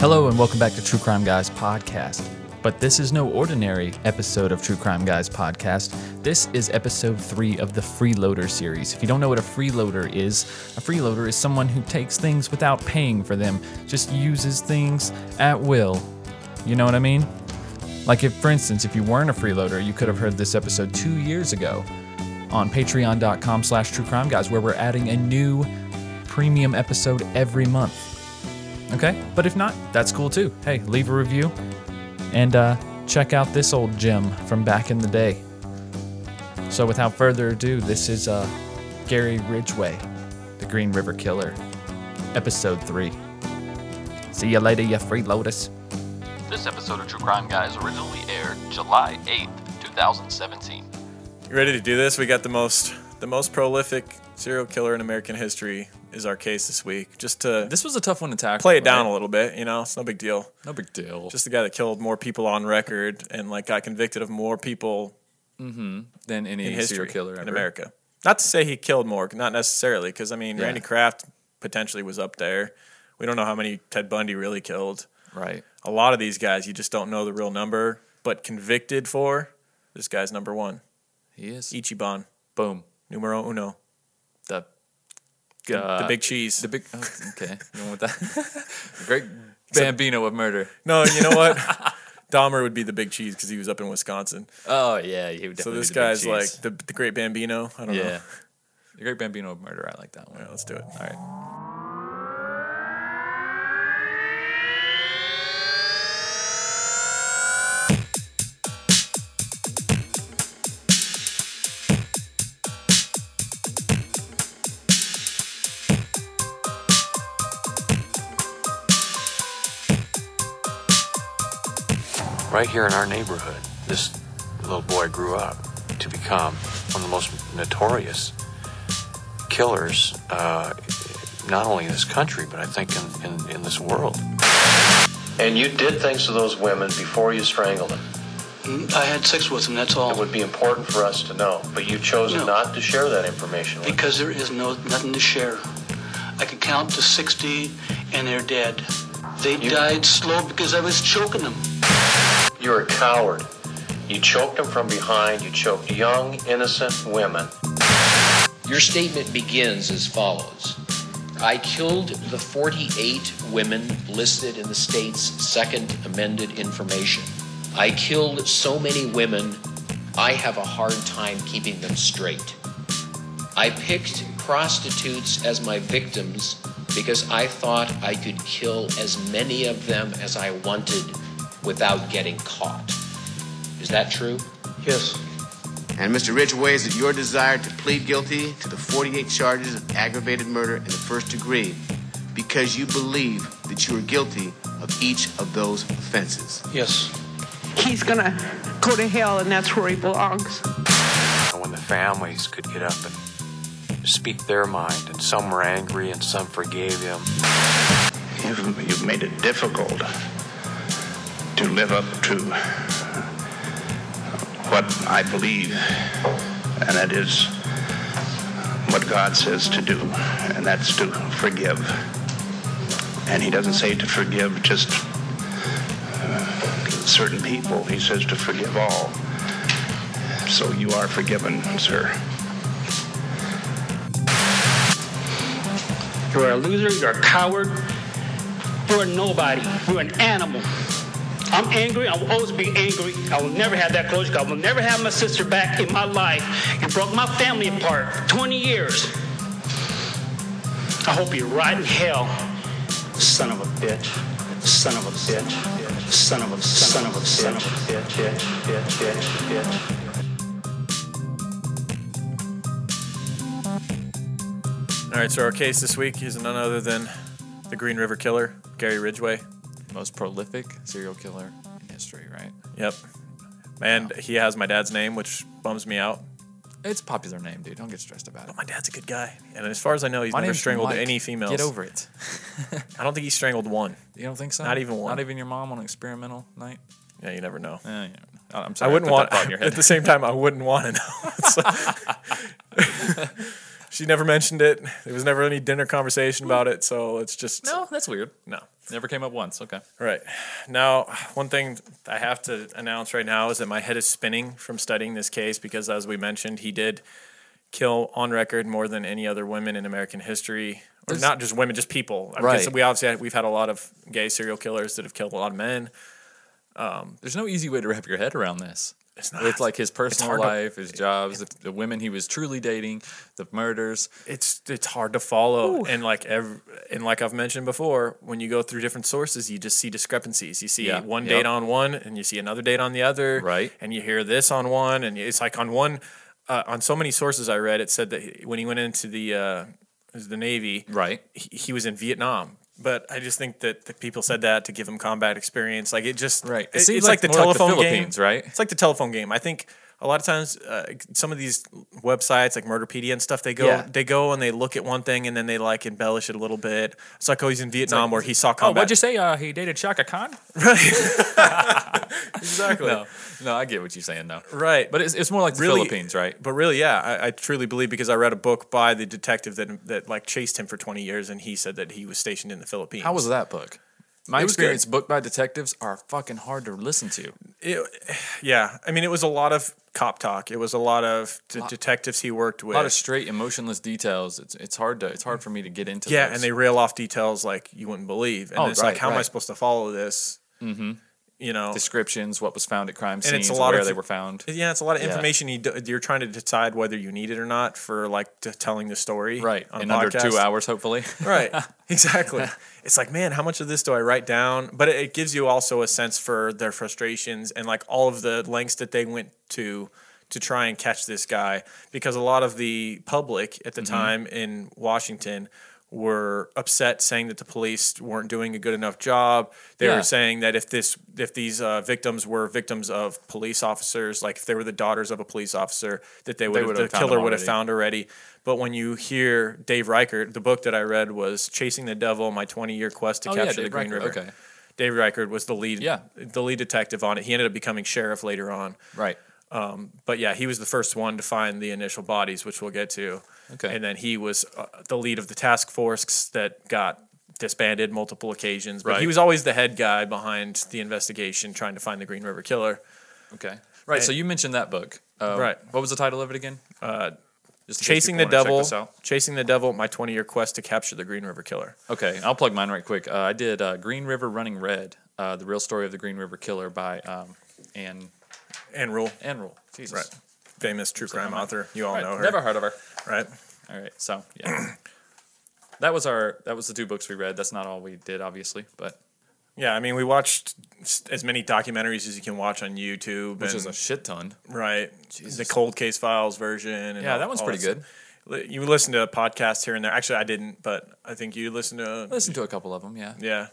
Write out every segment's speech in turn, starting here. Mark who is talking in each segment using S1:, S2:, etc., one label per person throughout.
S1: Hello, and welcome back to True Crime Guys Podcast. But this is no ordinary episode of True Crime Guys Podcast. This is episode three of the Freeloader series. If you don't know what a freeloader is, a freeloader is someone who takes things without paying for them, just uses things at will. You know what I mean? Like, if, for instance, if you weren't a freeloader, you could have heard this episode two years ago on patreon.com slash true crime guys, where we're adding a new premium episode every month. Okay. But if not, that's cool too. Hey, leave a review and uh, check out this old gem from back in the day. So, without further ado, this is uh, Gary Ridgway, the Green River Killer, episode three. See you later, you freeloaders. This episode of True Crime Guys originally aired July 8th, 2017.
S2: You ready to do this? We got the most the most prolific serial killer in American history is our case this week. Just to
S1: This was a tough one to tackle.
S2: play it down a little bit, you know, it's no big deal.
S1: No big deal. Just
S2: Just the guy that killed more people on record and like got convicted of more people
S1: than any
S2: in
S1: serial
S2: history
S1: killer ever.
S2: in America. Not to say he killed more, not necessarily, because I mean
S1: Yeah.
S2: Randy Kraft potentially was up there. We don't know how many Ted Bundy really killed.
S1: Right.
S2: A lot of these guys, you just don't know the real number, but convicted for this guy's number one,
S1: He is.
S2: Ichiban,
S1: Boom.
S2: numero uno,
S1: The
S2: the big cheese.
S1: uh, The big oh, okay, you don't want that. The Great Bambino of murder.
S2: No, you know what? Dahmer would be the big cheese because he was up in Wisconsin.
S1: Oh yeah, he would
S2: So
S1: definitely.
S2: this
S1: be the big
S2: guy's like
S1: cheese.
S2: the, the great Bambino. I don't know.
S1: yeah, the Great Bambino of murder. I like that one.
S2: All right, let's do it.
S1: All right,
S3: right here in our neighborhood, this little boy grew up to become one of the most notorious killers, uh, not only in this country, but I think in, in, in this world.
S4: And you did things to those women before you strangled them.
S5: I had sex with him, that's
S4: It
S5: all.
S4: would be important for us to know, but you chose
S5: No.
S4: not to share that information with
S5: Because there is no nothing to share. I could count to 60 and they're dead. They died slow because I was choking them.
S4: You're a coward. You choked them from behind. You choked young, innocent women.
S6: Your statement begins as follows I killed the 48 women listed in the state's second amended information. I killed so many women, I have a hard time keeping them straight. I picked prostitutes as my victims because I thought I could kill as many of them as I wanted without getting caught. Is that true?
S5: Yes.
S7: And Mr. Ridgway, is it your desire to plead guilty to the 48 charges of aggravated murder in the first degree because you believe that you are guilty of each of those offenses?
S5: Yes.
S8: he's gonna go to hell and that's where he belongs.
S3: And when the families could get up and speak their mind, and some were angry and some forgave him.
S9: You've, you've made it difficult to live up to what I believe, and that is what God says to do, and that's to forgive. And He doesn't say to forgive just uh, certain people, He says to forgive all. So you are forgiven, sir.
S5: You're a loser, you're a coward,
S10: You're a nobody. You're an animal. I'm angry. I will always be angry. I will never have that closure. I will never have my sister back in my life. You broke my family apart for 20 years. I hope you rot in hell. Son of a bitch. Son of a bitch. Son of a son of a son of a bitch. bitch, bitch, bitch.
S2: All right, so our case this week is none other than the Green River Killer, Gary Ridgway.
S1: most prolific serial killer in history. Right?
S2: Yep. And he has my dad's name, which bums me out.
S1: It's a popular name, dude. Don't get stressed about it.
S2: My dad's a good guy, and as far as I know, he's
S1: My
S2: never
S1: name's
S2: strangled
S1: Mike.
S2: any females.
S1: Get over it.
S2: I don't think he strangled one.
S1: You don't think so?
S2: Not even one.
S1: Not even your mom on an experimental night.
S2: Yeah, you never know.
S1: Eh, yeah. Oh, I'm
S2: I
S1: sorry.
S2: wouldn't
S1: put
S2: want.
S1: that thought in your
S2: At
S1: head.
S2: the same time, I wouldn't want to know. It's like- She never mentioned it. There was never any dinner conversation about it. So it's just
S1: No, that's weird.
S2: no.
S1: Never came up once. Okay.
S2: Right. Now, one thing I have to announce right now is that my head is spinning from studying this case because, as we mentioned, he did kill on record more than any other women in American history. Or
S1: There's-
S2: not just women, just people. I
S1: Right.
S2: guess we obviously had, we've had a lot of gay serial killers that have killed a lot of men.
S1: There's no easy way to wrap your head around this.
S2: It's not.
S1: With like his personal
S2: hard to-
S1: life, his jobs, the, the women he was truly dating, the murders.
S2: it's it's hard to follow and like ev- and like I've mentioned before when you go through different sources you just see discrepancies you see
S1: Yeah,
S2: one
S1: yep.
S2: date on one and you see another date on the other
S1: Right.
S2: and you hear this on one and it's like on one uh, on so many sources I read it said that he- when he went into the uh, it was the Navy
S1: Right.
S2: he, he was in Vietnam but I just think that the people said that to give him combat experience like it just
S1: Right. It
S2: it,
S1: seems
S2: it's
S1: like
S2: like, the
S1: more like the
S2: telephone
S1: Philippines,
S2: game Oh,
S1: right?
S2: it's like the telephone game I think a lot of times uh, some of these websites like Murderpedia and stuff they go
S1: Yeah.
S2: they go and they look at one thing and then they like embellish it a little bit. It's like oh he's in Vietnam
S1: like-
S2: where he saw
S1: Oh,
S2: combat.
S1: what'd you say? Uh, he dated Shaka Khan?
S2: exactly?
S1: No, no, I get what you're saying though.
S2: Right,
S1: But it's, it's more like the
S2: Really-
S1: Philippines, right?
S2: But really, yeah, I, I truly believe because I read a book by the detective that that like chased him for twenty years, and he said that he was stationed in the Philippines.
S1: How was that book? My
S2: It was good.
S1: experience book by detectives are fucking hard to listen to.
S2: It, yeah, I mean, it was a lot of cop talk. It was a lot of d- detectives he worked with.
S1: A lot of straight emotionless details. It's it's hard to it's hard for me to get into.
S2: yeah,
S1: those.
S2: and they reel off details like you wouldn't believe, and
S1: Oh,
S2: it's
S1: right,
S2: like, how am I
S1: right.
S2: supposed to follow this? Mm-hmm. You know,
S1: descriptions what was found at crime scenes,
S2: it's a lot
S1: where
S2: of-
S1: they were found.
S2: Yeah, it's a lot of
S1: Yeah.
S2: information you do, you're trying to decide whether you need it or not for like t- telling the story
S1: Right
S2: on a
S1: in under two
S2: podcast.
S1: hours, hopefully.
S2: Right, exactly. it's like, man, how much of this do I write down? But it, it gives you also a sense for their frustrations and like all of the lengths that they went to to try and catch this guy because a lot of the public at the
S1: Mm-hmm.
S2: time in Washington were upset saying that the police weren't doing a good enough job. They
S1: Yeah.
S2: were saying that if this if these uh, victims were victims of police officers, like if they were the daughters of a police officer, that they would
S1: would've
S2: the
S1: found them
S2: killer would have
S1: already.
S2: found found already. But when you hear Dave Reichert, the book that I read was Chasing the Devil: My 20-Year Quest to
S1: Oh, yeah,
S2: Capture the
S1: Dave
S2: Green
S1: Reichert,
S2: River.
S1: okay.
S2: Dave Reichert was the lead
S1: Yeah.
S2: the lead detective on it. He ended up becoming sheriff later on. Um,
S1: right.
S2: But yeah, he was the first one to find the initial bodies, which we'll get to.
S1: Okay.
S2: And then he was uh, the lead of the task force that got disbanded multiple occasions, but
S1: Right.
S2: he was always the head guy behind the investigation trying to find the Green River killer.
S1: Okay. Right. so you mentioned that book. Um,
S2: Right.
S1: What was the title of it again? Uh, Just in case
S2: Chasing the
S1: people wanna check
S2: Devil,
S1: this out.
S2: Chasing the Devil: My 20-Year Quest to Capture the Green River Killer.
S1: Okay, I'll plug mine right quick. Uh, I did uh, Green River Running Red, uh, the real story of the Green River Killer by um, Anne
S2: And rule
S1: Anne Rule. Jesus,
S2: Right. Famous true crime author. You all
S1: All right,
S2: know her.
S1: Never heard of her.
S2: Right?
S1: All right, so yeah, that was our that was the two books we read. That's not all we did, obviously, but
S2: Yeah, I mean, we watched s- as many documentaries as you can watch on YouTube.
S1: which
S2: and,
S1: is a shit ton.
S2: right. The Cold Case Files version. And
S1: Yeah,
S2: all-
S1: that one's
S2: all
S1: pretty
S2: that
S1: good.
S2: stuff. Li- You listen to podcasts here and there. Actually, I didn't, but I think you listened to.
S1: Listen to a couple of them. Yeah.
S2: Yeah.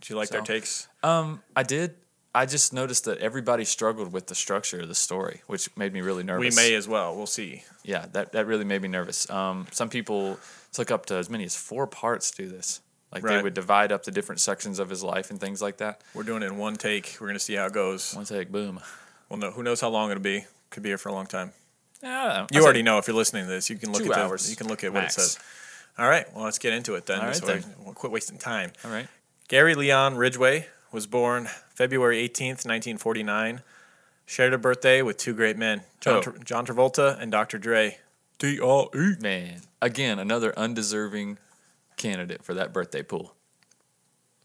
S2: Did you like their
S1: So-
S2: takes?
S1: Um, I did. I just noticed that everybody struggled with the structure of the story, which made me really nervous.
S2: We may as well. We'll see.
S1: yeah, that, that really made me nervous. Um, some people took up to as many as four parts to this. Like they
S2: Right.
S1: would divide up the different sections of his life and things like that.
S2: We're doing it in one take. We're going to see how it goes.
S1: One take, boom.
S2: Well, no, who knows how long it'll be? Could be here for a long time.
S1: Yeah, I don't know.
S2: You
S1: I'd say
S2: already know if you're listening to this. You can look
S1: two
S2: at the-
S1: hours.
S2: you can look at what
S1: max.
S2: it says. All right. Well, let's get into it then.
S1: All
S2: This
S1: right,
S2: way
S1: then.
S2: We'll quit wasting time.
S1: All right.
S2: Gary Leon Ridgway was born February 18th, 1949. Shared a birthday with two great men, John,
S1: Oh.
S2: Tra- John Travolta and Dr. Dre. D.R.E.
S1: E. Man, again, another undeserving candidate for that birthday pool.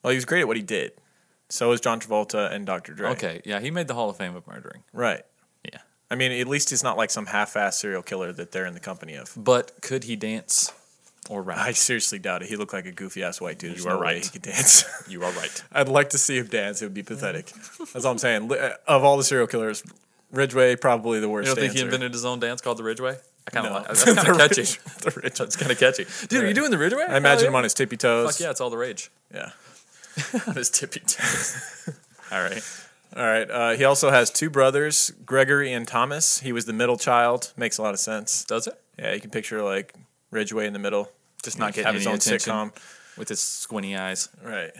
S2: Well, he was great at what he did. So is John Travolta and Dr. Dre.
S1: Okay, yeah, he made the Hall of Fame of murdering.
S2: Right.
S1: Yeah.
S2: I mean, at least he's not like some half-ass serial killer that they're in the company of.
S1: But could he dance or rap?
S2: I seriously doubt it. He looked like a goofy-ass white dude. There's
S1: are
S2: no way
S1: right.
S2: He could dance.
S1: you are right.
S2: I'd like to see him dance. It would be pathetic. That's all I'm saying. Li- uh, Of all the serial killers, Ridgway probably the worst.
S1: You don't think he
S2: dancer.
S1: invented his own dance called the Ridgeway? I kind of
S2: No.
S1: like that's kind of
S2: The
S1: catchy.
S2: the Ridgeway.
S1: That's kind of catchy, dude. Are you doing the Ridgeway?
S2: I imagine
S1: Hell
S2: him on his tippy
S1: yeah.
S2: toes.
S1: Fuck yeah, it's all the rage.
S2: yeah.
S1: on his tippy toes. all right.
S2: All right. Uh, he also has two brothers, Gregory and Thomas. He was the middle child. Makes a lot of sense.
S1: Does it?
S2: Yeah, you can picture like Ridgway in the middle,
S1: Just
S2: like, have his own sitcom.
S1: with his squinty eyes.
S2: Right.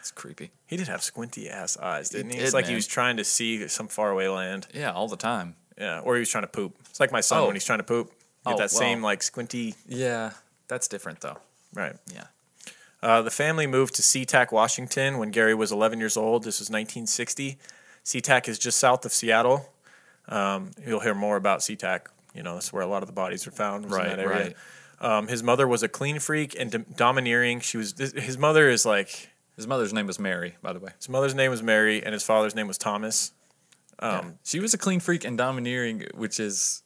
S1: It's creepy.
S2: He did have squinty ass eyes, didn't he?
S1: did,
S2: it's like
S1: man.
S2: he was trying to see some faraway land.
S1: Yeah, all the time.
S2: Yeah, or he was trying to poop. It's like my son
S1: Oh.
S2: when he's trying to poop. Get
S1: Oh,
S2: that
S1: well.
S2: same like squinty.
S1: Yeah, that's different though.
S2: Right.
S1: Yeah.
S2: Uh, the family moved to SeaTac, Washington when Gary was 11 years old. This was 1960. SeaTac is just south of Seattle. Um, you'll hear more about SeaTac. You know, that's where a lot of the bodies are found. was in
S1: Right,
S2: that area.
S1: right.
S2: Um, his mother was a clean freak and dom- domineering. She was. This, his mother is like
S1: His mother's name was Mary, by the way.
S2: his mother's name was Mary and his father's name was Thomas. Um,
S1: She was a clean freak and domineering, which is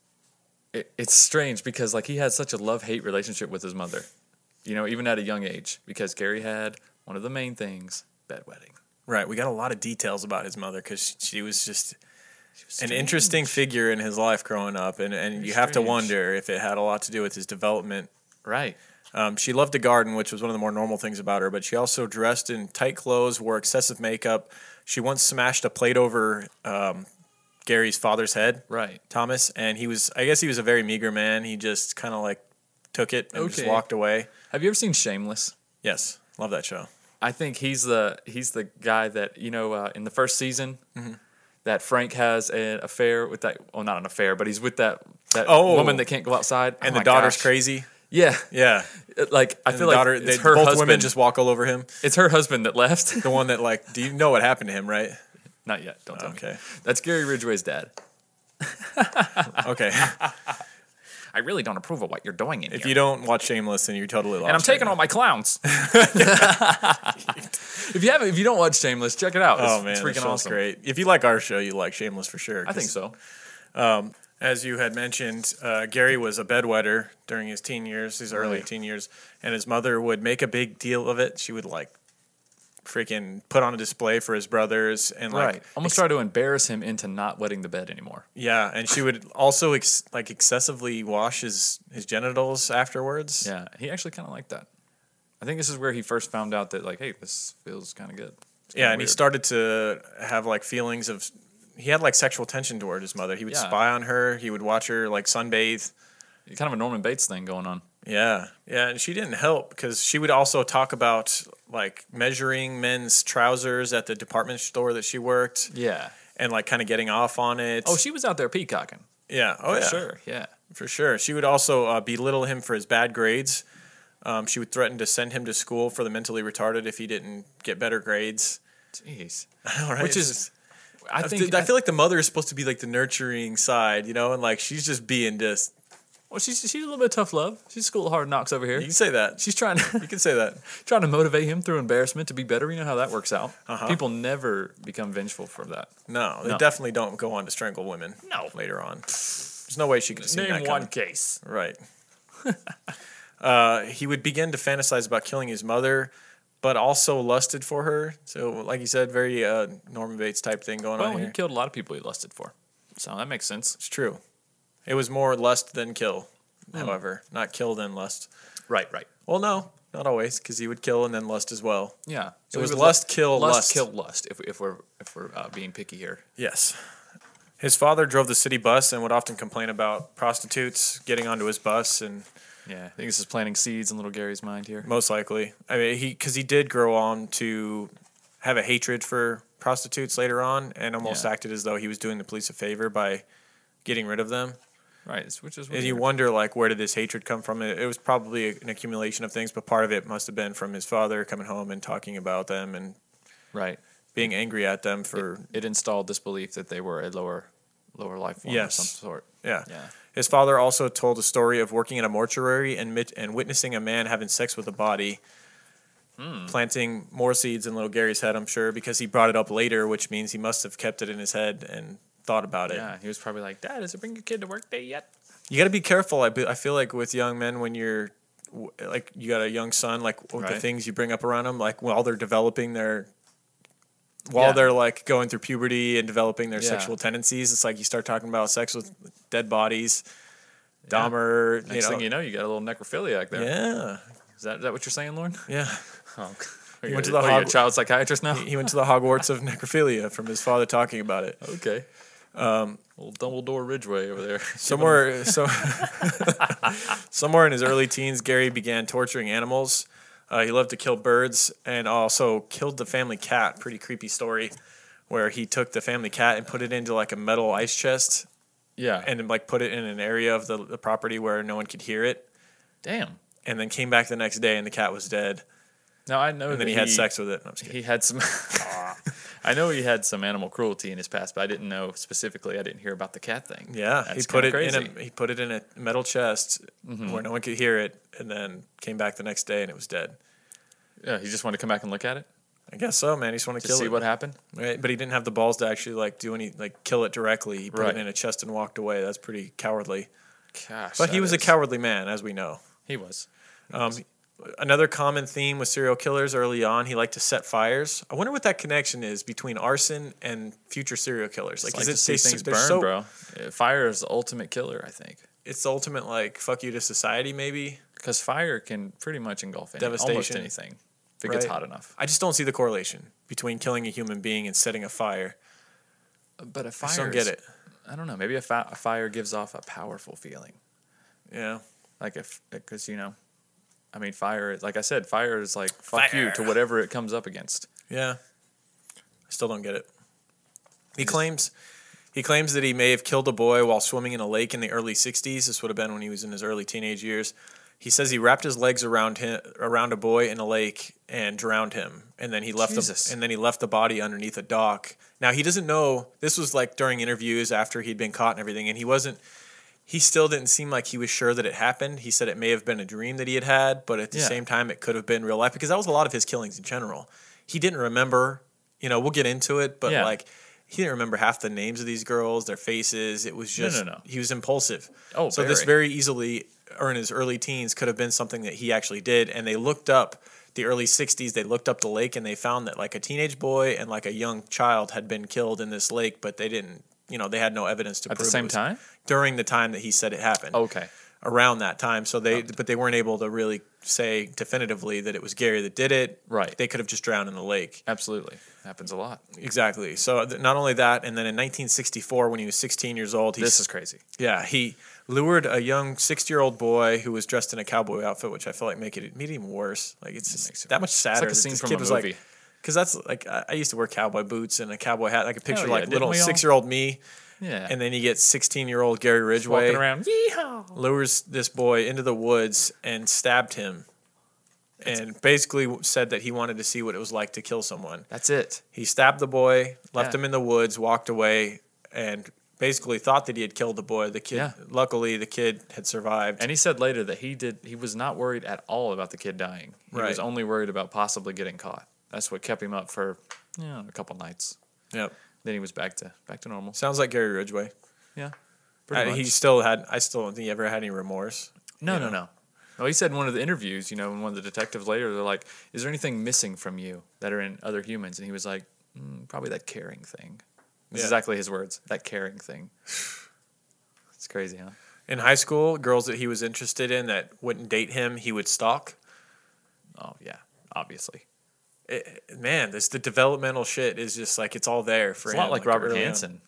S1: it, it's strange because like he had such a love hate relationship with his mother. You know, even at a young age, because Gary had one of the main things bedwetting.
S2: Right. We got a lot of details about his mother because she was just an interesting figure in his life growing up, and and you have to
S1: strange.
S2: wonder if it had a lot to do with his development.
S1: Right.
S2: Um, she loved to garden, which was one of the more normal things about her, but she also dressed in tight clothes, wore excessive makeup. She once smashed a plate over um, Gary's father's head,
S1: Right.
S2: Thomas, and he was, I guess he was a very meager man. He just kind of like took it and just
S1: Okay.
S2: walked away.
S1: Have you ever seen Shameless?
S2: Yes, love that show.
S1: I think he's the he's the guy that you know uh, in the first season
S2: Mm-hmm.
S1: that Frank has an affair with that. Well, not an affair, but he's with that that
S2: Oh.
S1: woman that can't go outside,
S2: And
S1: Oh
S2: the
S1: my
S2: daughter's
S1: gosh.
S2: crazy.
S1: Yeah,
S2: Yeah.
S1: It- like I
S2: And
S1: feel
S2: the
S1: like
S2: daughter,
S1: it's
S2: they,
S1: her
S2: both
S1: husband.
S2: women just walk all over him.
S1: it's her husband that left.
S2: The one that like, do you know what happened to him, right?
S1: Not yet. Don't tell me.
S2: Okay.
S1: That's Gary Ridgway's dad.
S2: Okay.
S1: I really don't approve of what you're doing in
S2: If
S1: here.
S2: you don't watch Shameless, then you're totally lost.
S1: and I'm taking all my clowns. if you haven't, if you don't watch Shameless, check it out. It's,
S2: Oh man,
S1: it's
S2: that
S1: freaking
S2: show's
S1: awesome.
S2: great. If you like our show, you like Shameless for sure.
S1: I think so.
S2: As you had mentioned, uh, Gary was a bedwetter during his teen years, his early teen years, and his mother would make a big deal of it. She would like freaking put on a display for his brothers and like
S1: right. Almost try to embarrass him into not wetting the bed anymore.
S2: yeah, and she would also ex- like excessively wash his his genitals afterwards.
S1: Yeah, he actually kind of liked that. I think this is where he first found out that like, hey, this feels kind of good. It's kinda
S2: Yeah, and he
S1: weird.
S2: started to have like feelings of he had like sexual tension toward his mother. He would
S1: Yeah.
S2: spy on her. He would watch her like sunbathe.
S1: kind of a Norman Bates thing going on.
S2: Yeah, yeah, and she didn't help because she would also talk about like measuring men's trousers at the department store that she worked
S1: Yeah.
S2: and like kind of getting off on it.
S1: Oh, she was out there peacocking.
S2: yeah, oh
S1: For
S2: yeah,
S1: Sure. Yeah.
S2: for sure. She would also uh, belittle him for his bad grades. Um, she would threaten to send him to school for the mentally retarded if he didn't get better grades.
S1: Jeez.
S2: All right,
S1: Which
S2: it's
S1: is, I
S2: I,
S1: think
S2: feel- I feel like the mother is supposed to be like the nurturing side, you know, and like she's just being just.
S1: Well, she's she's a little bit tough love. She's school of hard knocks over here.
S2: You can say that.
S1: She's trying
S2: You
S1: to
S2: can say that.
S1: trying to motivate him through embarrassment to be better. You know how that works out.
S2: Uh-huh.
S1: People never become vengeful from that.
S2: No, they
S1: No.
S2: definitely don't go on to strangle women. No, later on, there's no way she could have seen that coming.
S1: case.
S2: Right. uh, he would begin to fantasize about killing his mother, but also lusted for her. So, like you said, very uh, Norman Bates type thing going
S1: Well,
S2: on
S1: he
S2: here.
S1: killed a lot of people he lusted for, so that makes sense.
S2: it's true. It was more lust than kill.
S1: Hmm.
S2: However, not kill then lust.
S1: Right, right.
S2: Well, no, not always, because he would kill and then lust as well.
S1: Yeah.
S2: It was
S1: we would
S2: lust,
S1: lu-
S2: kill,
S1: lust,
S2: lust.
S1: kill, lust. If, if we're if we're uh, being picky here,
S2: Yes. His father drove the city bus and would often complain about prostitutes getting onto his bus and
S1: yeah. I think this is planting seeds in little Gary's mind here.
S2: most likely. I mean, he because he did grow on to have a hatred for prostitutes later on and almost
S1: Yeah.
S2: acted as though he was doing the police a favor by getting rid of them.
S1: Right, it's- which is
S2: And you
S1: weird.
S2: wonder like where did this hatred come from? It, it was probably an accumulation of things, but part of it must have been from his father coming home and talking about them and
S1: right.
S2: being angry at them for
S1: It installed this belief that they were a lower lower life form of
S2: Yes.
S1: some sort.
S2: Yeah.
S1: Yeah.
S2: His father also told a story of working in a mortuary and mit- and witnessing a man having sex with a body,
S1: Hmm.
S2: planting more seeds in little Gary's head. I'm sure because he brought it up later, which means he must have kept it in his head and thought about it.
S1: Yeah, he was probably like, "Dad, does it bring your kid to work day yet?"
S2: You got to be careful. I, be- I feel like with young men when you're w- like you got a young son, like with the
S1: Right.
S2: things you bring up around them, like while they're developing their while
S1: Yeah.
S2: they're like going through puberty and developing their
S1: Yeah.
S2: sexual tendencies, it's like you start talking about sex with dead bodies. Dahmer,
S1: Next
S2: you know,
S1: thing you know, you got a little necrophiliac there. Is
S2: Yeah,
S1: that, is that what you're saying, Lauren?
S2: yeah.
S1: Oh, you
S2: went to
S1: a,
S2: the
S1: are you a
S2: Hogwa-
S1: child psychiatrist now?
S2: He went to the Hogwarts of necrophilia from his father talking about it.
S1: okay. Um, Old Dumbledore Ridgeway over there.
S2: Somewhere, so somewhere in his early teens, Gary began torturing animals. Uh, he loved to kill birds and also killed the family cat. Pretty creepy story, where he took the family cat and put it into like a metal ice chest Yeah. And then, like put it in an area of the, the property where no one could hear it.
S1: Damn.
S2: And then came back the next day and the cat was dead.
S1: Now I know.
S2: And
S1: that
S2: then he had sex with it. No, I'm just kidding.
S1: He had some. I know he had some animal cruelty in his past, but I didn't know specifically. I didn't hear about the cat thing.
S2: Yeah,
S1: That's
S2: he put
S1: kinda
S2: it
S1: crazy.
S2: in a he put it in a metal chest
S1: Mhm.
S2: where no one could hear it, and then came back the next day and it was dead.
S1: Yeah, he just wanted to come back and look at it
S2: I guess so, man. He just wanted
S1: to
S2: to kill
S1: see
S2: it.
S1: what happened.
S2: Right, but he didn't have the balls to actually like do any like kill it directly. He put
S1: Right.
S2: it in a chest and walked away. That's pretty cowardly.
S1: Gosh,
S2: But he
S1: that
S2: was a
S1: is-
S2: cowardly man, as we know.
S1: He was.
S2: Um, another common theme with serial killers early on, he liked to set fires. I wonder what that connection is between arson and future serial killers. Like,
S1: Just
S2: is
S1: to
S2: it
S1: see
S2: they,
S1: things
S2: they're
S1: burn,
S2: so-
S1: bro? Uh, Fire is the ultimate killer, I think,
S2: It's the ultimate like fuck you to society, maybe.
S1: because fire can pretty much engulf any, almost
S2: Devastation.
S1: anything if it gets
S2: Right.
S1: hot enough.
S2: I just don't see the correlation between killing a human being and setting a fire.
S1: Uh, But a
S2: I
S1: fire,
S2: just don't get
S1: is-
S2: it.
S1: I don't know. Maybe a, fi- a fire gives off a powerful feeling,
S2: Yeah,
S1: like if because you know, I mean, fire. is- Like I said, fire is like fuck you to
S2: Fire.
S1: whatever it comes up against.
S2: yeah. I still don't get it. He claims he claims that he may have killed a boy while swimming in a lake in the early '60s. This would have been when he was in his early teenage years. He says he wrapped his legs around him around a boy in a lake and drowned him, and then he left
S1: Jesus.
S2: the and then he left the body underneath a dock. Now he doesn't know. This was like during interviews after he'd been caught and everything, and he wasn't. He still didn't seem like he was sure that it happened. He said it may have been a dream that he had had, but at the
S1: Yeah.
S2: same time, it could have been real life because that was a lot of his killings in general. He didn't remember. You know, we'll get into it, but
S1: Yeah.
S2: like he didn't remember half the names of these girls, their faces. It was
S1: No,
S2: just
S1: no, no.
S2: he was impulsive.
S1: Oh,
S2: so this
S1: very.
S2: very easily, or in his early teens, could have been something that he actually did. And they looked up the early '60s. They looked up the lake, and they found that like a teenage boy and like a young child had been killed in this lake, but they didn't. You know, they had no evidence to
S1: at the
S2: prove it
S1: same
S2: was-
S1: time.
S2: during the time that he said it happened.
S1: Okay.
S2: Around that time, so they but they weren't able to really say definitively that it was Gary that did it.
S1: Right.
S2: They could have just drowned in the lake.
S1: Absolutely. Happens a lot.
S2: Exactly. So uh, th- not only that, and then in 1964, when he was 16 years old, he
S1: This is crazy.
S2: yeah he lured a young 60 year old boy who was dressed in a cowboy outfit, which I feel like make it made it even worse. Like it's
S1: makes
S2: just
S1: it
S2: that much
S1: It's
S2: sadder.
S1: like a
S2: that
S1: scene
S2: this
S1: from
S2: kid
S1: a
S2: was
S1: movie.
S2: like because that's like I, I used to wear cowboy boots and a cowboy hat. I could picture
S1: yeah,
S2: like
S1: didn't
S2: little
S1: we all?
S2: six year old me,
S1: yeah.
S2: and then you get 16 year old Gary
S1: Just walking
S2: Ridgway
S1: around. Yeehaw.
S2: lures this boy into the woods and stabbed him. And basically said that he wanted to see what it was like to kill someone.
S1: That's it.
S2: He stabbed the boy, left
S1: Yeah.
S2: him in the woods, walked away, and basically thought that he had killed the boy. The kid,
S1: Yeah.
S2: luckily, the kid had survived.
S1: And he said later that he did. He was not worried at all about the kid dying. He was
S2: Right.
S1: only worried about possibly getting caught. That's what kept him up for you know, a couple nights.
S2: yep,
S1: Then he was back to back to normal.
S2: sounds like Gary Ridgway.
S1: Yeah. Uh,
S2: I, he still had. I still don't think he ever had any remorse.
S1: No,
S2: you
S1: no,
S2: know.
S1: no. Well, he said in one of the interviews, you know, in one of the detectives later, they're like, "Is there anything missing from you that are in other humans?" And he was like, mm, "Probably that caring thing." That's
S2: Yeah.
S1: exactly his words. That caring thing. It's crazy, huh?
S2: In high school, girls that he was interested in that wouldn't date him, he would stalk.
S1: Oh yeah, obviously.
S2: It- man, this the developmental shit is just like it's all there for
S1: It's a
S2: him.
S1: lot like, Robert
S2: early on.
S1: Hansen.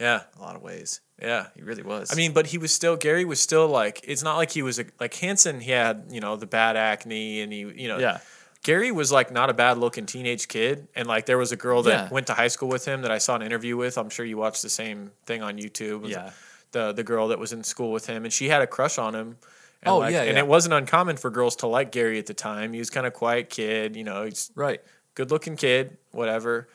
S2: Yeah,
S1: in A lot of ways,
S2: yeah.
S1: he really was.
S2: I mean, but he was still Gary was still like it's not like he was a, like Hanson. He had you know the bad acne and he you know
S1: yeah,
S2: Gary was like not a bad looking teenage kid, and like there was a girl that
S1: Yeah.
S2: went to high school with him that I saw an interview with. I'm sure you watched the same thing on YouTube. was
S1: Yeah.
S2: the the girl that was in school with him, and she had a crush on him. And
S1: Oh,
S2: like,
S1: yeah,
S2: and
S1: yeah.
S2: it wasn't uncommon for girls to like Gary at the time. He was kind of quiet kid, you know, he's
S1: right.
S2: good looking kid, whatever.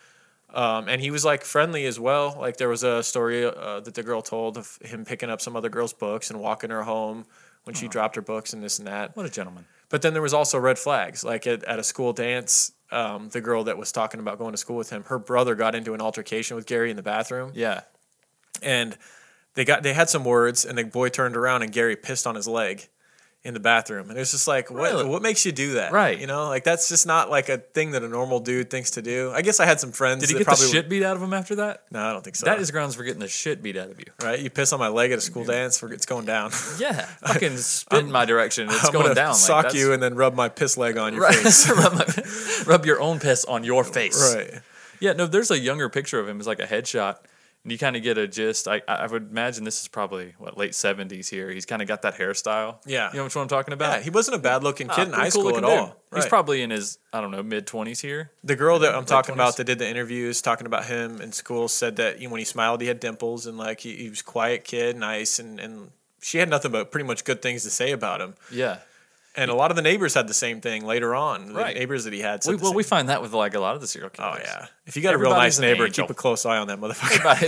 S2: Um, and he was like friendly as well. Like there was a story uh, that the girl told of him picking up some other girl's books and walking her home when she dropped her books and this and that.
S1: What a gentleman.
S2: But then there was also red flags. Like at, at a school dance, um, the girl that was talking about going to school with him, her brother got into an altercation with Gary in the bathroom,
S1: Yeah,
S2: and they got they had some words, and the boy turned around and Gary pissed on his leg in the bathroom, and it's just like what
S1: Really?
S2: what makes you do that,
S1: Right.
S2: You know, like that's just not like a thing that a normal dude thinks to do. I guess I had some friends.
S1: did he
S2: that
S1: get the
S2: probably would-
S1: shit beat out of him after that?
S2: No, I don't think so.
S1: That is grounds for getting the shit beat out of you.
S2: right. You piss on my leg at a school dance, for it's going down.
S1: Yeah, fucking spit in my direction. It's
S2: I'm
S1: going
S2: gonna
S1: down. like,
S2: sock
S1: that's-
S2: you and then rub my piss leg on your
S1: Right.
S2: face.
S1: rub, my- rub your own piss on your face.
S2: Right.
S1: Yeah, no, there's a younger picture of him. It's like a headshot. And you kind of get a gist. I I would imagine this is probably what late seventies here. He's kind of got that hairstyle.
S2: Yeah.
S1: you know which one I'm talking about.
S2: Yeah, he wasn't a bad looking
S1: Ah,
S2: kid in
S1: pretty
S2: high
S1: cool
S2: school at
S1: looking dude.
S2: all.
S1: He's
S2: Right.
S1: probably in his I don't know mid twenties here.
S2: The girl that I'm
S1: Late
S2: talking
S1: 20s.
S2: about that did the interviews talking about him in school said that you know, when he smiled, he had dimples and like he, he was a quiet kid, nice, and and she had nothing but pretty much good things to say about him.
S1: Yeah,
S2: And a lot of the neighbors had the same thing later on. The
S1: Right.
S2: neighbors that he had. Said
S1: we,
S2: the
S1: well,
S2: same
S1: we find that with like a lot of the serial
S2: Oh
S1: killers.
S2: yeah. If you got a real
S1: Everybody's
S2: nice
S1: an
S2: neighbor,
S1: angel.
S2: keep a close eye on that
S1: Everybody's-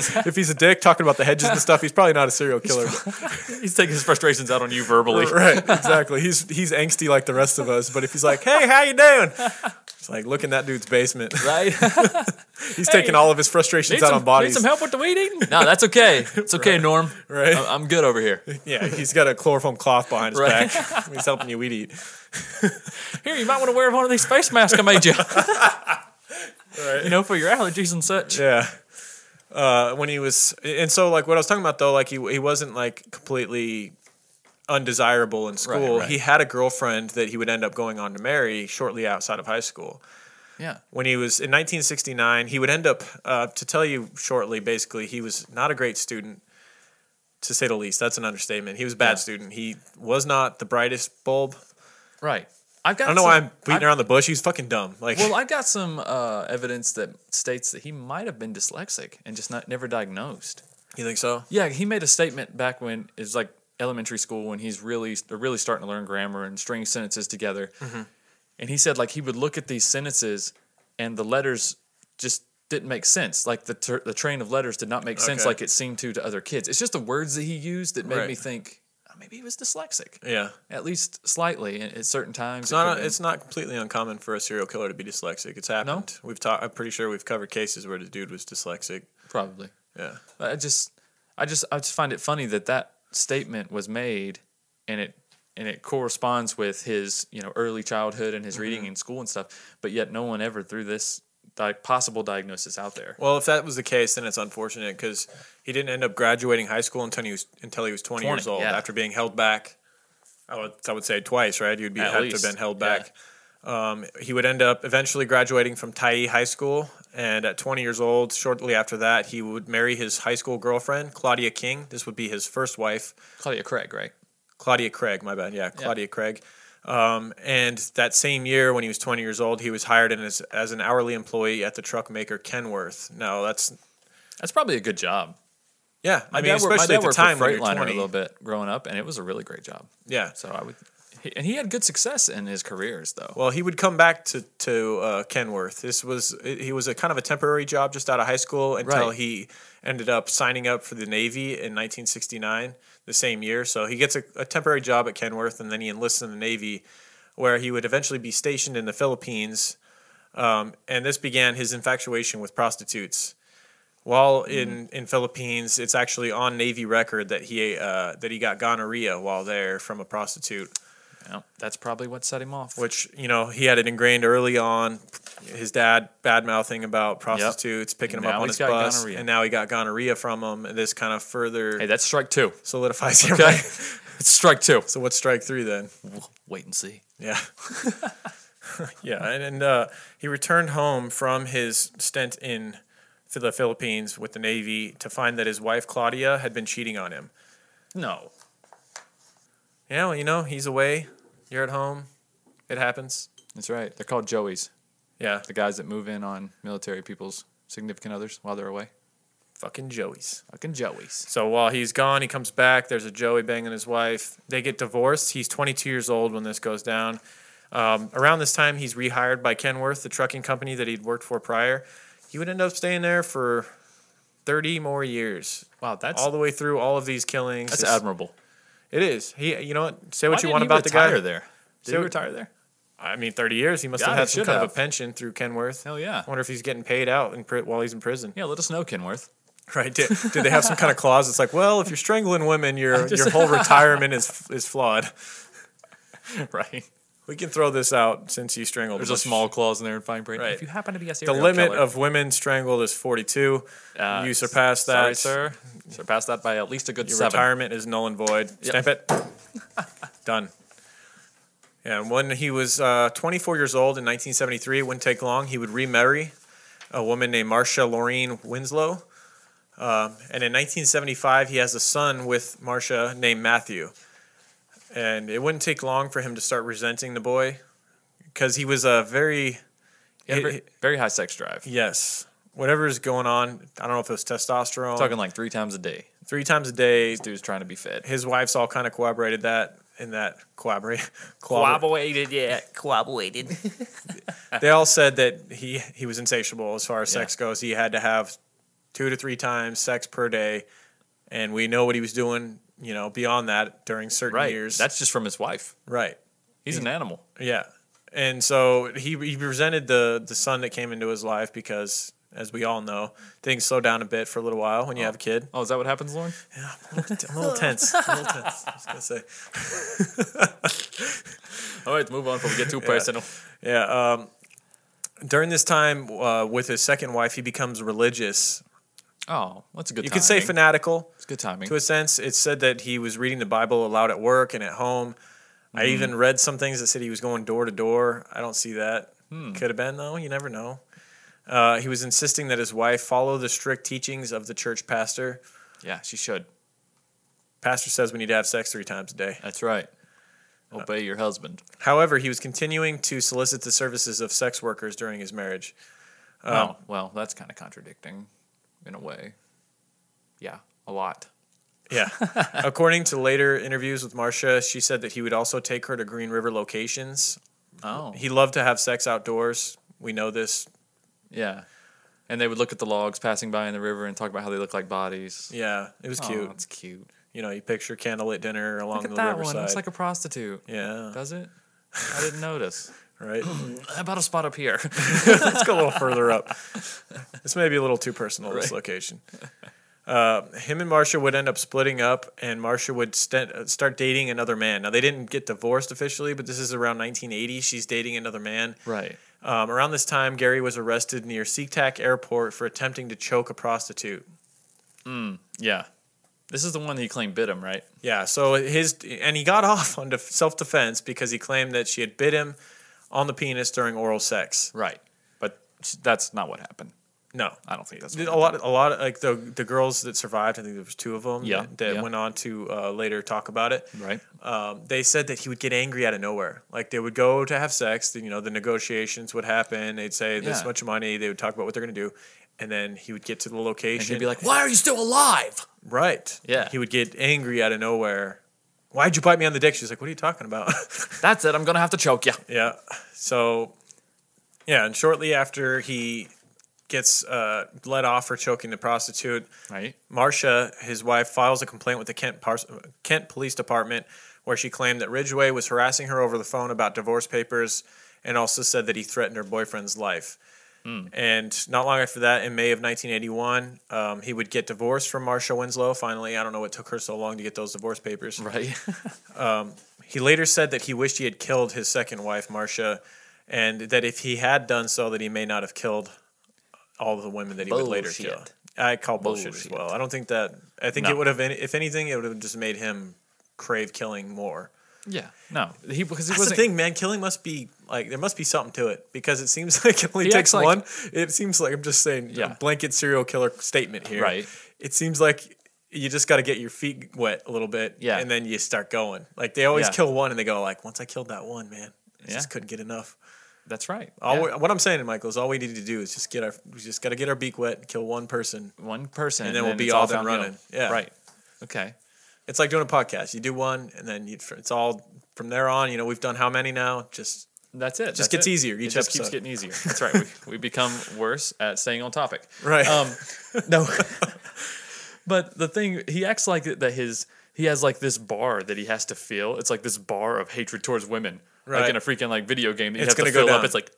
S2: motherfucker. if he's a dick talking about the hedges and stuff, he's probably not a serial killer.
S1: he's taking his frustrations out on you verbally.
S2: right, exactly. He's he's angsty like the rest of us, but if he's like, "Hey, how you doing?" It's like look in that dude's basement.
S1: Right?
S2: He's taking all of his frustrations
S1: Need
S2: out
S1: some,
S2: on bodies.
S1: Need some help Uh, with the weed eating? No, that's okay. It's okay, Norm.
S2: Right.
S1: I- I'm good over here.
S2: yeah, he's got a chloroform cloth behind his
S1: Right.
S2: back. He's helping you weed eat.
S1: Here, you might want to wear one of these face masks I made you.
S2: Right.
S1: You know, for your allergies and such.
S2: Yeah. Uh, when he was, and so like what I was talking about though, like he he wasn't like completely undesirable in school.
S1: right.
S2: He had a girlfriend that he would end up going on to marry shortly outside of high school.
S1: Yeah.
S2: When he was in 1969, he would end up uh, to tell you shortly. Basically, he was not a great student, to say the least. That's an understatement. He was a bad
S1: Yeah.
S2: student. He was not the brightest bulb.
S1: Right. I've got.
S2: I don't know why I'm
S1: some-
S2: beating
S1: I've-
S2: around the bush. He's fucking dumb. Like,
S1: Well, I got some uh, evidence that states that he might have been dyslexic and just not never diagnosed.
S2: you think so?
S1: Yeah, he made a statement back when it's like elementary school when he's really they're really starting to learn grammar and string sentences together.
S2: Mm-hmm.
S1: And he said like he would look at these sentences and the letters just didn't make sense. Like the ter- the train of letters did not make sense
S2: Okay.
S1: like it seemed to to other kids. It's just the words that he used that made
S2: Right.
S1: me think "Oh, maybe he was dyslexic
S2: Yeah.
S1: at least slightly at, at certain times.
S2: It's
S1: it
S2: not.
S1: could've been-
S2: it's not completely uncommon for a serial killer to be dyslexic. It's happened. We've talked. I'm pretty sure we've covered cases where the dude was dyslexic.
S1: probably.
S2: Yeah.
S1: I just, I just, I just find it funny that that statement was made, and it, and it corresponds with his, you know, early childhood and his
S2: Mm-hmm.
S1: reading in school and stuff. But yet, no one ever threw this di- possible diagnosis out there.
S2: Well, if that was the case, then it's unfortunate because he didn't end up graduating high school until he was until he was 20,
S1: 20,
S2: years old.
S1: yeah.
S2: After being held back, I would I would say twice. Right? You'd be
S1: At
S2: have
S1: least,
S2: to have been held
S1: yeah.
S2: back. Um, he would end up eventually graduating from Tai High School, and at 20 years old, shortly after that, he would marry his high school girlfriend, Claudia King. This would be his first wife.
S1: Claudia Craig, right?
S2: Claudia Craig, my bad. Yeah, Claudia Craig. Um, and that same year, when he was 20 years old, he was hired in as, as an hourly employee at the truck maker Kenworth. Now, that's,
S1: That's probably a good job.
S2: yeah, I mean,
S1: dad worked-
S2: especially at the
S1: worked
S2: time
S1: for
S2: when you're
S1: Freightliner
S2: 20.
S1: a little bit growing up, and it was a really great job.
S2: Yeah.
S1: So I would, he, and he had good success in his careers though.
S2: Well, he would come back to to uh, Kenworth. This was he was a kind of a temporary job just out of high school until
S1: Right.
S2: he ended up signing up for the Navy in 1969, the same year. So he gets a, a temporary job at Kenworth, and then he enlists in the Navy, where he would eventually be stationed in the Philippines. Um, and this began his infatuation with prostitutes. While in, in Philippines, it's actually on Navy record that he uh, that he got gonorrhea while there from a prostitute
S1: Yeah, that's probably what set him off.
S2: which you know he had it ingrained early on. His dad bad mouthing about prostitutes, picking
S1: And
S2: him up
S1: now
S2: on
S1: he's
S2: his
S1: got
S2: bus,
S1: gonorrhea.
S2: and now he got gonorrhea from him. And this kind of further
S1: hey, that's strike two.
S2: solidifies him.
S1: Okay, it's strike two.
S2: So what's strike three then?
S1: Wait and see.
S2: Yeah. yeah, and, and uh, he returned home from his stint in Phil- the Philippines with the Navy to find that his wife Claudia had been cheating on him.
S1: No.
S2: Yeah, well, you know he's away, you're at home, it happens.
S1: That's right. They're called Joeys.
S2: Yeah,
S1: the guys that move in on military people's significant others while they're away.
S2: fucking Joey's.
S1: Fucking Joeys.
S2: So while he's gone, he comes back. There's a Joey banging his wife. They get divorced. He's 22 years old when this goes down. Um, around this time, he's rehired by Kenworth, the trucking company that he'd worked for prior. He would end up staying there for 30 more years,
S1: Wow, that's
S2: all the way through all of these killings.
S1: that's
S2: It's-
S1: admirable.
S2: It is. He, you know what? Say what
S1: Why
S2: you want
S1: didn't he
S2: about the guy.
S1: retire there? Did
S2: So-
S1: he retire there?
S2: I mean, 30 years. He must
S1: God,
S2: have
S1: he
S2: had some
S1: should
S2: kind of
S1: have.
S2: a pension through Kenworth.
S1: Hell yeah.
S2: I wonder if he's getting paid out in pri- while he's in prison.
S1: Yeah, let us know, Kenworth.
S2: Right? Did, did they have some kind of clause? It's like, well, if you're strangling women, your
S1: just-
S2: your whole retirement is is flawed.
S1: right.
S2: We can throw this out since you strangled.
S1: There's a
S2: bunch.
S1: small clause in there in fine print.
S2: Right.
S1: If you happen to be a
S2: The
S1: serial
S2: limit
S1: killer-
S2: of women strangled is 42.
S1: Uh,
S2: you surpass
S1: sorry,
S2: that,
S1: sir. Surpass that by at least a good
S2: Your
S1: seven.
S2: retirement is null and void. Stamp it. Done. Yeah, and when he was uh, 24 years old in 1973, it wouldn't take long. He would remarry a woman named Marcia Lorraine Winslow. Um, and in 1975, he has a son with Marcia named Matthew. And it wouldn't take long for him to start resenting the boy because he was a very.
S1: Yeah, very, very high sex drive.
S2: Yes. Whatever is going on, I don't know if it was testosterone.
S1: Talking like three times a day.
S2: three times a day.
S1: This dude's trying to be fed.
S2: His wives all kind of corroborated that in that corroborate.
S1: Cooperated, yeah.
S11: Cooperated.
S2: they all said that he he was insatiable as far as sex goes. He had to have two to three times sex per day, and we know what he was doing. You know, beyond that during certain
S1: Right.
S2: years.
S1: That's just from his wife.
S2: right.
S1: He's an animal.
S2: Yeah, and so he he resented the the son that came into his life because. As we all know, things slow down a bit for a little while when you have a kid.
S1: Oh, is that what happens, Lauren?
S2: I'm a little tense. I'm a little tense. I was gonna say.
S1: All right, move on before we get too personal.
S2: Yeah. Um, during this time uh, with his second wife, he becomes religious.
S1: Oh, that's a good
S2: You
S1: timing.
S2: could say fanatical
S1: It's good timing.
S2: to a sense. It's said that he was reading the Bible aloud at work and at home. I
S1: Mm-hmm.
S2: even read some things that said he was going door to door. I don't see that.
S1: Hmm.
S2: Could have been, though. You never know. Uh, he was insisting that his wife follow the strict teachings of the church pastor.
S1: Yeah, she should.
S2: Pastor says we need to have sex three times a day.
S1: That's right. Obey your husband.
S2: Uh, However, he was continuing to solicit the services of sex workers during his marriage.
S1: Oh,
S2: um,
S1: well, that's kind of contradicting in a way. Yeah, a lot.
S2: Yeah. According to later interviews with Marcia, she said that he would also take her to Green River locations.
S1: Oh,
S2: He loved to have sex outdoors. We know this.
S1: yeah. And they would look at the logs passing by in the river and talk about how they look like bodies.
S2: Yeah, it was
S1: Oh,
S2: cute.
S1: That's cute.
S2: You know, you picture candlelit dinner along
S1: Look at
S2: the
S1: that
S2: riverside.
S1: one. It's like a prostitute.
S2: yeah,
S1: Does it? I didn't notice.
S2: right.
S1: How about a spot up here?
S2: Let's go a little further up. This may be a little too personal. This location. Uh, him and Marcia would end up splitting up, and Marcia would st- uh, start dating another man. Now they didn't get divorced officially, but this is around 1980. She's dating another man.
S1: right.
S2: Um, around this time, Gary was arrested near SeaTac Airport for attempting to choke a prostitute.
S1: Yeah. This is the one that he claimed bit him, right?
S2: Yeah, so his and he got off on def- self defense because he claimed that she had bit him on the penis during oral sex.
S1: Right. But sh- that's not what happened.
S2: No,
S1: I don't think that's
S2: a
S1: what
S2: lot. A lot of like the the girls that survived. I think there was two of them.
S1: Yeah,
S2: that, that
S1: yeah.
S2: went on to uh, later talk about it.
S1: Right.
S2: Um, they said that he would get angry out of nowhere. Like they would go to have sex. then, You know, the negotiations would happen. They'd say this
S1: Yeah.
S2: much money. They would talk about what they're going to do, and then he would get to the location.
S1: And he'd be like, "Why are you still alive?"
S2: Right.
S1: Yeah.
S2: He would get angry out of nowhere. Why'd you bite me on the dick? She's like, What are you talking about?
S1: That's it. I'm gonna have to choke you.
S2: yeah. So, yeah. And shortly after he gets uh, let off for choking the prostitute,
S1: Right.
S2: Marcia, his wife, files a complaint with the Kent, Pars- Kent Police Department where she claimed that Ridgway was harassing her over the phone about divorce papers and also said that he threatened her boyfriend's life. And not long after that, in May of 1981, um, he would get divorced from Marcia Winslow. Finally, I don't know what took her so long to get those divorce papers.
S1: Right.
S2: He later said that he wished he had killed his second wife, Marcia, and that if he had done so, that he may not have killed all the women that he would later kill.
S1: Bullshit.
S2: I call bullshit, as well. I don't think that. I think
S1: No.
S2: it would have, any, if anything, it would have just made him crave killing more.
S1: yeah. No. He because he
S2: That's the
S1: wasn't.
S2: thing, man. Killing must be like there must be something to it because it seems like it only
S1: He acts
S2: takes
S1: like-
S2: one. It seems like I'm just saying
S1: Yeah.
S2: blanket serial killer statement here.
S1: Right.
S2: It seems like you just got to get your feet wet a little bit,
S1: Yeah.
S2: and then you start going. Like they always
S1: Yeah.
S2: kill one, and they go like, "Once I killed that one, man, I
S1: Yeah.
S2: just couldn't get enough."
S1: That's right.
S2: All
S1: Yeah.
S2: we- what I'm saying, Michael, is all we need to do is just get our we just got to get our beak wet, and kill one person.
S1: One person,
S2: And then we'll be
S1: it's
S2: off and
S1: downhill.
S2: running. Yeah.
S1: Right. Okay.
S2: It's like doing a podcast. You do one, and then you, it's all from there on. You know, we've done how many now? Just
S1: That's it.
S2: Just
S1: That's
S2: gets
S1: it.
S2: easier
S1: it
S2: each
S1: just keeps
S2: episode.
S1: getting easier. That's right. We, we become worse at staying on topic.
S2: Right.
S1: Um, no. but the thing he acts like that his he has like this bar that he has to fill. It's like this bar of hatred towards women. Like
S2: Right.
S1: in a freaking like video game, that you
S2: It's
S1: have to
S2: gonna go
S1: fill up.
S2: down.
S1: It's like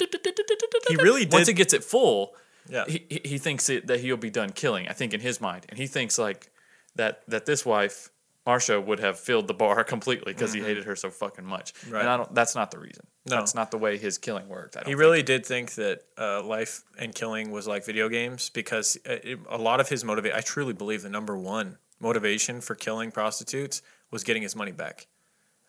S2: He really
S1: once
S2: did-
S1: it gets it full.
S2: Yeah.
S1: He he- he thinks it, that he'll be done killing. I think in his mind, and he thinks like that that this wife Marsha would have filled the bar completely because he hated her so fucking much.
S2: Mm-hmm. Right.
S1: And I don't. That's not the reason.
S2: No.
S1: That's not the way his killing worked. I don't
S2: He
S1: think.
S2: really did think that uh, life and killing was like video games because uh, it, a lot of his motivate. I truly believe the number one motivation for killing prostitutes was getting his money back.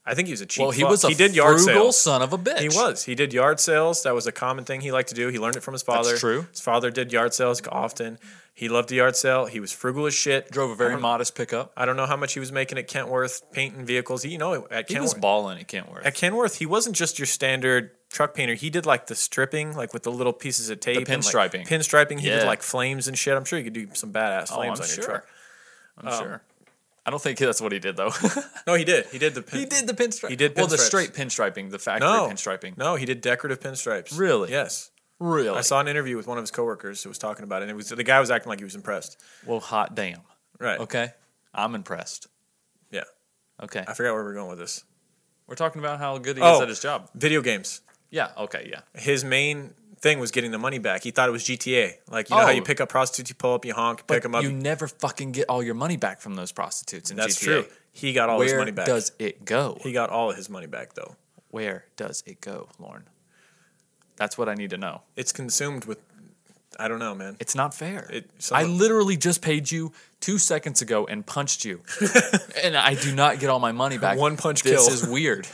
S2: I think he was a cheap.
S1: Well, he
S2: fuck.
S1: was a
S2: he did yard
S1: frugal
S2: sales.
S1: son of a bitch.
S2: He was. He did yard sales. That was a common thing he liked to do. He learned it from his father.
S1: true.
S2: His father did yard sales often. He loved the yard sale. He was frugal as shit.
S1: Drove a
S2: I
S1: very
S2: don't-
S1: modest pickup.
S2: I don't know how much he was making at Kentworth painting vehicles. He, you know, at
S1: He was
S2: Kentworth,
S1: balling at Kentworth.
S2: at Kenworth, he wasn't just your standard truck painter. He did like the stripping, like with the little pieces of tape, and, like,
S1: pinstriping.
S2: pinstriping. He
S1: Yeah.
S2: did like flames and shit. I'm sure you could do some badass
S1: oh, I'm
S2: flames on your
S1: sure.
S2: truck.
S1: I'm sure. Um, I don't think that's what he did though.
S2: No, he did. He did the. Pin-
S1: he did the pinstripe.
S2: He did
S1: well the
S2: pinstripes.
S1: straight pinstriping, the factory
S2: no
S1: pinstriping.
S2: No, he did decorative pinstripes.
S1: Really?
S2: Yes.
S1: Really?
S2: I saw an interview with one of his coworkers who was talking about it, and it was the guy was acting like he was impressed.
S1: Well, hot damn.
S2: Right.
S1: Okay, I'm impressed.
S2: Yeah.
S1: Okay,
S2: I forgot where we are going with this.
S1: we're talking about how good he is
S2: Oh.
S1: at his job.
S2: Video games.
S1: Yeah. Okay. Yeah.
S2: His main thing was getting the money back. He thought it was GTA. Like you know how
S1: Oh.
S2: you pick up prostitutes, you pull up, you honk,
S1: But
S2: pick them up.
S1: you never fucking get all your money back from those prostitutes in
S2: that's
S1: GTA.
S2: true. He got all
S1: Where
S2: his money back.
S1: does it go?
S2: He got all of his money back though.
S1: Where does it go, Lauren? That's what I need to know.
S2: It's consumed with. I don't know, man.
S1: It's not fair.
S2: It- some
S1: I
S2: of-
S1: literally just paid you two seconds ago and punched you, and I do not get all my money back.
S2: One punch
S1: this
S2: kill.
S1: is weird.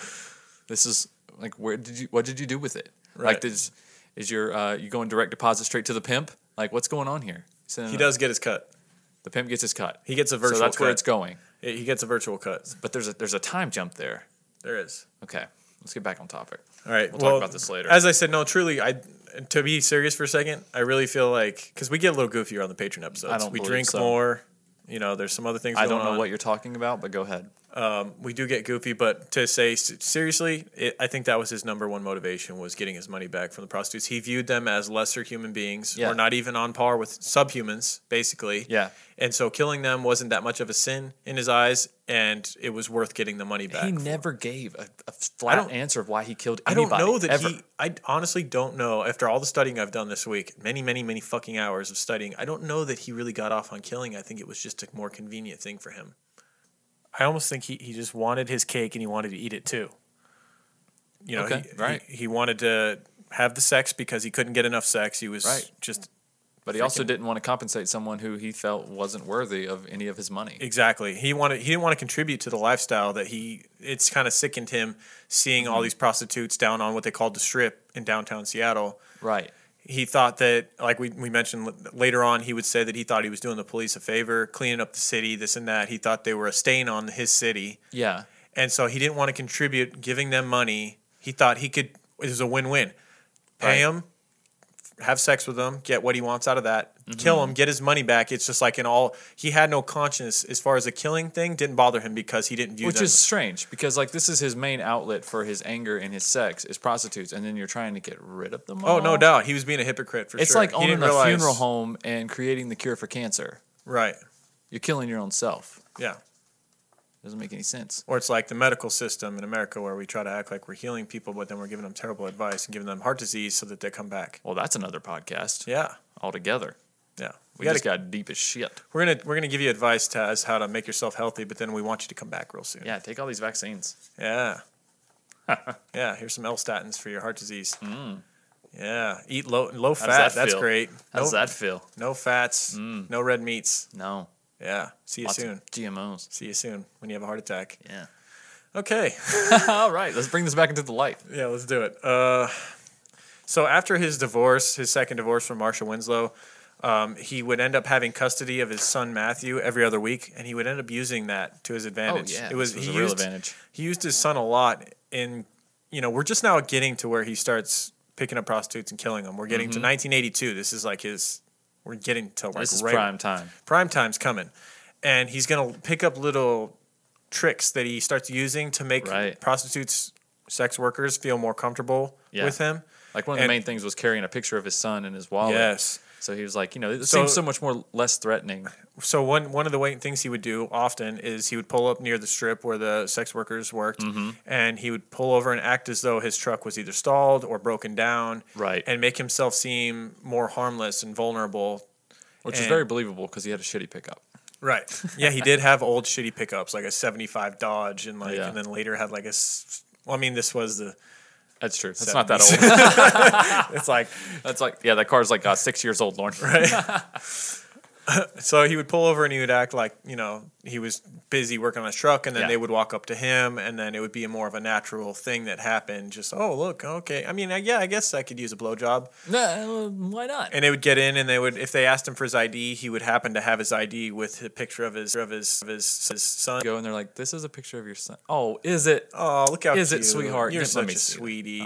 S1: This is like, where did you? What did you do with it? Like,
S2: Right.
S1: this is your uh, you going direct deposit straight to the pimp? Like, what's going on here? Sending
S2: He
S1: a-
S2: does get his cut.
S1: The pimp gets his cut.
S2: He gets a
S1: Uh, So
S2: virtual
S1: that's where
S2: cut.
S1: it's going.
S2: He gets a virtual cut.
S1: But there's a there's a time jump there.
S2: There is.
S1: Okay, let's get back on topic.
S2: All right.
S1: We'll talk about this later.
S2: As I said, no, truly, I to be serious for a second, I really feel like because we get a little goofier on the Patreon episodes.
S1: I don't
S2: we
S1: believe
S2: drink
S1: so.
S2: more. You know, there's some other things.
S1: I
S2: going
S1: don't know
S2: on.
S1: what you're talking about, but go ahead.
S2: we do get goofy, but to say s- seriously, it, I think that was his number one motivation was getting his money back from the prostitutes. He viewed them as lesser human beings,
S1: Yeah.
S2: or not even on par with subhumans, basically.
S1: Yeah.
S2: And so killing them wasn't that much of a sin in his eyes, and it was worth getting the money back.
S1: He
S2: for.
S1: never gave a, a
S2: I
S1: flat
S2: don't-
S1: answer of why he killed
S2: I
S1: anybody.
S2: don't know that
S1: ever.
S2: he. I honestly don't know. After all the studying I've done this week, many, many, many fucking hours of studying, I don't know that he really got off on killing. I think it was just a more convenient thing for him. I almost think he, he just wanted his cake and he wanted to eat it too. You know,
S1: Okay,
S2: he,
S1: right.
S2: He, he wanted to have the sex because he couldn't get enough sex. He was
S1: Right.
S2: just
S1: But he also didn't want to compensate someone who he felt wasn't worthy of any of his money.
S2: Exactly. He wanted he didn't want to contribute to the lifestyle that he it's kind of sickened him seeing all these prostitutes down on what they called the strip in downtown Seattle.
S1: Right.
S2: He thought that like we we mentioned l- later on he would say that he thought he was doing the police a favor, cleaning up the city, this and that. He thought they were a stain on his city.
S1: Yeah.
S2: And so he didn't want to contribute giving them money. He thought he could it was a win-win. Pay
S1: Right.
S2: him have sex with him, get what he wants out of that,
S1: Mm-hmm.
S2: kill him, get his money back. It's just like an all he had no conscience as far as the killing thing didn't bother him because he didn't view
S1: Which
S2: them-
S1: is strange because like this is his main outlet for his anger and his sex is prostitutes, and then you're trying to get rid of them.
S2: Oh, no
S1: all?
S2: doubt. He was being a hypocrite for
S1: It's
S2: sure.
S1: like
S2: He didn't
S1: owning a
S2: realize-
S1: funeral home and creating the cure for cancer.
S2: Right.
S1: You're killing your own self.
S2: Yeah.
S1: Doesn't make any sense.
S2: Or it's like the medical system in America where we try to act like we're healing people, but then we're giving them terrible advice and giving them heart disease so that they come back.
S1: Well, that's another podcast
S2: Yeah.
S1: altogether.
S2: Yeah.
S1: We
S2: gotta-
S1: just got deep as shit.
S2: we're gonna we're gonna give you advice to as how to make yourself healthy, but then we want you to come back real soon.
S1: Yeah, take all these vaccines.
S2: Yeah. yeah. Here's some L statins for your heart disease. Yeah. Eat low low
S1: Mm. How
S2: fat.
S1: does that
S2: That's
S1: feel?
S2: great.
S1: How does
S2: no,
S1: that feel?
S2: No fats. No red meats.
S1: No.
S2: Yeah. See you
S1: Lots
S2: soon.
S1: of GMOs.
S2: See you soon when you have a heart attack.
S1: Yeah.
S2: Okay.
S1: All right, let's bring this back into the light.
S2: yeah. Let's do it. Uh, so after his divorce, his second divorce from Marsha Winslow. Um, he would end up having custody of his son Matthew every other week, and he would end up using that to his advantage.
S1: Oh, yeah,
S2: it was,
S1: this was
S2: he
S1: a real
S2: used-
S1: advantage.
S2: He used his son a lot, and you know we're just now getting to where he starts picking up prostitutes and killing them. We're getting to 1982. This is like his. We're getting to like
S1: Mm-hmm. This is
S2: right-
S1: prime time.
S2: prime time's coming and he's going to pick up little tricks that he starts using to make
S1: Right.
S2: prostitutes sex workers feel more comfortable
S1: Yeah.
S2: with him
S1: Like one of the
S2: And-
S1: main things was carrying a picture of his son in his wallet.
S2: Yes.
S1: So he was like, you know, it
S2: So-
S1: seems so much more less threatening.
S2: so one one of the way, things he would do often is he would pull up near the strip where the sex workers worked,
S1: Mm-hmm.
S2: and he would pull over and act as though his truck was either stalled or broken down,
S1: Right.
S2: and make himself seem more harmless and vulnerable.
S1: Which is
S2: And-
S1: very believable because he had a shitty pickup.
S2: Right. Yeah, he did have old shitty pickups like a '75 Dodge, and like,
S1: Yeah.
S2: and then later had like a. s- Well, I mean, this was the.
S1: That's true. That's not that old.
S2: It's like
S1: That's like, yeah, that car's like uh, six years old, Lauren.
S2: so he would pull over and he would act like you know he was busy working on his truck, and then
S11: Yeah.
S2: they would walk up to him, and then it would be a more of a natural thing that happened. Just oh look, okay. I mean, I, yeah, I guess I could use a blowjob.
S1: No, why not?
S2: And they would get in, and they would if they asked him for his ID, he would happen to have his ID with a picture of his of his of his, his son.
S1: Go and they're like, "This is a picture of your son." Oh, is it?
S2: Oh, look how
S1: is it,
S2: cute.
S1: sweetheart?
S2: You're
S1: Get- let
S2: such
S1: me
S2: a
S1: see it. Oh.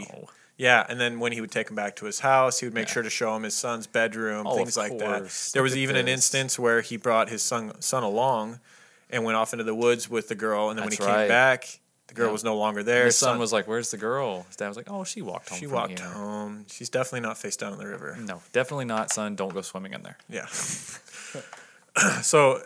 S2: sweetie. Yeah, and then when he would take him back to his house, he would make sure to show him his son's bedroom,
S1: Oh, of
S2: things like
S1: course.
S2: that. There
S1: Look
S2: was
S1: at
S2: even an
S1: this.
S2: instance where he brought his son son along, and went off into the woods with the girl, and then
S1: That's
S2: when he
S1: right.
S2: came back, the girl
S1: Yeah.
S2: was no longer
S1: And
S2: there.
S1: His son was like, "Where's the girl?" His dad was like, "Oh, she walked home.
S2: she
S1: from
S2: walked
S1: here."
S2: home. She's definitely not face down in the river.
S1: No, definitely not, son. Don't go swimming in there.
S2: Yeah. so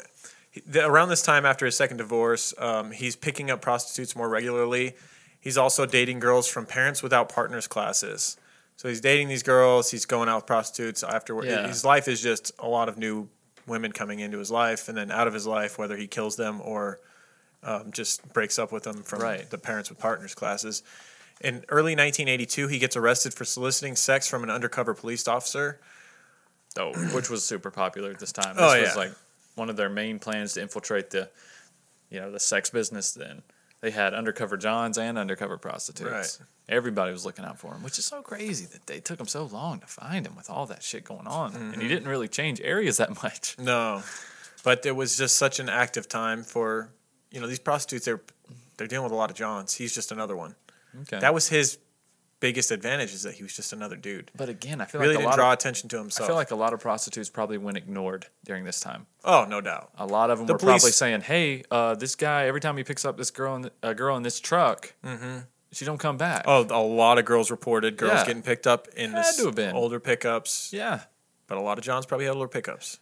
S2: he- the, around this time after his second divorce, um, he's picking up prostitutes more regularly. He's also dating girls from parents without partners classes. So he's dating these girls. He's going out with prostitutes afterward.
S1: Yeah.
S2: His life is just a lot of new women coming into his life and then out of his life, whether he kills them or um, just breaks up with them from
S1: Right.
S2: the parents with partners classes. In early 1982, he gets arrested for soliciting sex from an undercover police officer.
S1: Oh, which was super popular at this time. This
S2: Oh,
S1: was
S2: yeah.
S1: like one of their main plans to infiltrate the, you know, the sex business. Then they had undercover Johns and undercover prostitutes.
S2: Right.
S1: Everybody was looking out for him, which is so crazy that they took him so long to find him with all that shit going on, and he
S2: Mhm.
S1: didn't really change areas that much.
S2: No, but it was just such an active time for you know these prostitutes. They're they're dealing with a lot of Johns. He's just another one.
S1: Okay.
S2: That was his biggest advantage is that he was just another dude.
S1: But again, I feel
S2: really
S1: like a
S2: didn't
S1: lot
S2: draw
S1: of,
S2: attention to himself.
S1: I feel like a lot of prostitutes probably went ignored during this time.
S2: oh no doubt.
S1: A lot of them
S2: The
S1: were
S2: police-
S1: probably saying, "Hey, uh, this guy every time he picks up this girl in th- a girl in this truck,
S2: Mm-hmm.
S1: she don't come back."
S2: Oh, a lot of girls reported girls
S1: Yeah.
S2: getting picked up in
S1: Had
S2: this
S1: to have been.
S2: older pickups.
S1: Yeah,
S2: but a lot of Johns probably had older pickups.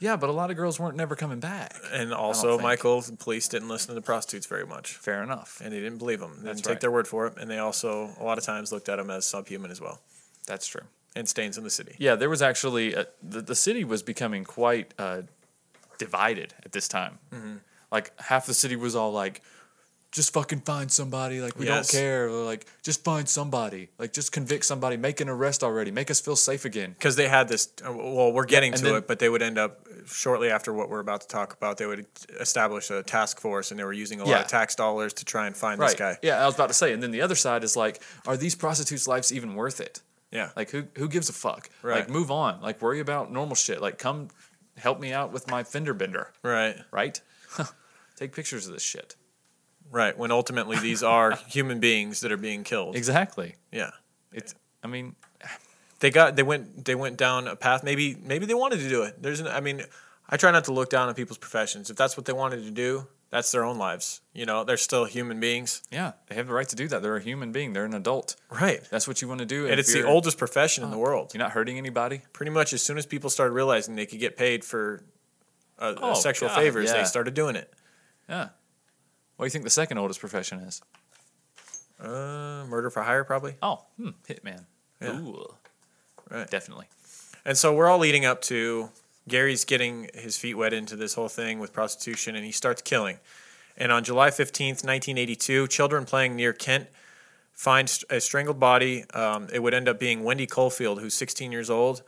S1: yeah, but a lot of girls weren't never coming back.
S2: And also,
S1: think.
S2: Michael, the police didn't listen to the prostitutes very much.
S1: Fair enough.
S2: And they didn't believe them. They
S1: That's
S2: didn't take
S1: right.
S2: their word for it. And they also, a lot of times, looked at him as subhuman as well.
S1: That's true.
S2: And stains in the city.
S1: Yeah, there was actually a, the the city was becoming quite uh, divided at this time.
S2: Mhm.
S1: Like half the city was all like, "Just fucking find somebody. Like we
S2: Yes.
S1: don't care. Or, like just find somebody. Like just convict somebody. Make an arrest already. Make us feel safe again."
S2: because they had this. uh, Well, we're getting
S1: and
S2: to
S1: then-
S2: it, but they would end up shortly after what we're about to talk about. They would establish a task force, and they were using a lot
S1: Yeah.
S2: of tax dollars to try and find this guy.
S1: Yeah, I was about to say. And then the other side is like, are these prostitutes' lives even worth it?
S2: Yeah.
S1: Like who who gives a fuck? Like
S2: Right.
S1: move on. Like worry about normal shit. Like come help me out with my fender bender.
S2: Right.
S1: Right? Take pictures of this shit.
S2: Right. When ultimately these are human beings that are being killed.
S1: Exactly.
S2: Yeah.
S1: It's. I mean,
S2: They got. They went. They went down a path. Maybe. Maybe they wanted to do it. There's. An, I mean, I try not to look down on people's professions. If that's what they wanted to do, that's their own lives. You know, they're still human beings.
S1: yeah, they have the right to do that. They're a human being. They're an adult.
S2: Right.
S1: That's what you want to do.
S2: And
S1: if
S2: it's the
S1: you're-
S2: oldest profession in the world.
S1: You're not hurting anybody.
S2: pretty much as soon as people started realizing they could get paid for uh,
S1: Oh,
S2: sexual
S1: God,
S2: favors,
S1: yeah.
S2: they started doing it.
S1: Yeah. What do you think the second oldest profession is?
S2: Uh, murder for hire, probably.
S1: Oh, hmm, hitman.
S2: Yeah.
S1: Ooh.
S2: Right.
S1: Definitely.
S2: And so we're all leading up to Gary's getting his feet wet into this whole thing with prostitution, and he starts killing. And on July 15th, 1982, children playing near Kent find st- a strangled body. Um, it would end up being Wendy Colefield, who's 16 years old.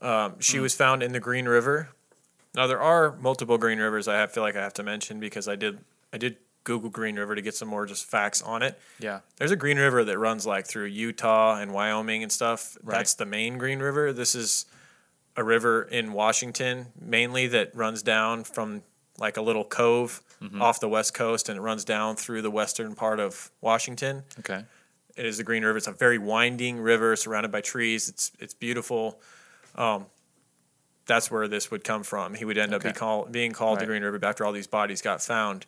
S2: Um, she was found in the Green River. Now there are multiple Green Rivers. I have, feel like I have to mention because I did I did Google Green River to get some more just facts on it.
S1: Yeah.
S2: There's a Green River that runs like through Utah and Wyoming and stuff.
S1: Right.
S2: That's the main Green River. This is a river in Washington mainly that runs down from like a little cove off the west coast and it runs down through the western part of Washington.
S1: Okay.
S2: It is the Green River. It's a very winding river surrounded by trees. It's it's beautiful. Um, that's where this would come from. He would end up
S1: Okay.
S2: be call, being called the
S1: Right.
S2: Green River after all these bodies got found.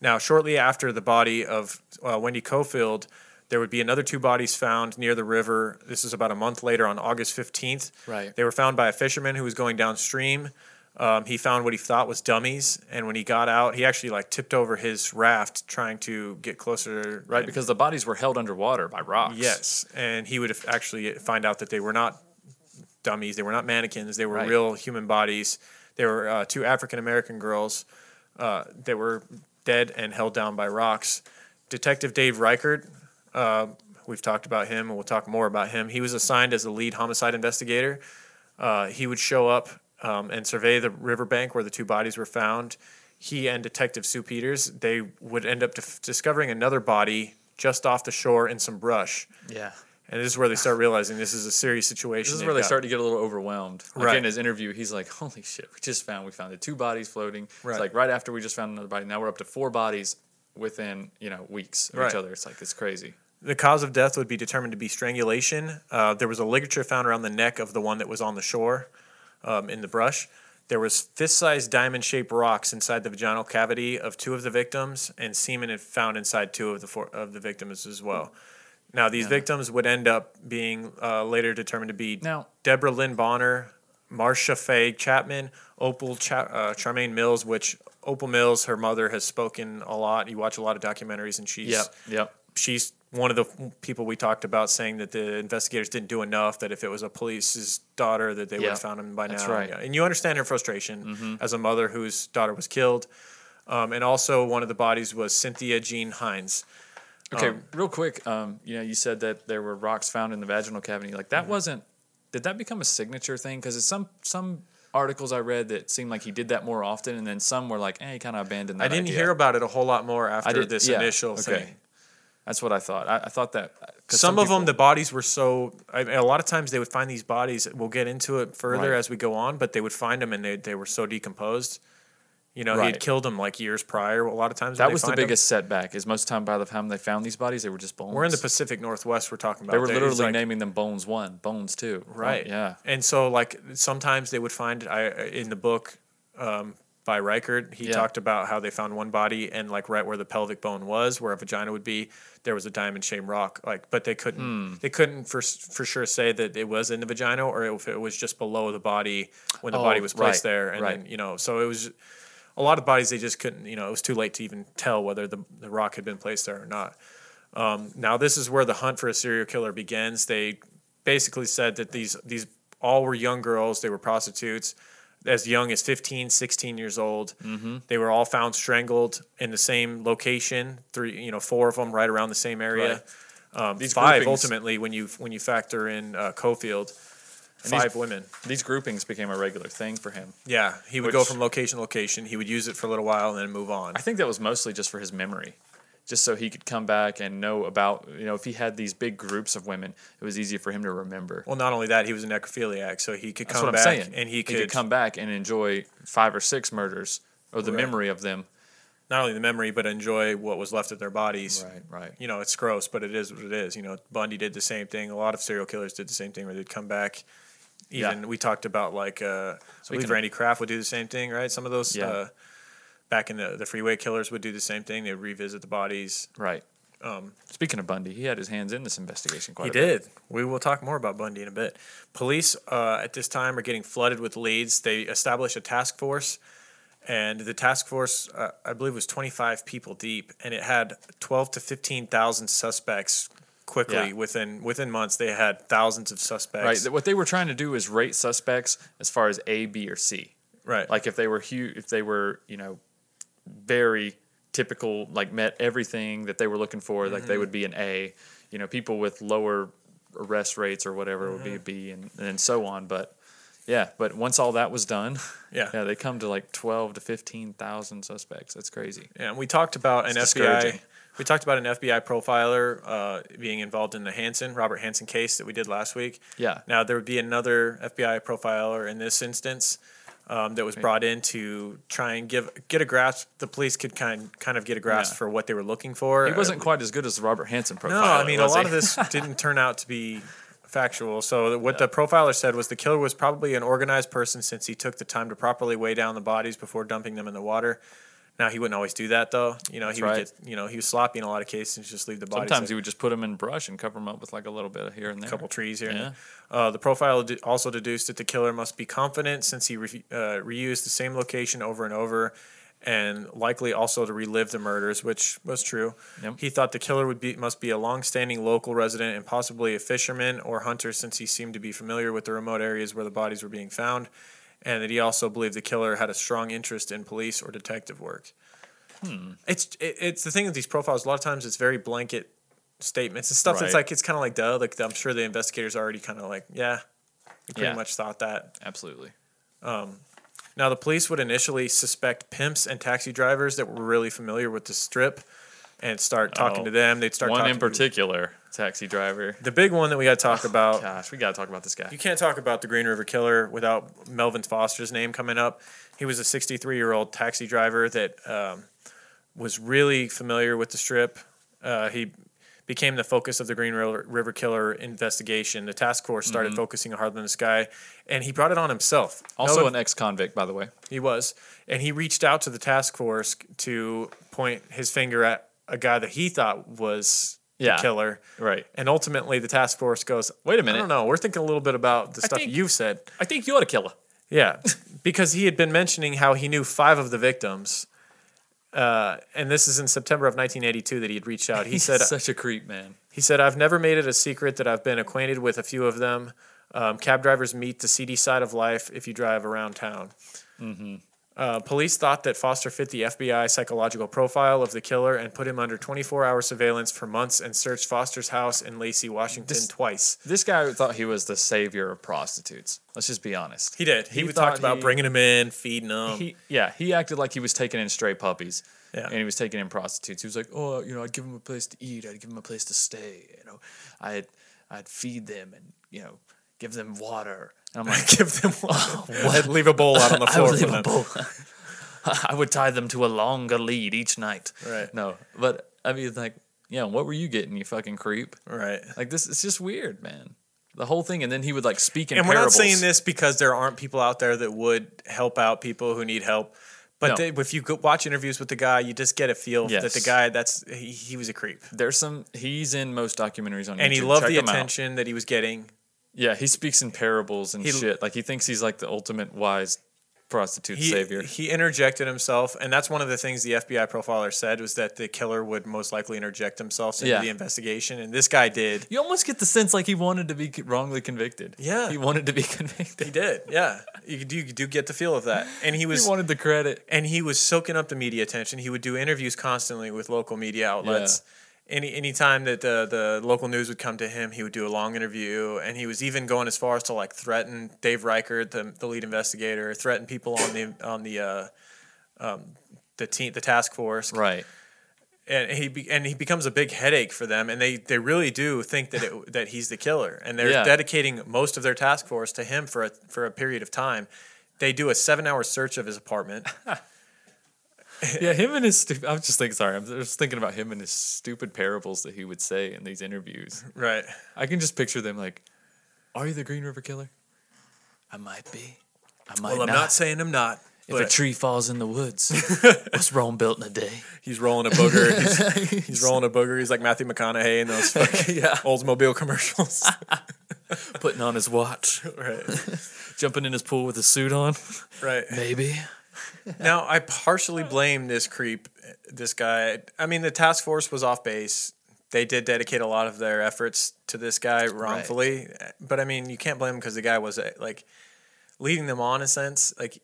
S2: Now, shortly after the body of uh, Wendy Cofield, there would be another two bodies found near the river. This is about a month later on August 15th.
S1: Right.
S2: They were found by a fisherman who was going downstream. Um, he found what he thought was dummies, and when he got out, he actually like tipped over his raft trying to get closer.
S1: Right,
S2: and-
S1: because the bodies were held underwater by rocks.
S2: Yes, and he would actually find out that they were not dummies. They were not mannequins. They were
S1: Right.
S2: real human bodies. They were uh, two African American girls uh, that were dead and held down by rocks. Detective Dave Reichert, uh, we've talked about him, and we'll talk more about him. He was assigned as the lead homicide investigator. Uh, he would show up um, and survey the riverbank where the two bodies were found, he and Detective Sue Peters they would end up dif- discovering another body just off the shore in some brush.
S1: Yeah.
S2: And this is where they start realizing this is a serious situation.
S1: This is
S2: they've
S1: where they
S2: got.
S1: start to get a little overwhelmed. Like
S2: Right.
S1: in his interview, he's like, "Holy shit, we just found we found the two bodies floating."
S2: Right.
S1: It's like right after we just found another body. Now we're up to four bodies within you know weeks of
S2: Right.
S1: each other. It's like it's crazy.
S2: The cause of death would be determined to be strangulation. Uh, there was a ligature found around the neck of the one that was on the shore um, in the brush. There was fist-sized diamond-shaped rocks inside the vaginal cavity of two of the victims, and semen had found inside two of the four, of the victims as well. Now, these victims would end up being uh, later determined to be
S1: Now-
S2: Deborah Lynn Bonner, Marcia Faye Chapman, Opal Cha- uh, Charmaine Mills, which Opal Mills, her mother, has spoken a lot. You watch a lot of documentaries, and she's
S1: Yep. Yep.
S2: she's one of the people we talked about saying that the investigators didn't do enough. That if it was a police's daughter, that they would
S1: Yeah,
S2: have found him by
S1: that's
S2: now.
S1: right. Mm-hmm.
S2: Yeah. And you understand her frustration as a mother whose daughter was killed. Um, and also, one of the bodies was Cynthia Jean Hines.
S1: Okay, real quick. Um, you know, you said that there were rocks found in the vaginal cavity. Like
S2: Mm-hmm.
S1: that wasn't. Did that become a signature thing? Because some some articles I read that seemed like he did that more often, and then some were like, "Hey, he kind of abandoned that."
S2: I didn't
S1: idea."
S2: hear about it a whole lot more after
S1: did-
S2: this
S1: yeah,
S2: initial
S1: okay.
S2: thing.
S1: That's what I thought. I, I thought that 'cause
S2: Some, of them, the
S1: people-
S2: bodies were so. I mean, a lot of times they would find these bodies. We'll get into it further
S1: Right.
S2: as we go on, but they would find them and they, they were so decomposed. You know, he
S1: Right.
S2: had killed them like years prior. A lot of times when
S1: that
S2: they
S1: was the
S2: find 'em.
S1: biggest setback. Is most time by the time they found these bodies, they were just bones.
S2: We're in the Pacific Northwest. We're talking about.
S1: They were
S2: There- it's
S1: literally
S2: like-
S1: naming them Bones One, Bones Two. Bon-
S2: right.
S1: yeah.
S2: And so, like sometimes they would find I in the book um, by Reichert, he
S1: Yeah.
S2: talked about how they found one body and like right where the pelvic bone was, where a vagina would be, there was a diamond shaped rock. Like, but they couldn't
S1: Hmm.
S2: they couldn't for s- for sure say that it was in the vagina or if it was just below the body when the
S1: Oh,
S2: body was placed
S1: right,
S2: there, and
S1: right.
S2: then you know, so it was. A lot of bodies, they just couldn't, you know, it was too late to even tell whether the, the rock had been placed there or not. Um, Now this is where the hunt for a serial killer begins. They basically said that these these all were young girls, they were prostitutes as young as 15, 16 years old.
S1: Mm-hmm.
S2: They were all found strangled in the same location, three, you know, four of them right around the same area. Um,
S1: These
S2: five
S1: groupings-
S2: ultimately when you when you factor in uh, Cofield,
S1: these-
S2: five women.
S1: These groupings became a regular thing for him.
S2: Yeah, he would go
S1: Which-
S2: from location to location. He would use it for a little while and then move on.
S1: I think that was mostly just for his memory, just so he could come back and know about you know if he had these big groups of women, it was easier for him to remember.
S2: Well, not only that, he was a necrophiliac, so he could
S1: That's
S2: come
S1: what I'm
S2: back
S1: saying.
S2: and he could,
S1: come back and enjoy five or six murders or the
S2: Right.
S1: memory of them.
S2: not only the memory but enjoy what was left of their bodies.
S1: right.
S2: you know, it's gross, but it is what it is. You know, Bundy did the same thing. A lot of serial killers did the same thing where they'd come back.
S1: Yeah.
S2: Even we talked about like uh, I believe
S1: can-
S2: Randy Kraft would do the same thing, right? Some of those
S1: Yeah.
S2: uh, back in the the freeway killers would do the same thing. They'd revisit the bodies.
S1: Right. Speaking of Bundy, he had his hands in this investigation quite
S2: Um, He
S1: a bit.
S2: did. We will talk more about Bundy in a bit. Police uh, at this time are getting flooded with leads. They establish a task force, and the task force, uh, I believe, was 25 people deep, and it had 12 to 15,000 suspects quickly
S1: Yeah.
S2: within within months. They had thousands of suspects.
S1: Right. th- What they were trying to do is rate suspects as far as A, B, or C.
S2: Right.
S1: Like if they were huge, if they were you know very typical, like met everything that they were looking for, like they would be an A. You know, people with lower arrest rates or whatever would be a B, and and so on. But yeah, but once all that was done,
S2: Yeah.
S1: yeah, they come to like twelve to fifteen thousand suspects. That's crazy.
S2: Yeah, and we talked about an
S1: It's
S2: FBI.
S1: discouraging.
S2: We talked about an FBI profiler uh, being involved in the Hansen Robert Hansen case that we did last week.
S1: Yeah.
S2: Now there would be another FBI profiler in this instance um, that was brought in to try and give get a grasp. The police could kind kind of get a grasp
S1: Yeah.
S2: for what they were looking for.
S1: He wasn't quite as good as the Robert Hansen profile.
S2: Uh, No, I mean a lot of this didn't turn out to be factual. So that what the profiler said was the killer was probably an organized person since he took the time to properly weigh down the bodies before dumping them in the water. Now he wouldn't always do that though. You know, he would
S1: right.
S2: get you know, he was sloppy in a lot of cases and just leave the bodies.
S1: Sometimes he
S2: there.
S1: would just put them in brush and cover them up with like a little bit of here and there.
S2: couple trees here. and
S1: Yeah.
S2: there. Uh, the profile de- also deduced that the killer must be confident since he re- uh, reused the same location over and over and likely also to relive the murders, which was true.
S1: Yep.
S2: He thought the killer would be must be a long-standing local resident and possibly a fisherman or hunter since he seemed to be familiar with the remote areas where the bodies were being found. And that he also believed the killer had a strong interest in police or detective work.
S1: Hmm.
S2: It's it, it's the thing with these profiles. A lot of times, it's very blanket statements. It's stuff that's
S1: Right.
S2: like it's kind of like duh. Like I'm sure the investigators already kind of like yeah, we pretty
S1: Yeah.
S2: much thought that.
S1: Absolutely.
S2: Um, now, the police would initially suspect pimps and taxi drivers that were really familiar with the strip and start talking
S1: Oh,
S2: to them. They'd start
S1: one
S2: talking
S1: in Oh,
S2: to-
S1: particular, taxi driver.
S2: the big one that we got to talk about.
S1: Gosh, we got to talk about this guy.
S2: You can't talk about the Green River Killer without Melvin Foster's name coming up. He was a 63 year old taxi driver that um, was really familiar with the strip. Uh, he became the focus of the Green Ro- River Killer investigation. The task force started
S1: Mhm.
S2: focusing hard on this guy, and he brought it on himself.
S1: Also
S2: Melvin-
S1: an e- ex-convict, by the way.
S2: he was. And he reached out to the task force to point his finger at a guy that he thought was
S1: Yeah.
S2: the killer.
S1: Right.
S2: And ultimately, the task force goes,
S1: Wait a
S2: I
S1: minute.
S2: don't know. We're thinking a little bit about the
S1: I
S2: stuff
S1: think-
S2: you've said.
S1: I think you ought to kill him.
S2: Yeah. because he had been mentioning how he knew five of the victims. Uh, and this is in September of 1982 that he had reached out. He
S1: He's
S2: said,
S1: such a creep, man.
S2: he said, I've never made it a secret that I've been acquainted with a few of them. Um, cab drivers meet the seedy side of life if you drive around town.
S1: Mm-hmm.
S2: Uh, police thought that Foster fit the FBI psychological profile of the killer and put him under 24 hour surveillance for months and searched Foster's house in Lacey, Washington twice.
S1: This guy thought he was the savior of prostitutes. Let's just be honest.
S2: He did. He,
S1: thought
S2: talked about
S1: he-
S2: bringing him in, feeding him.
S1: He, yeah, he acted like he was taking in stray puppies.
S2: Yeah.
S1: And he was taking in prostitutes. He was like, oh, you know, I'd give them a place to eat. I'd give them a place to stay. You know, I'd, I'd feed them and, you know, give them water. And I'm like,
S2: give them water. I'd leave a bowl out on the
S1: I
S2: floor
S1: would
S2: for
S1: leave a
S2: them.
S1: bowl. I would tie them to a longer lead each night.
S2: Right.
S1: No, but I mean, like, yeah, what were you getting, you fucking creep?
S2: Right.
S1: Like, this it's just weird, man. The whole thing. And then he would, like, speak in
S2: and
S1: parables.
S2: we're not saying this because there aren't people out there that would help out people who need help. But
S1: No.
S2: they, if you go watch interviews with the guy, you just get a feel that the
S1: Yes.
S2: guy that's he, he was a creep,
S1: There's some, he's in most documentaries on YouTube.
S2: and he loved
S1: Check
S2: the
S1: him out.
S2: attention that he was getting.
S1: Yeah, he speaks in parables and
S2: He-
S1: shit. Like he thinks he's like the ultimate wise prostitute
S2: He,
S1: savior.
S2: he interjected himself, and that's one of the things the FBI profiler said was that the killer would most likely interject himself into
S1: Yeah.
S2: the investigation, and this guy did.
S1: you almost get the sense like he wanted to be c- wrongly convicted.
S2: Yeah.
S1: he wanted to be convicted.
S2: He did, yeah. You do, you do get the feel of that, and he was
S1: he wanted the credit.
S2: and he was soaking up the media attention. He would do interviews constantly with local media outlets. Any any time that the the local news would come to him, he would do a long interview, and he was even going as far as to like threaten Dave Reichert, the, the lead investigator, threaten people on the on the uh, um, the team, the task force,
S1: Right.
S2: and he be, and he becomes a big headache for them, and they they really do think that it, that he's the killer, and they're
S1: Yeah.
S2: dedicating most of their task force to him for a, for a period of time. They do a seven hour search of his apartment.
S1: Yeah, him and his stupid. I was just thinking. Sorry, I'm just thinking about him and his stupid parables that he would say in these interviews.
S2: Right.
S1: I can just picture them like, "Are you the Green River Killer? I might be. I might
S2: Well, I'm
S1: not.
S2: not, saying I'm not.
S1: if a
S2: but
S1: tree falls in the woods, what's wrong built in a day?
S2: he's rolling a booger. He's, he's rolling a booger. He's like Matthew McConaughey in those fucking Oldsmobile commercials.
S1: Putting on his watch,
S2: right.
S1: jumping in his pool with a suit on,
S2: Right.
S1: maybe."
S2: Now, I partially blame this creep, this guy. I mean, the task force was off base. They did dedicate a lot of their efforts to this guy wrongfully. But I mean, you can't blame him because the guy was uh, like leading them on in a sense. Like,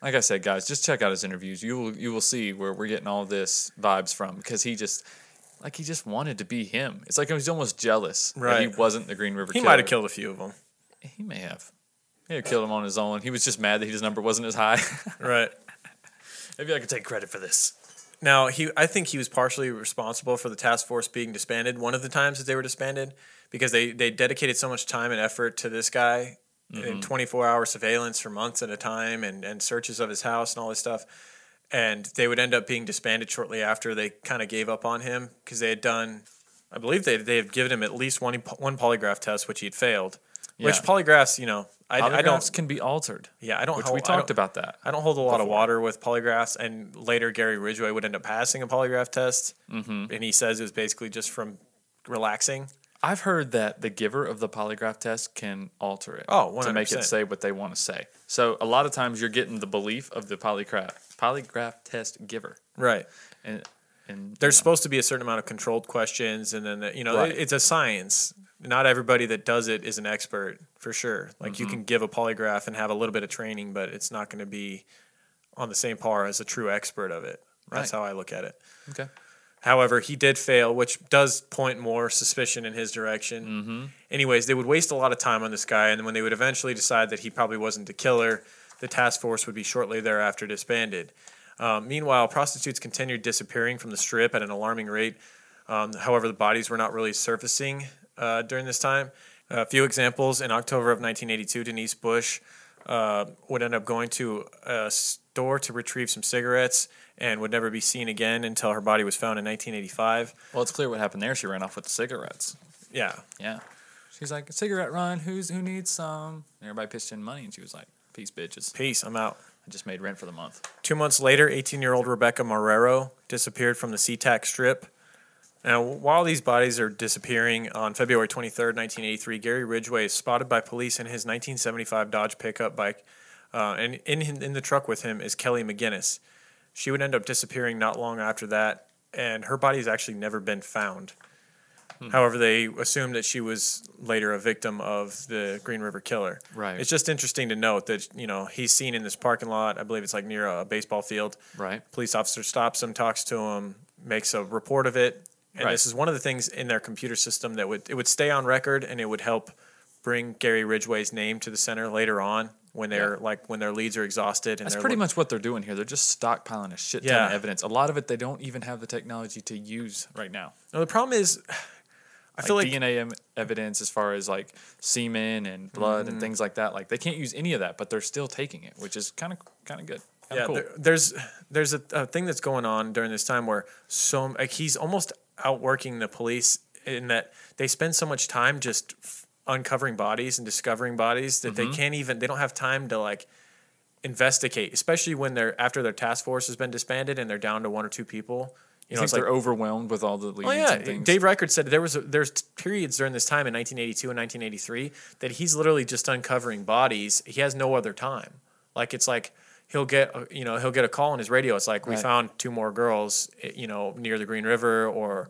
S1: like I said, guys, just check out his interviews. You will you will see where we're getting all this vibes from because he just like he just wanted to be him. It's like he's almost jealous that he
S2: Right.
S1: wasn't the Green River.
S2: he
S1: Killer.
S2: might have killed a few of them.
S1: He may have. He may have killed him on his own. He was just mad that his number wasn't as high.
S2: Right.
S1: Maybe I could take credit for this.
S2: Now he, I think he was partially responsible for the task force being disbanded. One of the times that they were disbanded because they they dedicated so much time and effort to this guy,
S1: Mm-hmm.
S2: and twenty four hour surveillance for months at a time, and and searches of his house and all this stuff. And they would end up being disbanded shortly after they kind of gave up on him because they had done, I believe they they had given him at least one one polygraph test which he had failed. Which
S1: Yeah.
S2: polygraphs, you know, I, I
S1: Autographs
S2: don't.
S1: can be altered.
S2: Yeah, I don't.
S1: Which
S2: hold-
S1: we
S2: I don't-
S1: talked about that.
S2: I don't hold a lot of water with polygraphs, and later Gary Ridgway would end up passing a polygraph test, and he says it was basically just from relaxing.
S1: I've heard that the giver of the polygraph test can alter it.
S2: Oh,
S1: To make it
S2: 100%.
S1: say what they want to say. So a lot of times you're getting the belief of the polygraph polygraph test giver.
S2: Right.
S1: And and
S2: There's supposed to be a certain amount of controlled questions, and then the, you know
S1: Right.
S2: it- it's a science. Not everybody that does it is an expert for sure. Like
S1: Mm-hmm.
S2: you can give a polygraph and have a little bit of training, but it's not going to be on the same par as a true expert of it. That's
S1: Right.
S2: how I look at it.
S1: Okay.
S2: However, he did fail, which does point more suspicion in his direction.
S1: Mm-hmm.
S2: Anyways, they would waste a lot of time on this guy, and when they would eventually decide that he probably wasn't the killer, The task force would be shortly thereafter disbanded. Um, meanwhile, prostitutes continued disappearing from the strip at an alarming rate. Um, however, the bodies were not really surfacing uh, during this time. A few examples in October of 1982, Denise Bush uh, would end up going to a store to retrieve some cigarettes and would never be seen again until her body was found in 1985.
S11: Well, it's clear what happened there. She ran off with the cigarettes.
S2: Yeah.
S11: Yeah. She's like, cigarette run. Who's who needs some? And everybody pitched in money, and she was like, peace, bitches.
S2: Peace. I'm out.
S11: I just made rent for the month.
S2: Two months later, 18 year old Rebecca Marrero disappeared from the SeaTac Strip. Now, while these bodies are disappearing on February 23rd, 1983, Gary Ridgway is spotted by police in his 1975 Dodge pickup bike, uh, and in, in the truck with him is Kelly McGinnis. She would end up disappearing not long after that, and her body has actually never been found.
S11: Hmm.
S2: However, they assumed that she was later a victim of the Green River Killer.
S11: Right.
S2: It's just interesting to note that you know he's seen in this parking lot. I believe it's like near a baseball field.
S11: Right.
S2: Police officer stops him, talks to him, makes a report of it, and
S11: Right.
S2: this is one of the things in their computer system that would it would stay on record and it would help bring Gary Ridgway's name to the center later on when they're like when their leads are exhausted and
S11: That's
S2: they're
S11: pretty
S2: look-
S11: much what they're doing here. They're just stockpiling a shit ton of
S2: Yeah.
S11: evidence. A lot of it they don't even have the technology to use right now.
S2: No, the problem is, I
S11: Like
S2: feel like
S11: DNA em- evidence as far as like semen and blood and
S2: Mm.
S11: things like that. Like they can't use any of that, but they're still taking it, which is kind of kind of good. Kinda
S2: yeah,
S11: cool.
S2: there- there's there's a, a thing that's going on during this time where so m- like he's almost outworking the police in that they spend so much time just f- uncovering bodies and discovering bodies that
S11: Mhm.
S2: they can't even they don't have time to like investigate, especially when they're after their task force has been disbanded and they're down to one or two people.
S11: You know,
S2: it's
S11: they're
S2: like-
S11: overwhelmed with all the leads
S2: Oh yeah,
S11: and things.
S2: Dave Reichert said there was a, there's t- periods during this time in 1982 and 1983 that he's literally just uncovering bodies. He has no other time. Like it's like he'll get uh, you know he'll get a call on his radio. It's like
S11: Right.
S2: we found two more girls eh, you know near the Green River or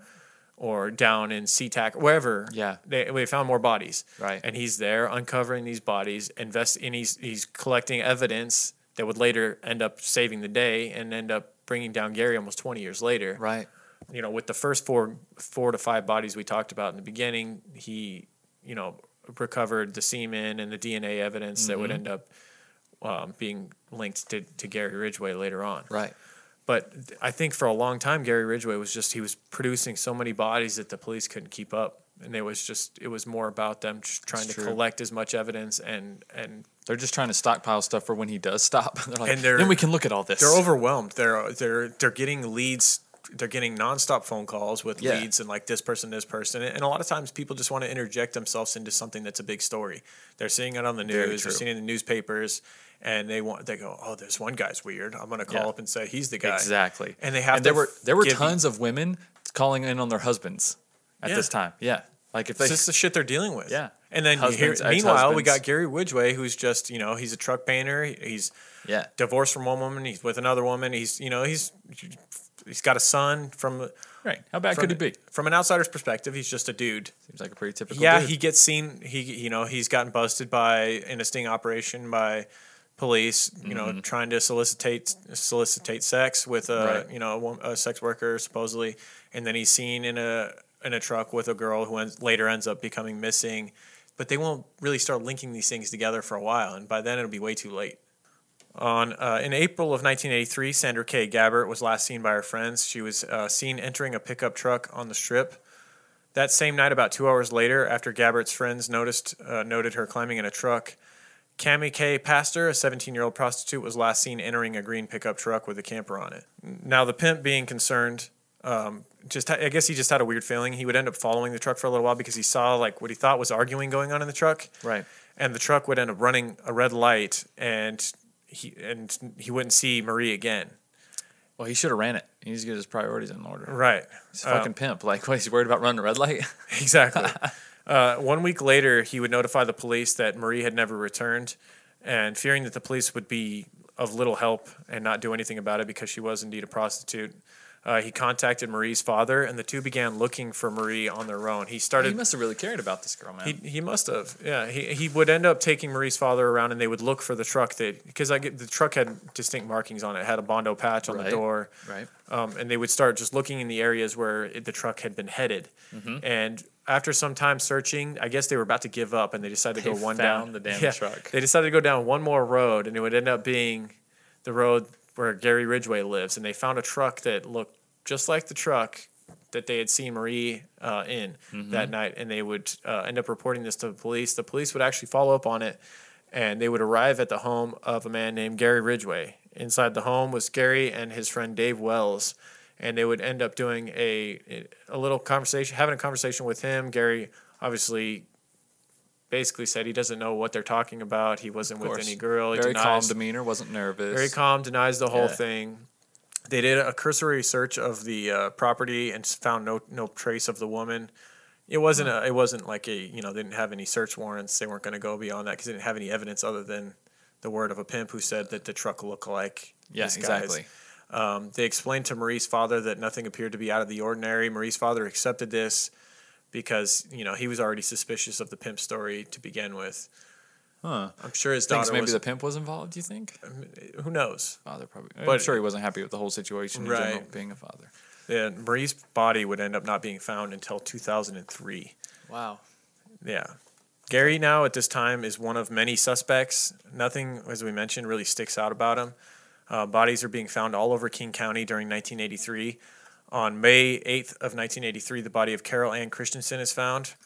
S2: or down in SeaTac wherever.
S11: Yeah.
S2: they we found more bodies.
S11: Right.
S2: and he's there uncovering these bodies, invest and he's he's collecting evidence that would later end up saving the day and end up bringing down Gary almost 20 years later
S11: Right.
S2: you know, with the first four four to five bodies we talked about in the beginning, he, you know, recovered the semen and the DNA evidence that would
S11: Mhm.
S2: end up um, being linked to, to Gary Ridgway later on.
S11: Right.
S2: But th- I think for a long time, Gary Ridgway was just he was producing so many bodies that the police couldn't keep up, and it was just it was more about them just trying to
S11: true.
S2: collect as much evidence and and
S11: They're just trying to stockpile stuff for when he does stop. they're like,
S2: And they're-
S11: then we can look at all this.
S2: They're overwhelmed. They're they're they're getting leads. They're getting nonstop phone calls with
S11: Yeah.
S2: leads and like this person, this person, and a lot of times people just want to interject themselves into something that's a big story. They're seeing it on the
S11: Very
S2: news. They're
S11: true.
S2: seeing it in the newspapers, and they want they go, oh, this one guy's weird. I'm gonna call
S11: Yeah.
S2: up and say he's the guy.
S11: Exactly.
S2: And they have
S11: there
S2: to
S11: were there were
S2: give-
S11: tons of women calling in on their husbands at
S2: Yeah.
S11: this time. Yeah. Like if they
S2: It's just the shit they're dealing with.
S11: Yeah.
S2: And then you hear,
S11: Husbands,
S2: meanwhile, we
S11: ex-husbands.
S2: got Gary Ridgway, who's just, you know, he's a truck painter. He's
S11: Yeah.
S2: divorced from one woman. He's with another woman. He's, you know, he's he's got a son from.
S11: Right. How bad
S2: from-
S11: could he be?
S2: From an outsider's perspective, he's just a dude.
S11: Seems like a pretty typical
S2: yeah,
S11: dude.
S2: he gets seen. He, you know, he's gotten busted by in a sting operation by police. You
S11: Mm-hmm.
S2: know, trying to solicitate solicitate sex with a
S11: Right.
S2: you know a, wo- a sex worker supposedly, and then he's seen in a in a truck with a girl who ends, later ends up becoming missing. But they won't really start linking these things together for a while, and by then it'll be way too late. On uh, in April of 1983, Sandra Kay Gabbert was last seen by her friends. She was uh, seen entering a pickup truck on the Strip. That same night, about two hours later, after Gabbert's friends noticed uh, noted her climbing in a truck, Cami K. Pastor, a 17 year old prostitute, was last seen entering a green pickup truck with a camper on it. Now, the pimp being concerned, um, just I guess he just had a weird feeling. He would end up following the truck for a little while because he saw like what he thought was arguing going on in the truck
S11: Right.
S2: and the truck would end up running a red light and he and he wouldn't see Marie again.
S11: Well, he should have ran it. He needs to get his priorities in order.
S2: Right.
S11: He's a fucking pimp. Like, what, he's worried about running a red light?
S2: Exactly. uh, one week later, he would notify the police that Marie had never returned, and fearing that the police would be of little help and not do anything about it because she was indeed a prostitute. Uh, he contacted Marie's father, and the two began looking for Marie on their own. He started.
S11: he must have really cared about this girl, man.
S2: He, he must have. Yeah, he, he would end up taking Marie's father around, and they would look for the truck that because I get the truck had distinct markings on it, It had a bondo patch on
S11: Right.
S2: the door,
S11: right.
S1: Mm-hmm.
S2: um, and they would start just looking in the areas where it, the truck had been headed.
S11: Mhm.
S2: And After some time searching, I guess they were about to give up, and they decided to
S1: They
S2: go one
S1: found
S2: down
S1: the damn truck.
S2: They decided to go down one more road, and it would end up being the road where Gary Ridgway lives. And they found a truck that looked just like the truck that they had seen Marie uh, in
S1: Mm-hmm.
S2: that night, and they would uh, end up reporting this to the police. The police would actually follow up on it, and they would arrive at the home of a man named Gary Ridgway. Inside the home was Gary and his friend Dave Wells, and they would end up doing a a little conversation, having a conversation with him. Gary obviously basically said he doesn't know what they're talking about. He wasn't with
S1: course.
S2: any girl. He
S1: Very calm
S2: denies-
S1: demeanor, wasn't nervous.
S2: very calm, denies the whole
S1: Yeah.
S2: thing. They did a cursory search of the uh, property and s- found no no trace of the woman. It wasn't
S1: Hmm.
S2: a, it wasn't like a you know they didn't have any search warrants. They weren't going to go beyond that because they didn't have any evidence other than the word of a pimp who said that the truck looked like
S1: Yeah,
S2: this guy's.
S1: exactly.
S2: Um, they explained to Marie's father that nothing appeared to be out of the ordinary. Marie's father accepted this because you know he was already suspicious of the pimp story to begin with.
S1: Huh.
S2: I'm sure his
S1: Thinks
S2: daughter
S1: maybe
S2: was-
S1: the pimp was involved. Do you think?
S2: Who knows?
S1: Father probably. I'm
S2: But-
S1: sure he wasn't happy with the whole situation. In general,
S2: Right.
S1: being a father.
S2: Yeah, Marie's body would end up not being found until 2003.
S1: Wow.
S2: Yeah. Gary now at this time is one of many suspects. Nothing, as we mentioned, really sticks out about him. Uh, bodies are being found all over King County during 1983. On May 8th of 1983, the body of Carol Ann Christensen is found.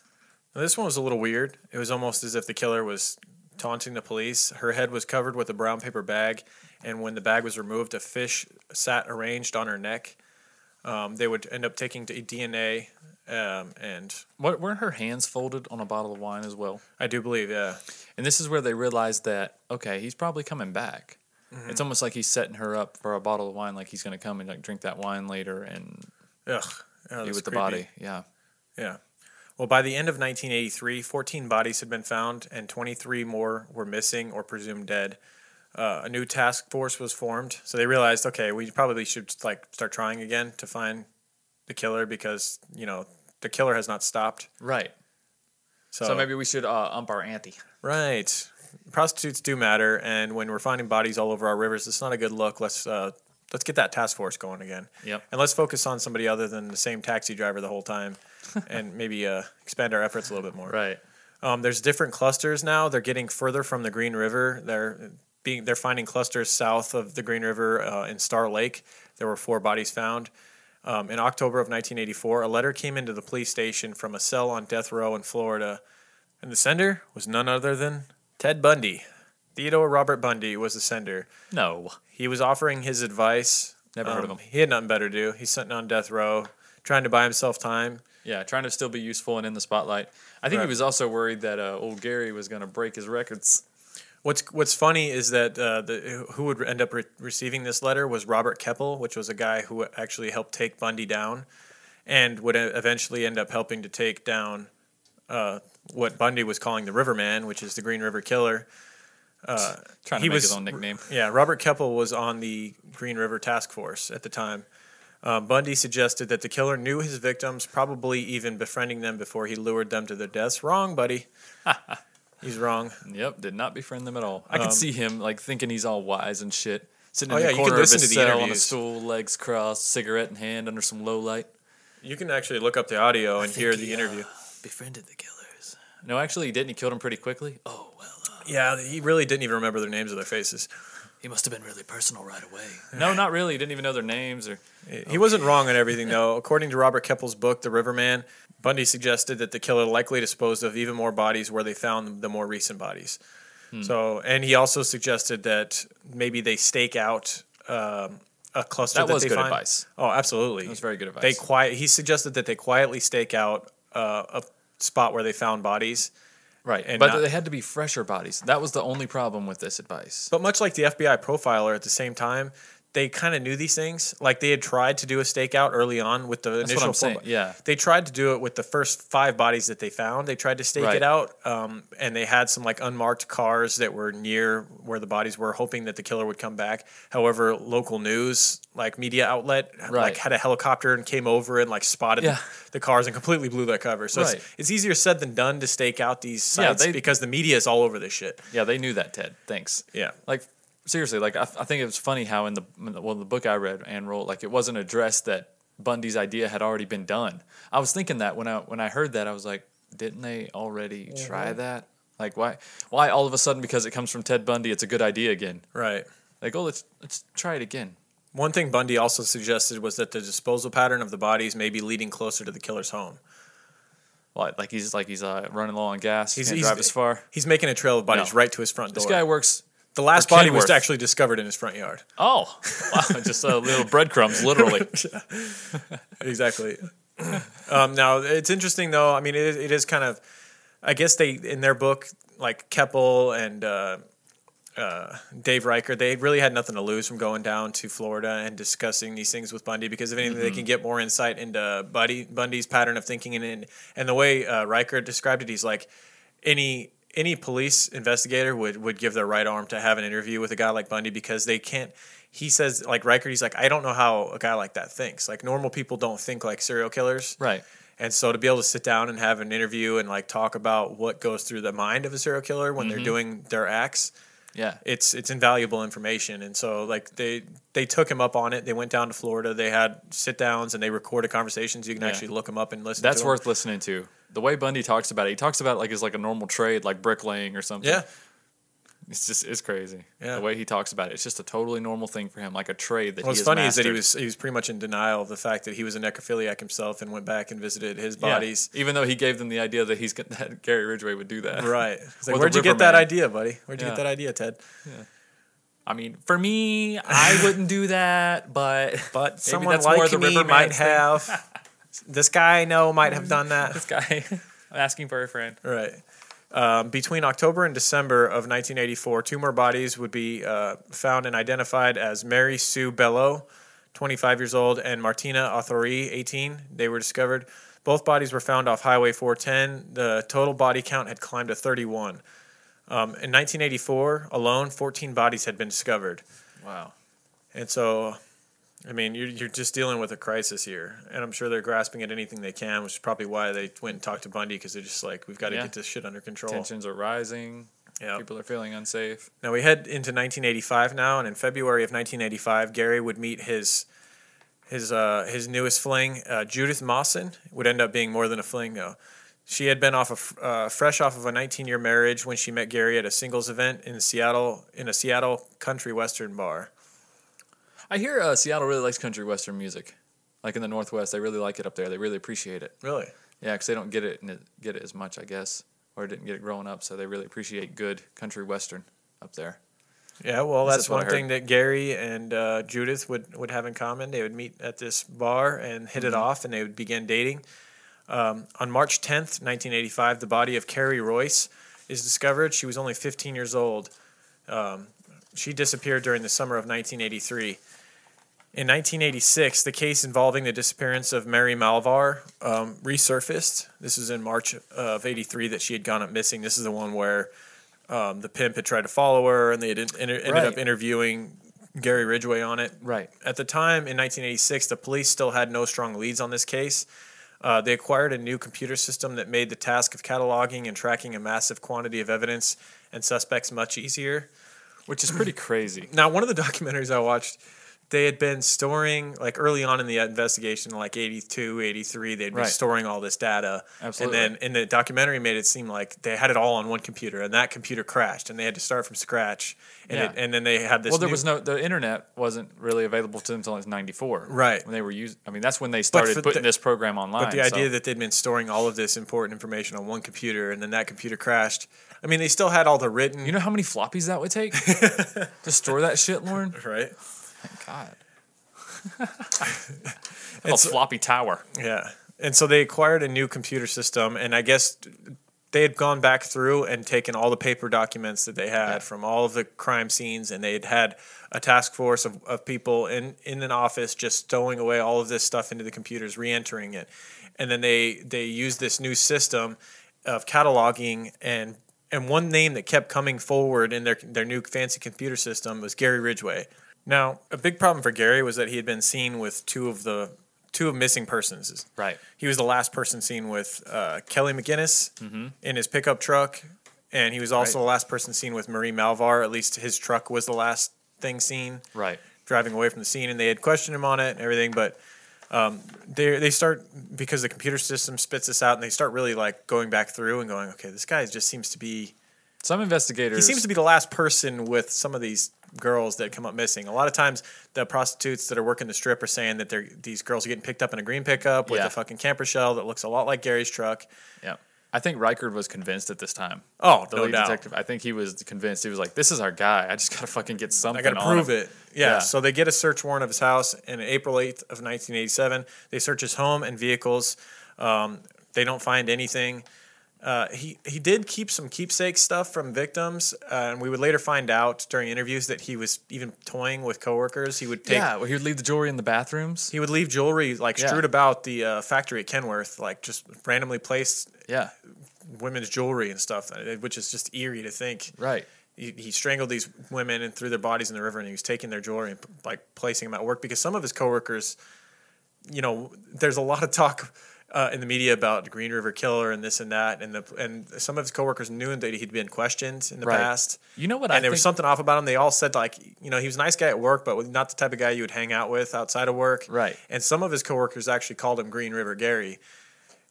S2: Now, this one was a little weird. It was almost as if the killer was taunting the police. Her head was covered with a brown paper bag, and when the bag was removed, a fish sat arranged on her neck. Um, they would end up taking d- DNA, um, and
S1: What, weren't her hands folded on a bottle of wine as well?
S2: I do believe, uh, yeah.
S1: And this is where they realize that okay, he's probably coming back.
S2: Mhm.
S1: It's almost like he's setting her up for a bottle of wine, like he's going to come and like drink that wine later and
S2: ugh, oh,
S1: be
S2: that's
S1: with the
S2: creepy.
S1: body. Yeah.
S2: Yeah. Well, by the end of 1983, 14 bodies had been found and 23 more were missing or presumed dead. Uh, a new task force was formed, so they realized, okay, we probably should like start trying again to find the killer because you know the killer has not stopped.
S1: Right.
S2: So,
S1: So, maybe we should uh, ump our ante.
S2: right, prostitutes do matter, and when we're finding bodies all over our rivers, it's not a good look. Let's uh, let's get that task force going again.
S1: Yep.
S2: And let's focus on somebody other than the same taxi driver the whole time and maybe uh, expand our efforts a little bit more.
S1: Right.
S2: Um, there's different clusters now. They're getting further from the Green River. They're being they're finding clusters south of the Green River uh, in Star Lake. There were four bodies found. Um, in October of 1984, a letter came into the police station from a cell on death row in Florida, and the sender was none other than Ted Bundy. Theodore Robert Bundy was the sender.
S1: No.
S2: He was offering his advice. Um,
S1: Never heard of him.
S2: He had nothing better to do. He's sitting on death row, trying to buy himself time.
S1: Yeah, trying to still be useful and in the spotlight. I think
S2: Right.
S1: he was also worried that uh, old Gary was going to break his records.
S2: What's What's funny is that uh, the who would end up re- receiving this letter was Robert Keppel, which was a guy who actually helped take Bundy down, and would e- eventually end up helping to take down uh, what Bundy was calling the Riverman, which is the Green River Killer. Uh,
S1: Trying to
S2: he
S1: make his
S2: was-
S1: own nickname.
S2: Yeah, Robert Keppel was on the Green River Task Force at the time. Uh, Bundy suggested that the killer knew his victims, probably even befriending them before he lured them to their deaths. Wrong, buddy. He's wrong.
S1: Yep, did not befriend them at all. I
S2: Um,
S1: could see him like thinking he's all wise and shit, sitting
S2: Oh,
S1: in
S2: yeah,
S1: the
S2: you could
S1: corner of
S2: listen
S1: his
S2: to the
S1: cell on a
S2: interviews.
S1: stool, legs crossed, cigarette in hand, under some low light.
S2: You can actually look up the audio and hear the
S1: he,
S2: interview.
S1: Befriended the killers. No, actually, he didn't. He killed him pretty quickly. Oh,
S2: Yeah, he really didn't even remember their names or their faces.
S1: he must have been really personal right away. no, not really. He didn't even know their names or.
S2: He wasn't wrong on everything, though. According to Robert Keppel's book, The Riverman, Bundy suggested that the killer likely disposed of even more bodies where they found the more recent bodies.
S1: Hmm.
S2: So, and he also suggested that maybe they stake out um, a cluster.
S1: That
S2: That,
S1: was
S2: they
S1: good
S2: find.
S1: advice.
S2: Oh, absolutely,
S1: That was very good
S2: They
S1: advice.
S2: quiet. He suggested that they quietly stake out uh, a spot where they found bodies.
S1: Right,
S2: and
S1: but
S2: not-
S1: they had to be fresher bodies. That was the only problem with this advice.
S2: But much like the FBI profiler at the same time, they kind of knew these things. Like they had tried to do a stakeout early on with the
S1: That's what
S2: initial
S1: I'm saying.
S2: four. bo-
S1: Yeah.
S2: They tried to do it with the first five bodies that they found. They tried to stake
S1: Right.
S2: it out, um, and they had some like unmarked cars that were near where the bodies were, hoping that the killer would come back. However, local news, like media outlet, like
S1: Right.
S2: had a helicopter and came over and like spotted
S1: Yeah.
S2: the, the cars and completely blew their cover. So
S1: Right.
S2: it's, it's easier said than done to stake out these
S1: Yeah,
S2: sites
S1: they-
S2: because the media is all over this shit.
S1: Yeah, they knew that, Ted. Thanks.
S2: Yeah.
S1: Like seriously, like I, I think it was funny how in the well the book I read and wrote, like it wasn't addressed that Bundy's idea had already been done. I was thinking that when I when I heard that, I was like, didn't they already try
S2: Mhm.
S1: that? Like why why all of a sudden because it comes from Ted Bundy, it's a good idea again?
S2: Right.
S1: Like oh let's let's try it again.
S2: One thing Bundy also suggested was that the disposal pattern of the bodies may be leading closer to the killer's home.
S1: Like, like he's like he's uh, running low on gas. He's,
S2: He's-
S1: can't
S2: he's-
S1: drive as far.
S2: He's making a trail of bodies
S1: No.
S2: right to his front door.
S1: This guy works.
S2: The last
S1: for
S2: body was
S1: Kenworth.
S2: actually discovered in his front yard.
S1: Oh, wow, just uh, little breadcrumbs, literally.
S2: exactly. um, now it's interesting though. I mean, it is, it is kind of. I guess they in their book like Keppel and uh, uh, Dave Riker, they really had nothing to lose from going down to Florida and discussing these things with Bundy because if anything, they
S1: Mhm.
S2: can get more insight into Buddy Bundy's pattern of thinking and and, and the way uh, Riker described it, he's like any. Any police investigator would, would give their right arm to have an interview with a guy like Bundy because they can't he says like Riker, he's like, I don't know how a guy like that thinks. Like normal people don't think like serial killers.
S1: Right.
S2: And so to be able to sit down and have an interview and like talk about what goes through the mind of a serial killer when
S1: Mhm.
S2: they're doing their acts,
S1: Yeah.
S2: it's it's invaluable information. And so like they they took him up on it. They went down to Florida. They had sit downs and they recorded conversations. You can
S1: Yeah.
S2: actually look them up and listen.
S1: That's
S2: to 'em.
S1: worth listening to. The way Bundy talks about it, he talks about it like it's like a normal trade, like bricklaying or something.
S2: Yeah.
S1: It's just it's crazy.
S2: Yeah.
S1: The way he talks about it, it's just a totally normal thing for him, like a trade that
S2: What's
S1: he
S2: funny
S1: has
S2: is that he
S1: mastered.
S2: was he was pretty much in denial of the fact that he was a necrophiliac himself and went back and visited his
S1: Yeah,
S2: bodies.
S1: even though he gave them the idea that he's got- that Gary Ridgway would do that.
S2: Right. It's like,
S1: Or the
S2: where'd you get that
S1: Riverman.
S2: idea, buddy? Where'd you
S1: Yeah.
S2: get that idea, Ted?
S1: Yeah. I mean, for me, I wouldn't do that, but
S2: but
S1: maybe
S2: someone
S1: that's more
S2: like
S1: the
S2: me
S1: Riverman's
S2: might
S1: thing.
S2: have. this guy I know might have done that.
S1: this guy. I'm asking for a friend.
S2: Right. Um, between October and December of 1984, two more bodies would be uh, found and identified as Mary Sue Bello, 25 years old, and Martina Authori, 18. They were discovered. Both bodies were found off Highway 410. The total body count had climbed to 31. Um, in 1984 alone, 14 bodies had been discovered.
S1: Wow.
S2: And so, I mean, you're, you're just dealing with a crisis here. And I'm sure they're grasping at anything they can, which is probably why they went and talked to Bundy because they're just like, we've got to
S1: Yeah.
S2: get this shit under control.
S1: Tensions are rising. People are feeling unsafe.
S2: Now we head into 1985 now, and in February of 1985, Gary would meet his his uh, his newest fling, uh, Judith Mawson. It would end up being more than a fling though. She had been off of, uh, fresh off of a 19 year marriage when she met Gary at a singles event in Seattle in a Seattle country western bar.
S1: I hear uh, Seattle really likes country western music. Like in the Northwest, they really like it up there. They really appreciate it.
S2: Really?
S1: Yeah, because they don't get it and get it as much, I guess, or didn't get it growing up. So they really appreciate good country western up there.
S2: Yeah, well,
S1: This
S2: that's
S1: is what I
S2: one
S1: heard.
S2: thing that Gary and uh, Judith would, would have in common. They would meet at this bar and hit it
S1: Mhm.
S2: off, and they would begin dating. Um, on March 10th, 1985, the body of Carrie Royce is discovered. She was only 15 years old. Um, she disappeared during the summer of 1983. In 1986, the case involving the disappearance of Mary Malvar um, resurfaced. This is in March of 83 that she had gone up missing. This is the one where um, the pimp had tried to follow her and they had en- ended up
S1: Right.
S2: interviewing Gary Ridgway on it.
S1: Right.
S2: At the time in 1986, the police still had no strong leads on this case. Uh, they acquired a new computer system that made the task of cataloging and tracking a massive quantity of evidence and suspects much easier.
S1: Which is pretty crazy.
S2: Now, one of the documentaries I watched, they had been storing, like early on in the investigation, like 82, 83, they'd been
S1: Right.
S2: storing all this data.
S1: Absolutely.
S2: And then in the documentary made it seem like they had it all on one computer and that computer crashed and they had to start from scratch. And,
S1: Yeah.
S2: it, and then they had this.
S1: well, there
S2: new-
S1: was no the internet wasn't really available to them until like '94.
S2: Right.
S1: When they were using, I mean, that's when they
S2: But
S1: started
S2: for
S1: putting
S2: the-
S1: this program online.
S2: But the idea
S1: so-
S2: that they'd been storing all of this important information on one computer and then that computer crashed. I mean, they still had all the written. You
S1: know how many floppies that would take to store that shit, Lauren?
S2: Right.
S1: Thank God. a
S2: It's-
S1: floppy tower.
S2: Yeah. And so they acquired a new computer system, and I guess they had gone back through and taken all the paper documents that they had from all of the crime scenes, and they had had a task force of, of people in, in an office just stowing away all of this stuff into the computers, re entering it. And then they, they used this new system of cataloging and and one name that kept coming forward in their their new fancy computer system was Gary Ridgway. Now, a big problem for Gary was that he had been seen with two of the two of missing persons.
S1: Right.
S2: He was the last person seen with uh, Kelly McGinnis
S1: Mhm.
S2: in his pickup truck, and he was also
S1: Right.
S2: the last person seen with Marie Malvar. At least his truck was the last thing seen
S1: Right.
S2: driving away from the scene, and they had questioned him on it and everything, but um, they they start because the computer system spits this out, and they start really like going back through and going, okay, this guy just seems to be.
S1: Some investigators.
S2: He seems to be the last person with some of these girls that come up missing. A lot of times, the prostitutes that are working the strip are saying that they're these girls are getting picked up in a green pickup with
S1: Yeah.
S2: a fucking camper shell that looks a lot like Gary's truck.
S1: Yeah. I think Reichard was convinced at this time.
S2: Oh, no doubt.
S1: I think he was convinced. He was like, "This is our guy. I just gotta fucking get
S2: I
S1: something.
S2: got to
S1: on
S2: prove
S1: him."
S2: it. Yeah, So they get a search warrant of his house, and on April eighth of nineteen eighty seven, they search his home and vehicles. Um, they don't find anything. Uh, he he did keep some keepsake stuff from victims, uh, and we would later find out during interviews that he was even toying with coworkers. He would take
S1: yeah. Well, he would leave the jewelry in the bathrooms.
S2: he would leave jewelry like
S1: Yeah.
S2: strewed about the uh, factory at Kenworth, like just randomly placed
S1: Yeah.
S2: women's jewelry and stuff, uh, which is just eerie to think.
S1: Right.
S2: He, he strangled these women and threw their bodies in the river, and he was taking their jewelry and like placing them at work because some of his coworkers, you know, there's a lot of talk. Uh, in the media about Green River Killer and this and that and the and some of his coworkers knew that he'd been questioned in the
S1: Right.
S2: past.
S1: You know what?
S2: and
S1: I
S2: there was
S1: think-
S2: something off about him. They all said like, you know, he was a nice guy at work, but not the type of guy you would hang out with outside of work.
S1: Right.
S2: And some of his coworkers actually called him Green River Gary.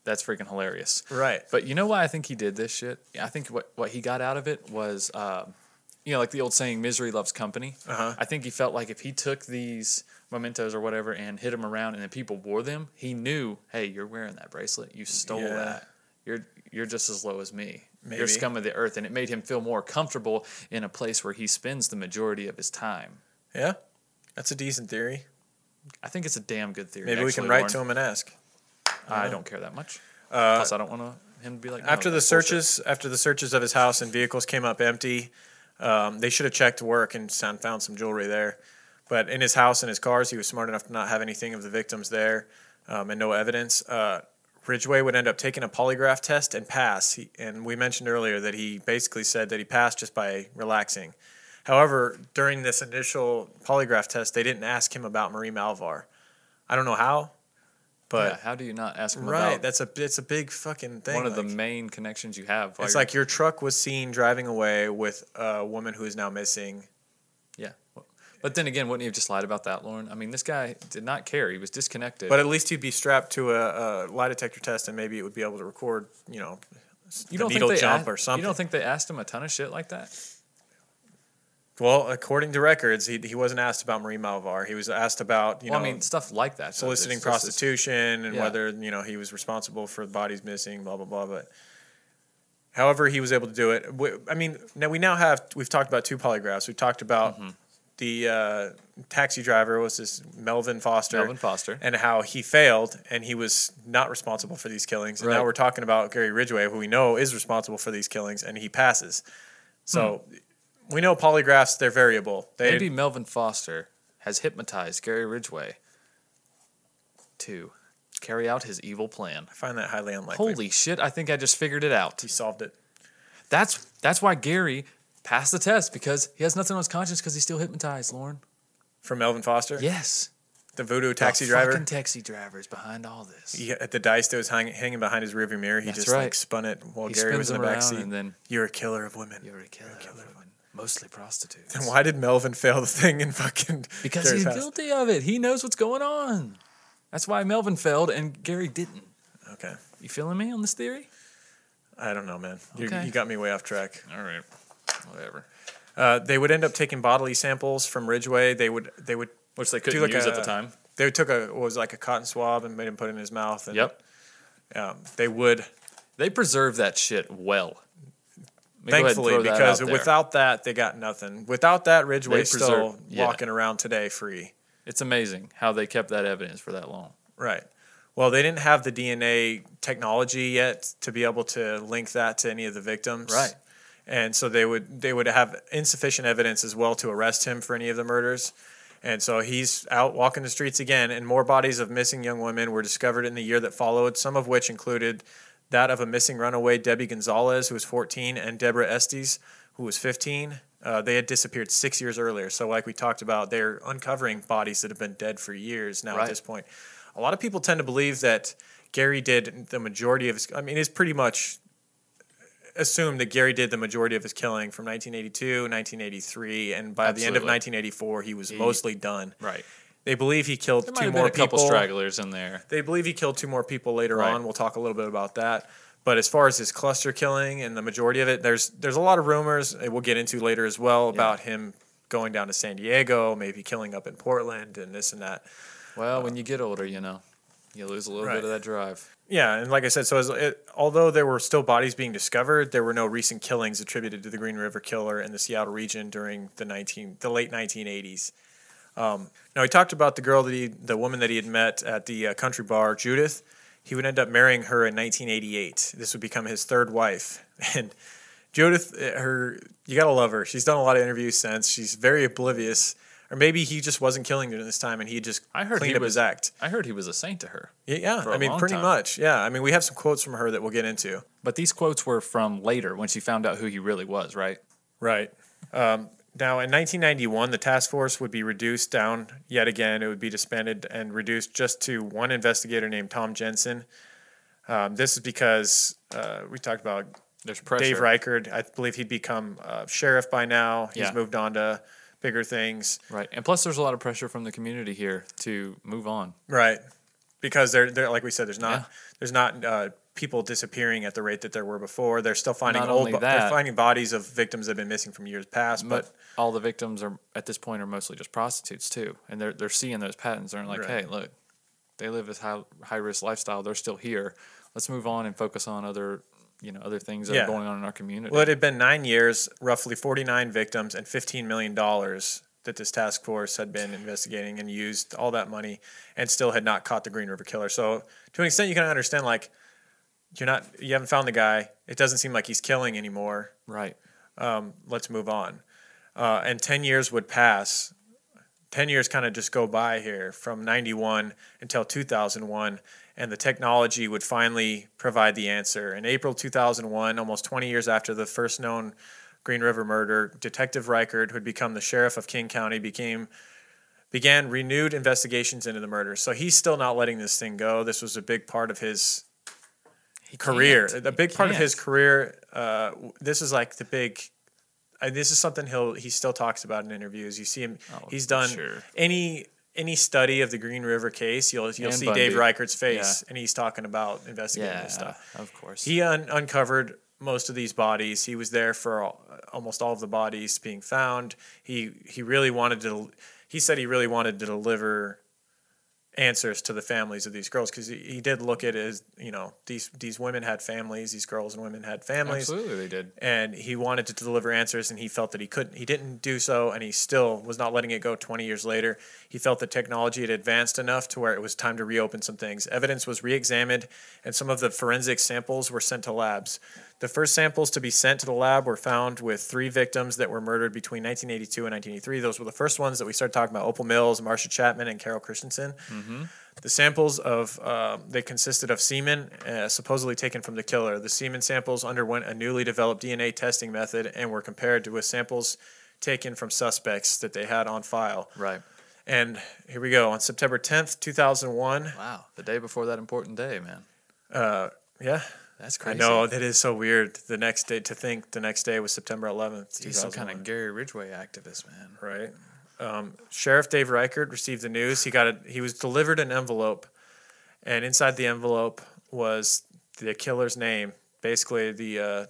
S1: That's freaking hilarious.
S2: Right.
S1: But you know why I think he did this shit? I think what, what he got out of it was, um, you know, like the old saying, misery loves company.
S2: Uh-huh.
S1: I think he felt like if he took these mementos or whatever and hid them around and then people wore them, he knew, hey, you're wearing that bracelet. You stole
S2: Yeah.
S1: that. You're, you're just as low as me.
S2: Maybe.
S1: You're scum of the earth. And it made him feel more comfortable in a place where he spends the majority of his time.
S2: Yeah. That's a decent theory.
S1: I think it's a damn good theory.
S2: Maybe we can
S1: actually,
S2: write
S1: Warren.
S2: to him and ask.
S1: I
S2: know.
S1: don't care that much.
S2: Uh,
S1: Plus, I don't want to him to be like no,
S2: after the
S1: that's bullshit.
S2: searches, after the searches of his house and vehicles came up empty, um, they should have checked work and sound, found some jewelry there. But in his house and his cars, he was smart enough to not have anything of the victims there um, and no evidence. Uh, Ridgway would end up taking a polygraph test and pass. He, and we mentioned earlier that he basically said that he passed just by relaxing. However, during this initial polygraph test, they didn't ask him about Marie Malvar. I don't know how, but
S1: Yeah, how do you not ask him
S2: right,
S1: about
S2: that's a it's a big fucking thing.
S1: one of
S2: like-
S1: the main connections you have? while
S2: it's
S1: you're-
S2: like your truck was seen driving away with a woman who is now missing.
S1: yeah. But then again, wouldn't he have just lied about that, Lauren? I mean, this guy did not care. He was disconnected.
S2: But at least he'd be strapped to a, a lie detector test, and maybe it would be able to record, you know, s-
S1: you
S2: the
S1: don't
S2: needle
S1: think they
S2: jump
S1: a-
S2: or something.
S1: You don't think they asked him a ton of shit like that?
S2: well, according to records, he, he wasn't asked about Marie Malvar. He was asked about, you
S1: well,
S2: know,
S1: I mean, stuff like that. though.
S2: soliciting
S1: This- this is-
S2: prostitution and
S1: yeah.
S2: whether you know he was responsible for the bodies missing, blah blah blah. But however, he was able to do it. W- I mean, now we now have we've talked about two polygraphs. We talked about
S1: Mm-hmm.
S2: the uh, taxi driver was this Melvin Foster,
S1: Melvin Foster.
S2: and how he failed and he was not responsible for these killings. And now
S1: Right.
S2: we're talking about Gary Ridgway, who we know is responsible for these killings, and he passes. So. We know polygraphs; they're variable. They,
S1: Hmm. Maybe Melvin Foster has hypnotized Gary Ridgway to carry out his evil plan.
S2: I find that highly unlikely.
S1: Holy shit! I think I just figured it out.
S2: He solved it.
S1: That's that's why Gary passed the test because he has nothing on his conscience because he's still hypnotized, Lauren.
S2: From Melvin Foster?
S1: Yes.
S2: The voodoo taxi
S1: the
S2: driver?
S1: Fucking taxi driver is behind all this.
S2: Yeah, at the dice that was hang, hanging behind his rearview mirror, he
S1: That's
S2: just like
S1: right.
S2: spun it while
S1: He
S2: Gary was in
S1: spins
S2: the
S1: around
S2: back seat.
S1: and then-
S2: You're a killer of women.
S1: You're a killer, of women, mostly prostitutes.
S2: Then why did Melvin fail the thing and fucking
S1: Because
S2: Gary
S1: he's
S2: passed?
S1: guilty of it. He knows what's going on. That's why Melvin failed and Gary didn't.
S2: Okay,
S1: You feeling me on this theory?
S2: I don't know, man. You
S1: Okay.
S2: You got me way off track.
S1: All right. Whatever.
S2: Uh, they would end up taking bodily samples from Ridgeway. They would they would
S1: Which they
S2: do
S1: couldn't
S2: like
S1: use at the
S2: a-
S1: time.
S2: They took a what was it, like a cotton swab and made him put it in his mouth. And,
S1: Yep.
S2: Um, they would
S1: They preserve that shit well. Let me go ahead and
S2: thankfully
S1: throw that
S2: because
S1: out there.
S2: without that they got nothing. Without that, Ridgeway's still
S1: preserve- yeah.
S2: walking around today free.
S1: it's amazing how they kept that evidence for that long.
S2: Right. Well, they didn't have the DNA technology yet to be able to link that to any of the victims.
S1: Right.
S2: And so they would they would have insufficient evidence as well to arrest him for any of the murders. And so he's out walking the streets again and more bodies of missing young women were discovered in the year that followed, some of which included that of a missing runaway Debbie Gonzalez who was 14 and Deborah Estes who was 15. Uh, they had disappeared six years earlier. So, like we talked about, they're uncovering bodies that have been dead for years now at
S1: Right.
S2: this point. A lot of people tend to believe that Gary did the majority of his. I mean, it's pretty much assumed that Gary did the majority of his killing from 1982, 1983, and by the end of
S1: Absolutely.
S2: 1984, he was mostly done.
S1: Right.
S2: They believe he killed
S11: There might
S2: two
S11: have
S2: more
S11: been a couple
S2: people.
S11: stragglers in there.
S2: They believe he killed two more people later
S11: Right.
S2: on. We'll talk a little bit about that. But as far as his cluster killing and the majority of it, there's there's a lot of rumors and we'll get into later as well about him going down to San Diego, maybe killing up in Portland and this and that.
S11: Well, when you get older, you know, you lose a little
S2: Uh, Right.
S11: bit of that drive.
S2: Yeah, and like I said, so as it, although there were still bodies being discovered, there were no recent killings attributed to the Green River Killer in the Seattle region during the nineteen the late nineteen eighties. Um, now he talked about the girl that he the woman that he had met at the uh, country bar, Judith. He would end up marrying her in nineteen eighty eight. This would become his third wife, and Judith, uh, her you gotta love her. She's done a lot of interviews since. She's very oblivious, or maybe he just wasn't killing during this time, and he just
S11: I heard
S2: cleaned
S11: he
S2: up
S11: was
S2: his act.
S11: I heard he was a saint to her.
S2: Yeah, yeah.
S11: for a
S2: I mean,
S11: long
S2: pretty
S11: time.
S2: much. Yeah, I mean, we have some quotes from her that we'll get into.
S11: But these quotes were from later when she found out who he really was, right?
S2: Right. Um, now, in 1991, the task force would be reduced down yet again. It would be disbanded and reduced just to one investigator named Tom Jensen. Um, this is because uh, we talked about
S11: There's pressure.
S2: Dave Reichard. I believe he'd become uh, sheriff by now. He's
S11: Yeah.
S2: moved on to bigger things.
S11: Right. And plus, there's a lot of pressure from the community here to move on.
S2: Right. Because they're, they're like we said, there's not there's not uh, people disappearing at the rate that there were before. They're still finding
S11: Not
S2: old
S11: only
S2: bo- they're
S11: that-
S2: finding bodies of victims that have been missing from years past. But
S11: But all the victims are at this point are mostly just prostitutes too, and they're they're seeing those patterns. They're like,
S2: Right.
S11: hey, look, they live this high high risk lifestyle. They're still here. Let's move on and focus on other you know other things that
S2: Yeah.
S11: are going on in our community.
S2: well, it had been nine years, roughly 49 victims, and 15 million dollars that this task force had been investigating and used all that money, and still had not caught the Green River Killer. So to an extent, you can understand like you're not you haven't found the guy. It doesn't seem like he's killing anymore.
S11: right.
S2: um, let's move on. Uh, and 10 years would pass. 10 years kind of just go by here from 91 until 2001, and the technology would finally provide the answer. In April 2001, almost 20 years after the first known Green River murder, Detective Reichard, who had become the sheriff of King County, became began renewed investigations into the murder. So he's still not letting this thing go. This was a big part of his career.
S11: can't.
S2: A
S11: He
S2: big part of
S11: can't.
S2: his career. Uh, w- this is like the big. I this is something he'll he still talks about in interviews. You see him. he's done
S11: Oh, sure.
S2: any any study of the Green River case. You'll you'll
S11: And
S2: see Dave
S11: Bundy.
S2: Reichert's face, and he's talking about investigating
S11: Yeah,
S2: this stuff.
S11: of course.
S2: He un- uncovered most of these bodies. He was there for all, almost all of the bodies being found. He he really wanted to. He said he really wanted to deliver answers to the families of these girls because he, he did look at it as you know these these women had families. These girls and women had families.
S11: Absolutely, they did.
S2: And he wanted to deliver answers, and he felt that he couldn't. He didn't do so, and he still was not letting it go. Twenty years later, he felt the technology had advanced enough to where it was time to reopen some things. Evidence was re-examined, and some of the forensic samples were sent to labs. The first samples to be sent to the lab were found with three victims that were murdered between 1982 and 1983. Those were the first ones that we started talking about: Opal Mills, Marsha Chapman, and Carol Christensen. The samples of um, they consisted of semen uh, supposedly taken from the killer. The semen samples underwent a newly developed DNA testing method and were compared to with samples taken from suspects that they had on file.
S11: Right.
S2: And here we go on September 10th, 2001.
S11: Wow. The day before that important day, man.
S2: Uh, yeah.
S11: That's
S2: I
S11: crazy.
S2: know that is so weird. The next day to think the next day was September 11th.
S11: He's some kind
S2: 2001.
S11: of Gary Ridgway activist, man.
S2: right? Um, Sheriff Dave Reichard received the news. He got a, he was delivered an envelope, and inside the envelope was the killer's name. Basically, the uh,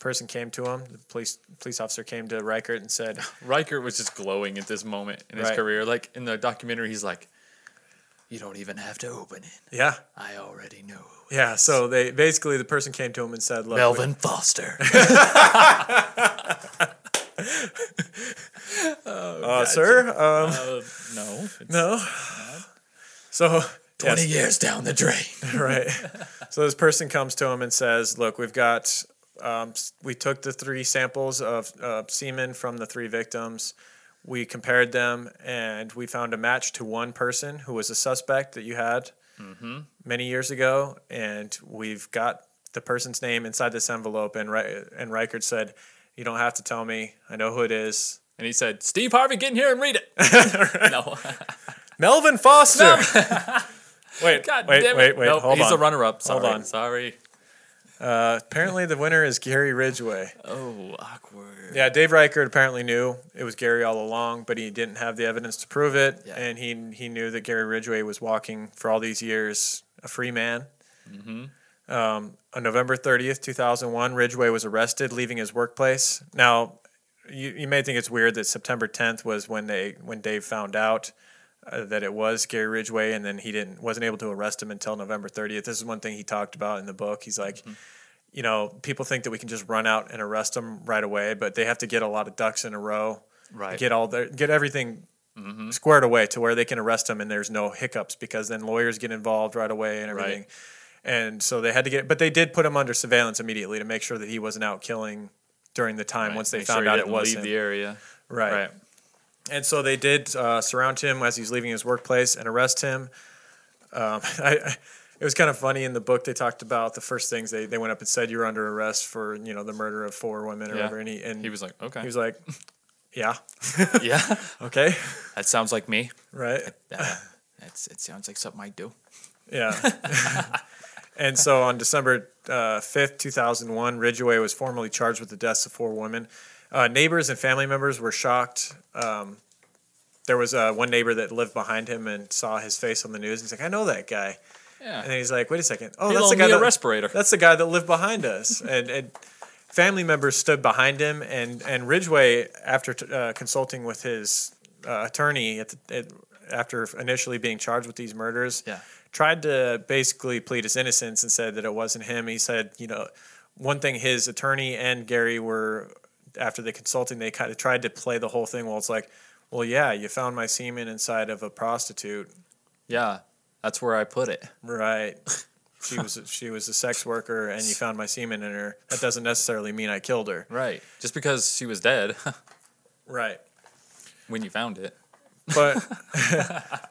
S2: person came to him. The police police officer came to Reichard and said,
S11: Riker was just glowing at this moment in
S2: Right.
S11: his career. Like in the documentary, he's like, "You don't even have to open it.
S2: "Yeah,
S11: I already know."
S2: yeah." So they basically the person came to him and said, Look,
S11: Melvin Foster.
S2: uh, sir, um,
S11: Uh, no,
S2: no." So
S11: twenty
S2: yes.
S11: years down the drain.
S2: right. So this person comes to him and says, "Look, we've got, um, s- we took the three samples of uh, semen from the three victims. We compared them, and we found a match to one person who was a suspect that you had
S11: Mm-hmm.
S2: many years ago, and we've got the person's name inside this envelope." And Re- and Reichard said, "You don't have to tell me. I know who it is."
S11: And he said, "Steve Harvey, get in here and read it." no,
S2: Melvin Foster. wait,
S11: God
S2: wait,
S11: damn it.
S2: wait, wait,
S11: Nope,
S2: Hold
S11: he's
S2: on.
S11: the runner-up. Sorry,
S2: Hold on.
S11: sorry.
S2: Apparently, the winner is Gary Ridgway.
S11: Oh, awkward.
S2: Yeah, Dave Reichert apparently knew it was Gary all along, but he didn't have the evidence to prove it, and he he knew that Gary Ridgway was walking for all these years a free man.
S1: Mm-hmm.
S2: Um, on November 30th, 2001, Ridgway was arrested, leaving his workplace. Now, you, you may think it's weird that September 10th was when they when Dave found out uh, that it was Gary Ridgway, and then he didn't wasn't able to arrest him until November 30th. This is one thing he talked about in the book. He's like, you know, people think that we can just run out and arrest them right away, but they have to get a lot of ducks in a row,
S1: Right.
S2: Get all their get everything squared away to where they can arrest him and there's no hiccups because then lawyers get involved right away and everything. And so they had to get, but they did put him under surveillance immediately to make sure that he wasn't out killing during the time once they
S1: Make
S2: found
S1: sure he
S2: out it
S1: didn't
S2: was
S1: leave
S2: him.
S1: the area.
S2: Right.
S1: Right.
S2: And so they did uh, surround him as he's leaving his workplace and arrest him. Um, I, I- it was kind of funny in the book they talked about the first things they, they went up and said you were under arrest for you know the murder of four women or
S1: Yeah.
S2: whatever. And he, and
S1: He was like, "Okay."
S2: He was like, yeah,
S1: yeah,
S2: okay,
S1: that sounds like me.
S2: right.
S1: Uh, that's it. Sounds like something I do.
S2: Yeah. and so on December uh, 5th, 2001, Ridgeway was formally charged with the deaths of four women. Uh, neighbors and family members were shocked. Um, there was uh, one neighbor that lived behind him and saw his face on the news. He's like, I know that guy.
S1: Yeah.
S2: And then he's like, wait a second. Oh,
S1: He
S2: that's the
S1: loaned
S2: guy
S1: me a
S2: that,
S1: respirator.
S2: That's the guy that lived behind us. and, and family members stood behind him. And, and Ridgway, after t- uh, consulting with his uh, attorney at the, at, after initially being charged with these murders,
S1: Yeah.
S2: tried to basically plead his innocence and said that it wasn't him. He said, you know, one thing his attorney and Gary were after the consulting, they kind of tried to play the whole thing. Well, it's like, well, yeah, you found my semen inside of a prostitute,
S1: Yeah, that's where I put it.
S2: right? She was she was a sex worker, and you found my semen in her. That doesn't necessarily mean I killed her,
S1: Right. Just because she was dead
S2: right?
S1: when you found it.
S2: but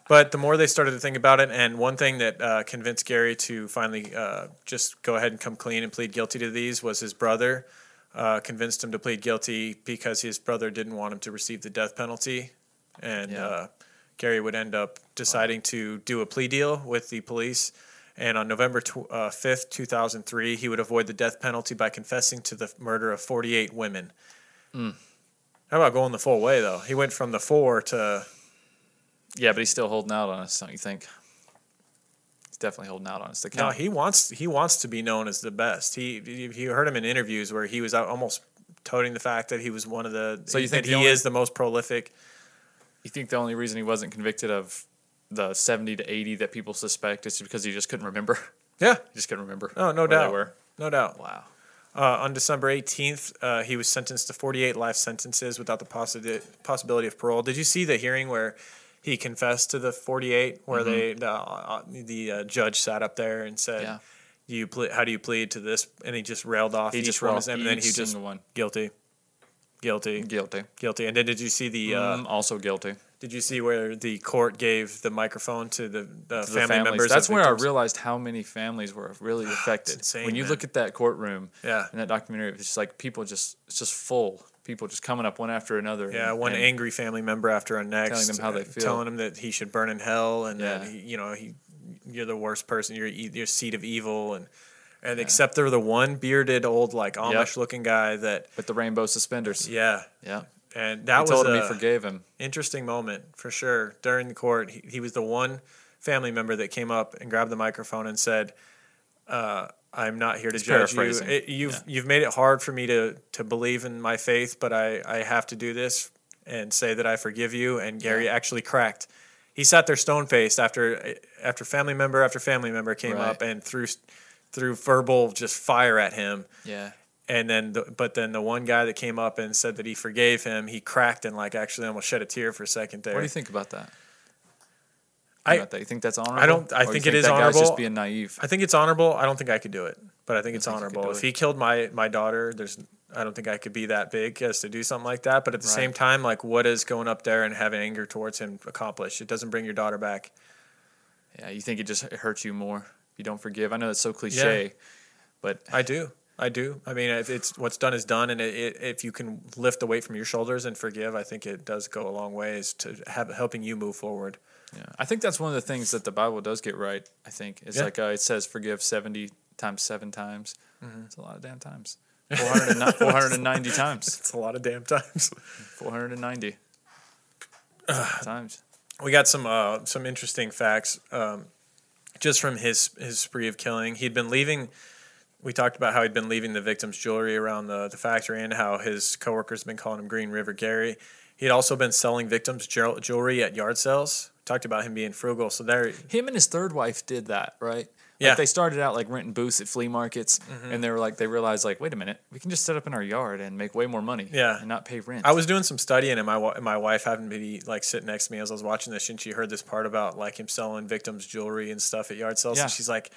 S2: but the more they started to think about it, and one thing that uh, convinced Gary to finally uh, just go ahead and come clean and plead guilty to these was his brother uh, convinced him to plead guilty because his brother didn't want him to receive the death penalty, and
S1: Yeah.
S2: uh, Gary would end up deciding to do a plea deal with the police. And on November tw- uh, 5th, 2003, he would avoid the death penalty by confessing to the murder of 48 women.
S1: Mm.
S2: How about going the full way, though? He went from the four to
S1: Yeah, but he's still holding out on us, don't you think? He's definitely holding out on us. The
S2: No,
S1: count.
S2: he wants he wants to be known as the best. He you you heard him in interviews where he was out almost toting the fact that he was one of the.
S1: So you think
S2: that
S1: the
S2: he
S1: only-
S2: is the most prolific?
S1: you think the only reason he wasn't convicted of the 70 to 80 that people suspect is because he just couldn't remember?
S2: Yeah.
S1: He just couldn't remember.
S2: Oh, no
S1: where they
S2: doubt.
S1: were.
S2: No doubt.
S1: Wow.
S2: Uh, on December eighteenth, uh, he was sentenced to forty eight life sentences without the possi- possibility of parole. Did you see the hearing where he confessed to the forty eight, where
S1: Mhm.
S2: they the uh, the uh, judge sat up there and said.
S1: Yeah.
S2: Do you ple- how do you plead to this? And he just railed off
S1: He
S2: each
S1: just
S2: one,
S1: railed
S2: and then
S1: each
S2: he just
S1: single one.
S2: guilty, guilty,
S1: Guilty.
S2: guilty. And then did you see the uh,
S1: Mm, also guilty.
S2: Did you see where the court gave the microphone to the, the
S1: to the
S2: family
S1: families.
S2: members?
S1: That's
S2: of
S1: where I
S2: victims? Ah,
S1: realized how many families were really affected.
S2: insane,
S1: when you
S2: man.
S1: look at that courtroom
S2: Yeah.
S1: and that documentary, it's just like people just it's just full. People just coming up one after another.
S2: Yeah,
S1: and-
S2: one
S1: and
S2: angry family member after our next,
S1: them how they
S2: uh,
S1: feel.
S2: telling him that he should burn in hell, and
S1: Yeah.
S2: that he, you know he, you're the worst person, you're e- you're seed of evil, and and except they're the one bearded old like Amish looking guy that
S1: with the rainbow suspenders.
S2: yeah,
S1: Yeah.
S2: and that
S1: he
S2: was
S1: told him
S2: a-
S1: he forgave him.
S2: interesting moment for sure during the court he, he was the one family member that came up and grabbed the microphone and said uh, i'm not here to
S1: He's
S2: judge you
S1: paraphrasing.
S2: It- you've,
S1: Yeah.
S2: you've made it hard for me to, to believe in my faith but I, I have to do this and say that i forgive you and gary actually cracked he sat there stone faced after after family member after family member came
S1: Right.
S2: up and threw through verbal just fire at him
S1: Yeah.
S2: and then the, but then the one guy that came up and said that he forgave him he cracked and like actually almost shed a tear for a second there
S1: What do you think about that?
S2: I-
S1: about that? You think that's honorable?
S2: I don't- I
S1: Or you
S2: think it is
S1: that Guy's
S2: honorable.
S1: just being naive.
S2: i think it's honorable i don't think i could do it but i think it's
S1: think you could
S2: honorable
S1: do
S2: if
S1: it.
S2: he killed my my daughter there's i don't think i could be that big as to do something like that but at the
S1: Right.
S2: same time like what is going up there and having anger towards him accomplish it doesn't bring your daughter back
S1: Yeah. You think it just it hurts you more if you don't forgive? I know that's so cliche, but
S2: i do i do i mean if it's what's done is done and it, it, if you can lift the weight from your shoulders and forgive i think it does go a long ways to have, helping you move forward
S1: Yeah, I think that's one of the things that the Bible does get right. I think it's
S2: Yeah. Mm-hmm.
S1: like uh, it says, forgive seventy times seven times. It's a lot of damn times. 490 times.
S2: It's a lot of damn times.
S1: 490 times.
S2: We got some uh, some interesting facts um, just from his his spree of killing. He'd been leaving. We talked about how he'd been leaving the victim's jewelry around the, the factory and how his coworkers had been calling him Green River Gary. He'd also been selling victims' jewel- jewelry at yard sales. Talked about him being frugal. So there,
S1: Him and his third wife did that, right?
S2: Yeah.
S1: Like they started out like renting booths at flea markets,
S2: Mhm.
S1: and they were like, they realized like, wait a minute, we can just set up in our yard and make way more money,
S2: Yeah.
S1: and not pay rent.
S2: I was doing some studying, and my wa- my wife happened to be like sitting next to me as I was watching this, and she heard this part about like him selling victims jewelry and stuff at yard sales,
S1: Yeah.
S2: and she's like,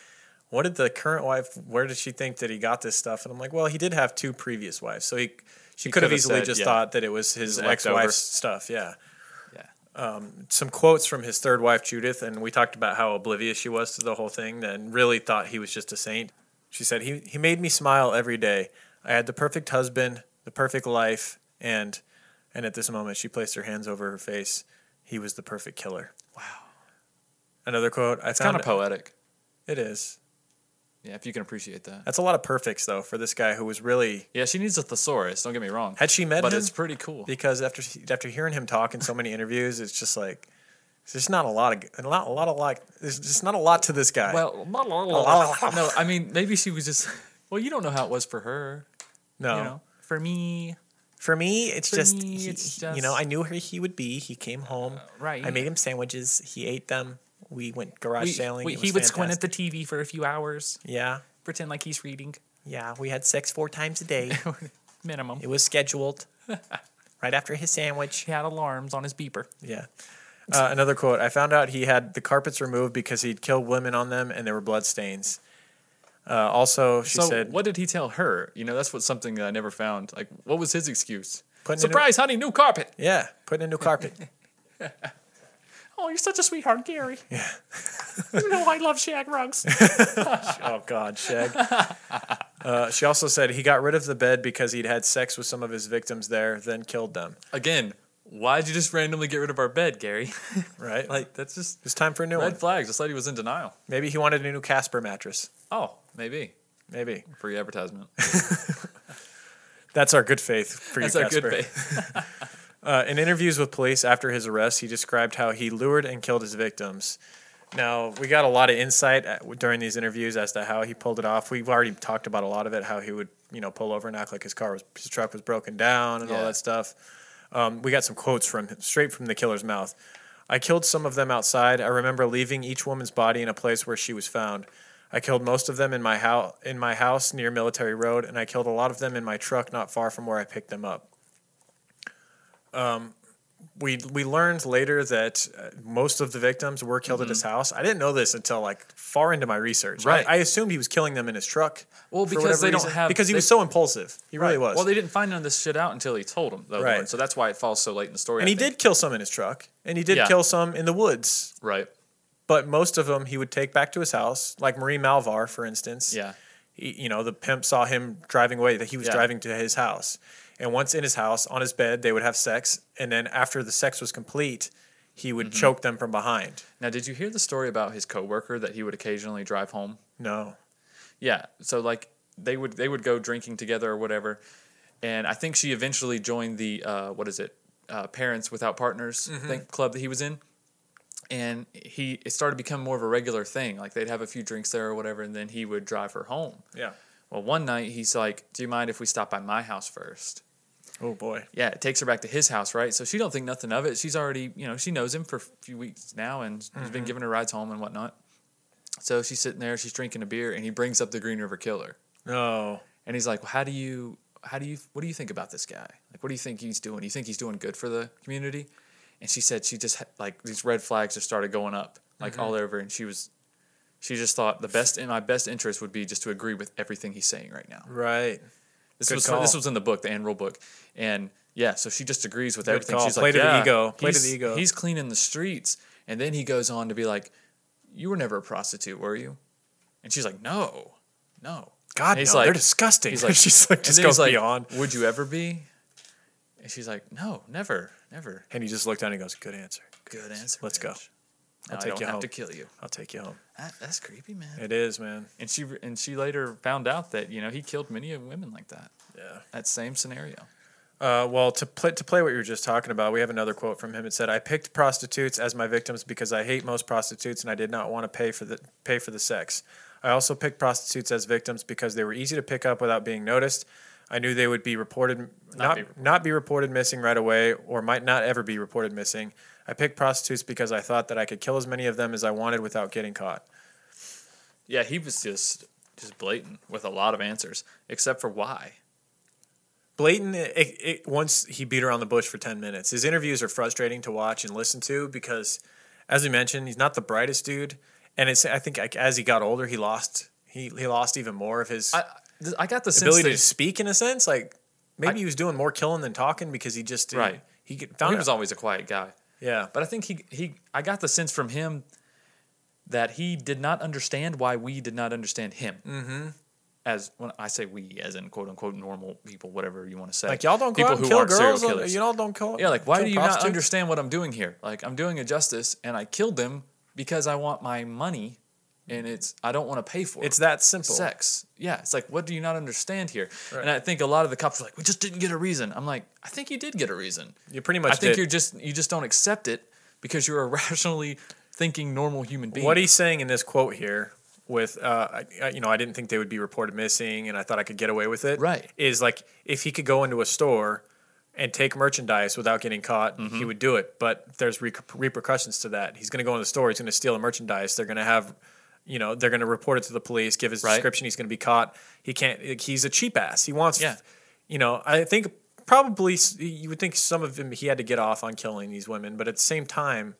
S2: "What did the current wife? Where did she think that he got this stuff?" And I'm like, "Well, he did have two previous wives, so he she
S1: He
S2: could have
S1: coulda
S2: easily
S1: said,
S2: just
S1: yeah.
S2: thought that it was his
S1: His
S2: ex
S1: leftover.
S2: wife's stuff." Yeah, yeah. Um, some quotes from his third wife Judith, and we talked about how oblivious she was to the whole thing, and really thought he was just a saint. She said, he, he made me smile every day. I had the perfect husband, the perfect life, and and at this moment she placed her hands over her face. He was the perfect killer. Wow. Another quote I
S1: It's
S2: found
S1: kind of poetic.
S2: It is.
S1: Yeah, if you can appreciate that.
S2: That's a lot of perfects though for this guy who was really
S1: Yeah, she needs a thesaurus. Don't get me wrong.
S2: had she met
S1: but
S2: him
S1: it's pretty cool.
S2: because after she- after hearing him talk in so many interviews, it's just like there's not a lot of a lot a lot of like there's just not a lot to this guy.
S1: Well,
S2: Oh,
S1: no, I mean maybe she was just. Well, you don't know how it was for her.
S2: No.
S1: You know? For me,
S2: For me, it's,
S1: For
S2: just,
S1: me,
S2: he-
S1: it's
S2: you know
S1: just- Uh,
S2: I knew where he would be. He came home.
S1: right.
S2: I made him sandwiches. He ate them. We went garage
S1: we-
S2: sailing.
S1: we-
S2: It
S1: he
S2: was
S1: would squint at
S2: fantastic.
S1: the TV for a few hours,
S2: yeah
S1: pretend like he's reading
S2: yeah. We had sex four times a day.
S1: minimum.
S2: it was scheduled right after his sandwich.
S1: He had alarms on his beeper.
S2: Yeah. Uh, another quote: I found out he had the carpets removed because he'd killed women on them and there were blood stains. Uh, also, she
S1: so
S2: said,
S1: what did he tell her? You know, that's what something that I never found. Like, what was his excuse?
S2: Putting in a-
S1: Surprise, honey, new carpet.
S2: "Yeah, putting a new carpet."
S1: Oh, you're such a sweetheart, Gary. Yeah. you know I love shag rugs.
S2: oh God, Shag. Uh, she also said he got rid of the bed because he'd had sex with some of his victims there, then killed them.
S1: Again, why'd you just randomly get rid of our bed, Gary?
S2: Right?
S1: like that's just
S2: It's time for a new
S1: red
S2: one.
S1: flags. This lady was in denial.
S2: Maybe he wanted a new Casper mattress.
S1: Oh, maybe
S2: Maybe
S1: free advertisement.
S2: that's our good faith for you,
S1: That's our
S2: Casper.
S1: good faith.
S2: Uh, in interviews with police after his arrest, he described how he lured and killed his victims. Now, we got a lot of insight at- during these interviews as to how he pulled it off. We've already talked about a lot of it, how he would, you know, pull over and act like his car was, his truck was broken down and all
S1: Yeah.
S2: that stuff. Um, we got some quotes from straight from the killer's mouth. I killed some of them outside. I remember leaving each woman's body in a place where she was found. I killed most of them in my house in my house near Military Road, and I killed a lot of them in my truck not far from where I picked them up. Um, we we learned later that uh, most of the victims were killed at his house. I didn't know this until like far into my research. I-
S1: Mm-hmm. Right.
S2: I, assumed he was killing them in his truck.
S1: Well,
S2: for
S1: because
S2: whatever
S1: they don't
S2: reason.
S1: have-
S2: because he
S1: they-
S2: was so impulsive. He really
S1: Right.
S2: was.
S1: Well, they didn't find none of this shit out until he told them, though.
S2: Right.
S1: Lauren, So that's why it falls so late in the story.
S2: and
S1: I
S2: he
S1: think.
S2: did kill some in his truck, and he did
S1: Yeah.
S2: kill some in the woods.
S1: Right.
S2: But most of them he would take back to his house, like Marie Malvar, for instance.
S1: Yeah.
S2: he, you know, the pimp saw him driving away, that he was
S1: Yeah.
S2: driving to his house. And once in his house, on his bed, they would have sex. And then after the sex was complete, he would
S1: Mm-hmm.
S2: choke them from behind.
S1: Now, did you hear the story about his coworker that he would occasionally drive home?
S2: No.
S1: Yeah. So like they would they would go drinking together or whatever, and I think she eventually joined the uh, what is it uh, parents without partners
S2: Mm-hmm.
S1: I think, club that he was in, and he it started to become more of a regular thing. Like they'd have a few drinks there or whatever, and then he would drive her home.
S2: Yeah.
S1: Well, one night he's like, "Do you mind if we stop by my house first?
S2: Oh, boy.
S1: yeah, it takes her back to his house, right? So she don't think nothing of it. She's already, you know, she knows him for a few weeks now, and he's been giving her rides home and whatnot. So she's sitting there, she's drinking a beer, and he brings up the Green River Killer,
S2: No.
S1: and he's like, well, "How do you, how do you, what do you think about this guy? Like, what do you think he's doing? You think he's doing good for the community?" And she said she just had, like these red flags just started going up like all over, and she was, she just thought the best in my best interest would be just to agree with everything he's saying right now.
S2: Right.
S1: This
S2: Good
S1: was
S2: call.
S1: this was in the book, the Ann Rule book, and yeah, so she just agrees with
S2: Good
S1: everything.
S2: call.
S1: She's
S2: Play
S1: like,
S2: to the
S1: yeah,
S2: ego. Play to
S1: he's-
S2: the ego."
S1: He's cleaning the streets, and then he goes on to be like, "You were never a prostitute, were you?" And she's like, "No, no."
S2: God,
S1: And he's
S2: no,
S1: like-
S2: they're disgusting.
S1: He's like,
S2: she's like,
S1: and
S2: just
S1: then he's
S2: goes
S1: like,
S2: beyond.
S1: Would you ever be? And she's like, "No, never, never."
S2: And he just looked down and goes, good answer.
S1: Good answer.
S2: Let's go.
S1: bitch. I'll take I
S2: I'll take
S1: don't
S2: you
S1: have
S2: home.
S1: to kill you.
S2: I'll take you home.
S1: That, that's creepy, man.
S2: It is, man.
S1: And she and she later found out that you know he killed many women like that.
S2: Yeah.
S1: That same scenario.
S2: Uh, well, to play to play what you were just talking about, we have another quote from him. It said, "I picked prostitutes as my victims because I hate most prostitutes and I did not want to pay for the pay for the sex. I also picked prostitutes as victims because they were easy to pick up without being noticed. I knew they would be reported not not
S1: be reported.
S2: be reported, missing right away or might not ever be reported missing. I picked prostitutes because I thought that I could kill as many of them as I wanted without getting caught.
S1: Yeah, he was just just blatant with a lot of answers, except for why.
S2: Blayton, it, it, once he beat around the bush for 10 minutes. His interviews are frustrating to watch and listen to because, as we mentioned, he's not the brightest dude. And it's I think like, as he got older, he lost he, he lost even more of his
S1: I th- I got the sense
S2: ability
S1: that
S2: to speak in a sense. Like maybe he was doing more killing than talking because he just didn't-
S1: Right.
S2: He get-
S1: well,
S2: found
S1: he was
S2: out-
S1: always a quiet guy,
S2: yeah
S1: but I think he he I got the sense from him that he did not understand why we did not understand him.
S2: mm-hmm.
S1: As when I say we, as in quote unquote normal people, whatever you want to say,
S2: like y'all don't go
S1: people
S2: out and
S1: who
S2: kill
S1: aren't serial
S2: girls. on-
S1: killers.
S2: You all don't call
S1: Yeah, like why
S2: kill
S1: do you not
S2: prostitutes?
S1: understand what I'm doing here? Like I'm doing a justice and I killed them because I want my money and it's I don't want to pay for
S2: It's
S1: it.
S2: that simple.
S1: sex. Yeah, it's like what do you not understand here?
S2: Right.
S1: And I think a lot of the cops are like, we just didn't get a reason. I'm like, I think you did get a reason.
S2: You pretty much
S1: I think
S2: did.
S1: you're just you just don't accept it because you're a rationally thinking normal human being.
S2: What he's saying in this quote here, with uh, I- I, you know, I didn't think they would be reported missing, and I thought I could get away with it.
S1: Right.
S2: Is like if he could go into a store and take merchandise without getting caught,
S1: Mm-hmm.
S2: he would do it. But there's re- repercussions to that. He's going to go in the store. He's going to steal the merchandise. They're going to have. You know they're going to report it to the police. Give his
S1: Right.
S2: description. He's going to be caught. He can't. like, He's a cheap ass. He wants.
S1: Yeah.
S2: You know I think probably s- you would think some of him he had to get off on killing these women, but at the same time,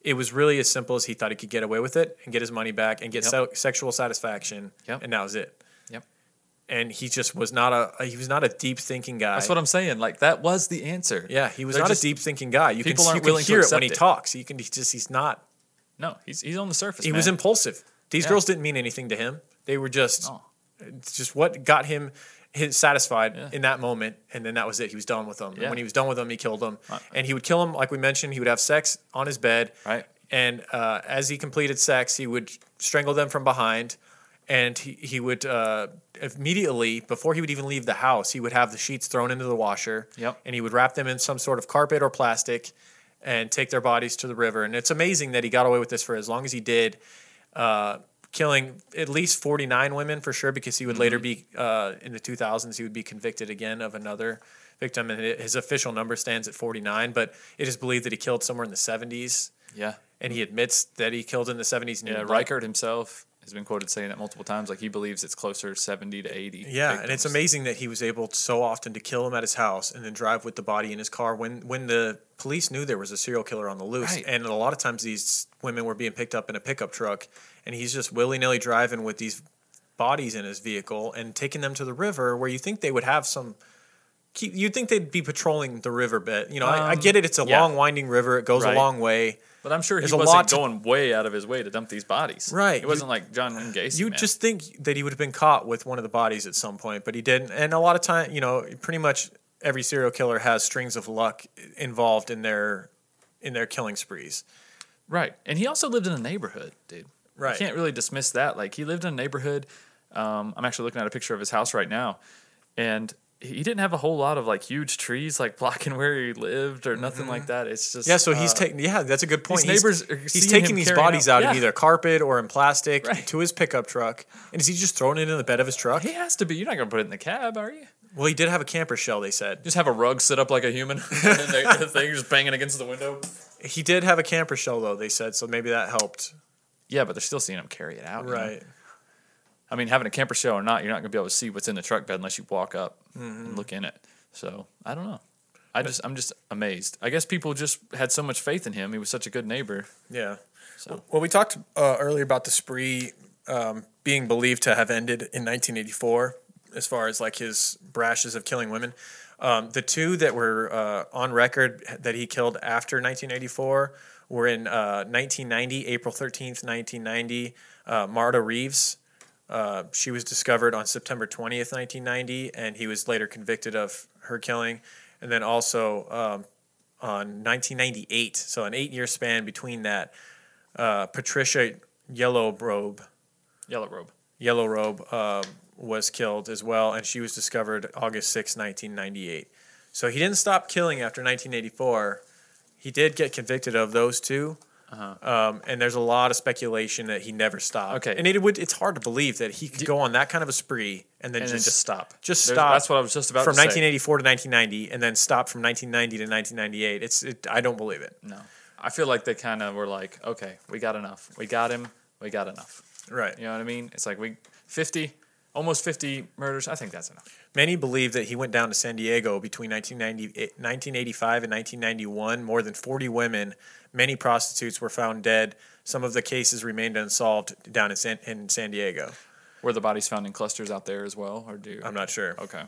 S2: it was really as simple as he thought he could get away with it and get his money back and get
S1: Yep.
S2: se- sexual satisfaction.
S1: Yep.
S2: And that was it.
S1: Yep.
S2: And he just was not a he was not a deep thinking guy.
S1: That's what I'm saying. Like that was the answer.
S2: Yeah, he was
S1: They're
S2: not
S1: just-
S2: a deep thinking guy. You can,
S1: people aren't
S2: you can
S1: willing to
S2: hear it when he
S1: accept it.
S2: talks. You can he just he's not.
S1: No, he's he's on the surface.
S2: He was
S1: man.
S2: impulsive. These
S1: Yeah.
S2: girls didn't mean anything to him. They were just
S1: No.
S2: it's just what got him his satisfied
S1: Yeah.
S2: in that moment, and then that was it. He was done with them.
S1: Yeah.
S2: And when he was done with them, he killed them.
S1: Right.
S2: And he would kill them, like we mentioned. He would have sex on his bed.
S1: Right.
S2: And uh, as he completed sex, he would strangle them from behind, and he he would uh, immediately before he would even leave the house, he would have the sheets thrown into the washer.
S1: Yep.
S2: And he would wrap them in some sort of carpet or plastic, and take their bodies to the river. And it's amazing that he got away with this for as long as he did uh, killing at least 49 women for sure because he would later be uh, in the 2000s he would be convicted again of another victim and hi- his official number stands at 49 but it is believed that he killed somewhere in the 70s
S1: Yeah.
S2: and he admits that he killed in the 70s and he
S1: Yeah,
S2: would like-
S1: Reichert himself has been quoted saying that multiple times. Like he believes it's closer to seventy to eighty.
S2: yeah and it's
S1: victims.
S2: amazing that he was able so often to kill him at his house and then drive with the body in his car when when the police knew there was a serial killer on the loose
S1: Right.
S2: and a lot of times these women were being picked up in a pickup truck and he's just willy-nilly driving with these bodies in his vehicle and taking them to the river where you think they would have some keep, you'd think they'd be patrolling the riverbed you know I, I
S1: Um,
S2: get it it's a
S1: yeah.
S2: long winding river it goes
S1: Right.
S2: a long way
S1: But I'm sure he
S2: There's a
S1: wasn't
S2: lot to-
S1: going way out of his way to dump these bodies.
S2: Right.
S1: It wasn't like John Wayne Gacy.
S2: you
S1: man.
S2: just think that he would have been caught with one of the bodies at some point but he didn't and a lot of time you know pretty much every serial killer has strings of luck involved in their in their killing sprees
S1: right. And he also lived in a neighborhood, dude.
S2: Right.
S1: You can't really dismiss that. Like he lived in a neighborhood. Um, I'm actually looking at a picture of his house right now, and he he didn't have a whole lot of like huge trees like blocking where he lived or nothing like that. It's just
S2: Mm-hmm. yeah so he's
S1: uh,
S2: taking yeah that's a good point
S1: These
S2: He's-
S1: neighbors are
S2: he's,
S1: seeing him
S2: taking these
S1: carrying
S2: bodies
S1: out-
S2: out, in
S1: yeah.
S2: either carpet or in plastic
S1: Right.
S2: to his pickup truck and is he just throwing it in the bed of his truck
S1: He has to be. You're not gonna put it in the cab, are you?
S2: well he did have a camper shell they said
S1: Just have a rug set up like a human, and then the, the thing just banging against the window.
S2: He did have a camper shell though. They said so. Maybe that helped.
S1: Yeah, but they're still seeing him carry it out. you know?
S2: Right.
S1: I mean, having a camper shell or not, you're not going to be able to see what's in the truck bed unless you walk up and look in it. So I don't know. I just I'm just amazed. I guess people just had so much faith in him. He was such a good neighbor.
S2: Yeah.
S1: So
S2: Well, we talked uh, earlier about the spree um, being believed to have ended in 1984, as far as like his brashes of killing women. Um, the two that were uh, on record that he killed after 1984 were in uh, 1990, April 13th, 1990, uh, Marta Reeves. Uh, she was discovered on September 20th, 1990, and he was later convicted of her killing. And then uh, also um, on 1998, so an eight year span between that, uh, Patricia Yellowrobe,
S1: Yellow robe.
S2: Yellow Robe uh, was killed as well, and she was discovered August 6, 1998. So he didn't stop killing after 1984. He did get convicted of those 2 Um, and there's a lot of speculation that he never stopped.
S1: Uh-huh. Okay.
S2: and it would it's hard to believe that he could go on that kind of a spree and then,
S1: And then
S2: just,
S1: just stop.
S2: just
S1: There's-
S2: stop.
S1: that's what I was just about
S2: from
S1: to say.
S2: 1984 to 1990, and then stop from 1990 to 1998. It's it, I don't believe it.
S1: No. I feel like they kind of were like, okay, we got enough. We got him. We got enough.
S2: Right.
S1: You know what I mean? It's like we 50, almost 50 murders. I think that's enough.
S2: Many believe that he went down to San Diego between 1990, 1985 and 1991. More than 40 women, many prostitutes, were found dead. Some of the cases remained unsolved down in San, in San Diego.
S1: Were the bodies found in clusters out there as well, or do
S2: I'm not sure.
S1: Okay.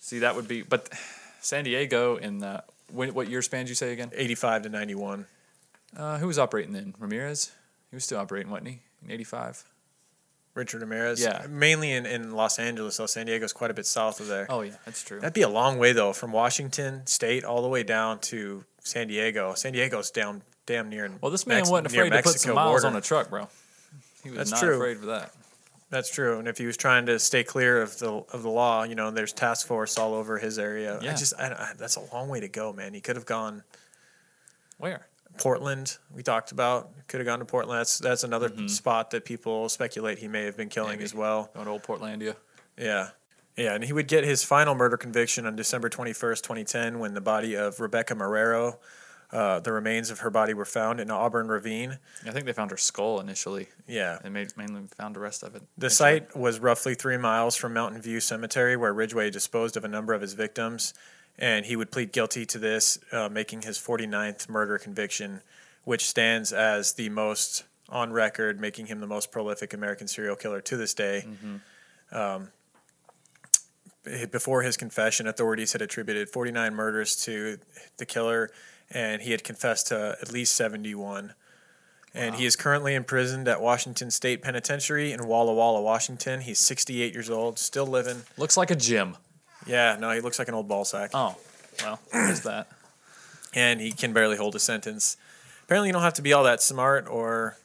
S1: See, that would be, but San Diego in the when, what year span did you say again?
S2: 85 to 91.
S1: Uh, who was operating then? Ramirez. He was still operating, wasn't he? In '85.
S2: Richard Ramirez.
S1: Yeah.
S2: Mainly in, in Los Angeles, though. San Diego's quite a bit south of there.
S1: Oh yeah, that's true.
S2: That'd be a long way, though, from Washington State all the way down to San Diego. San Diego's down damn near.
S1: well, this man
S2: Mex-
S1: wasn't
S2: near
S1: afraid to put
S2: Mexico
S1: some miles
S2: border.
S1: on a truck, bro. He was
S2: That's
S1: not
S2: true.
S1: afraid for that.
S2: That's true. And if he was trying to stay clear of the of the law, you know, there's task force all over his area. I
S1: Yeah.
S2: just I, I, that's a long way to go, man. He could have gone
S1: Where?
S2: Portland. We talked about could have gone to Portland. That's that's another
S1: Mm-hmm.
S2: spot that people speculate he may have been killing as well.
S1: Going to old Portlandia.
S2: Yeah. Yeah, and he would get his final murder conviction on December 21st, 2010, when the body of Rebecca Marrero, uh, the remains of her body were found in Auburn Ravine.
S1: I think they found her skull initially.
S2: Yeah.
S1: They made, mainly found the rest of it.
S2: The
S1: It's
S2: site was roughly three miles from Mountain View Cemetery, where Ridgway disposed of a number of his victims, and he would plead guilty to this, uh, making his 49th murder conviction, which stands as the most on record, making him the most prolific American serial killer to this day. Um, before his confession, authorities had attributed 49 murders to the killer, and he had confessed to at least 71 and he is currently imprisoned at Washington State Penitentiary in Walla Walla, Washington. He's 68 years old, still living.
S1: Looks like a gym.
S2: Yeah, no, he looks like an old ball sack,
S1: Oh, well, there's that.
S2: and he can barely hold a sentence. Apparently, you don't have to be all that smart or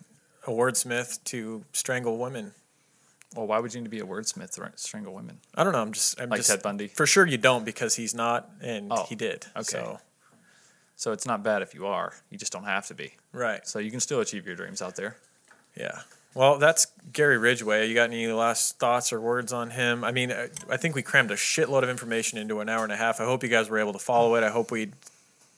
S2: a wordsmith to strangle women.
S1: Well, why would you need to be a wordsmith to strangle women?
S2: I don't know. I'm just, I'm
S1: Like
S2: just
S1: Ted Bundy?
S2: for sure. You don't because he's not, and
S1: Oh,
S2: he did.
S1: okay.
S2: So,
S1: So it's not bad if you are. You just don't have to be.
S2: right.
S1: So you can still achieve your dreams out there.
S2: Yeah. Well, that's Gary Ridgway. You got any last thoughts or words on him? I mean, I I think we crammed a shitload of information into an hour and a half. I hope you guys were able to follow it. I hope we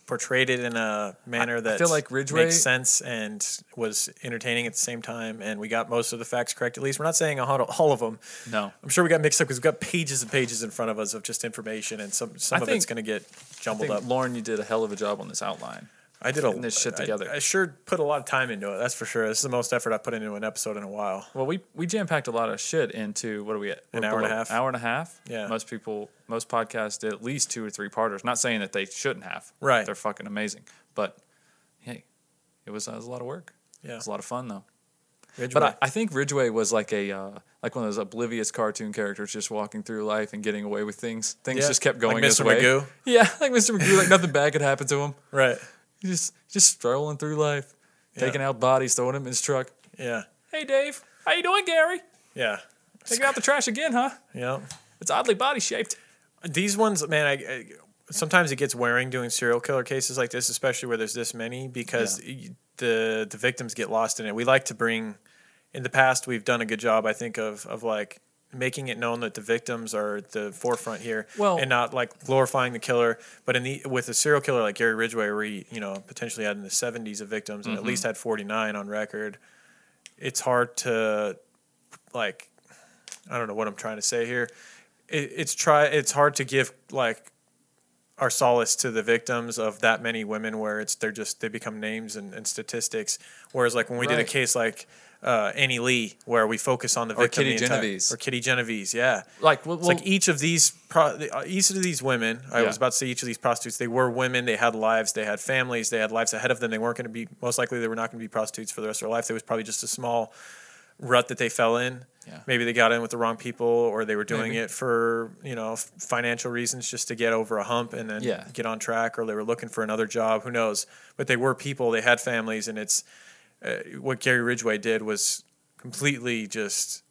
S2: portrayed it in a manner that
S1: feel like Ridgway-
S2: makes sense and was entertaining at the same time. And we got most of the facts correct. At least we're not saying all, all of them.
S1: No.
S2: I'm sure we got mixed up because we've got pages and pages in front of us of just information, and some some
S1: I
S2: of it's
S1: think-
S2: going to get
S1: I
S2: jumbled
S1: think,
S2: up.
S1: Lauren, you did a hell of a job on this outline.
S2: I did a
S1: getting this shit
S2: I-
S1: together.
S2: I, sure put a lot of time into it. That's for sure. This is the most effort I put into an episode in a while.
S1: Well, we, we jam packed a lot of shit into what are we at?
S2: An
S1: We're
S2: hour and a
S1: below-
S2: half.
S1: Hour and a half.
S2: Yeah.
S1: Most people, most podcasts did at least two or three parters. Not saying that they shouldn't have.
S2: Right.
S1: They're fucking amazing. But hey, it was, uh, it was a lot of work.
S2: Yeah.
S1: It was a lot of fun though.
S2: Ridgway.
S1: But I, I think Ridgway was like a uh, like one of those oblivious cartoon characters, just walking through life and getting away with things. Things
S2: Yeah,
S1: just kept
S2: like
S1: going his
S2: Mr.
S1: way.
S2: Magoo.
S1: Yeah, like Mr. Magoo, like nothing bad could happen to him.
S2: Right.
S1: He just just strolling through life, taking out bodies, throwing them in his truck.
S2: Yeah.
S1: Hey Dave, how you doing, Gary?
S2: Yeah.
S1: Taking out the trash again, huh?
S2: Yeah.
S1: It's oddly body shaped.
S2: These ones, man, I, I sometimes it gets wearing doing serial killer cases like this, especially where there's this many because y the the victims get lost in it. We like to bring in the past we've done a good job I think of of like making it known that the victims are at the forefront here
S1: Well-
S2: and not like glorifying the killer but in the with a serial killer like Gary Ridgway where he you know potentially had in the 70s of victims and at least had 49 on record it's hard to like I don't know what I'm trying to say here. It, it's try it's hard to give like our solace to the victims of that many women where it's they're just they become names and, and statistics. Whereas like when we did a
S1: Right.
S2: case like uh, Annie Lee where we focus on the victim
S1: Kitty
S2: the entire-
S1: Genovese.
S2: or Kitty Genovese, yeah.
S1: Like well,
S2: It's like each of these, pro- the- uh, each of these women. I
S1: Yeah.
S2: was about to say each of these prostitutes. They were women. They had lives. They had families. They had lives ahead of them. They weren't going to be. Most likely, they were not going to be prostitutes for the rest of their life. There was probably just a small rut that they fell in.
S1: Yeah.
S2: Maybe they got in with the wrong people, or they were doing
S1: Maybe.
S2: it for you know f- financial reasons, just to get over a hump and then
S1: Yeah.
S2: get on track, or they were looking for another job. Who knows? But they were people. They had families, and it's uh, what Gary Ridgway did was completely just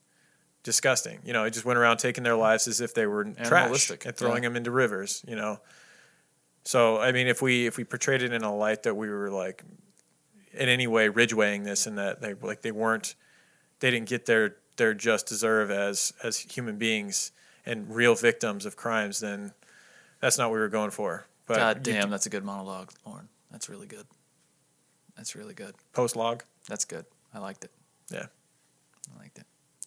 S2: disgusting. You know, he just went around taking their lives as if they were trash
S1: Animalistic,
S2: and throwing
S1: yeah.
S2: them into rivers. You know, so I mean, if we if we portrayed it in a light that we were like in any way Ridgwaying this and that they like they weren't they didn't get their their just deserve as as human beings and real victims of crimes, then that's not what we were going for. But
S1: God damn, that's a good monologue, Lauren. That's really good. That's really good.
S2: post log.
S1: That's good. I liked it.
S2: Yeah.
S1: I liked it.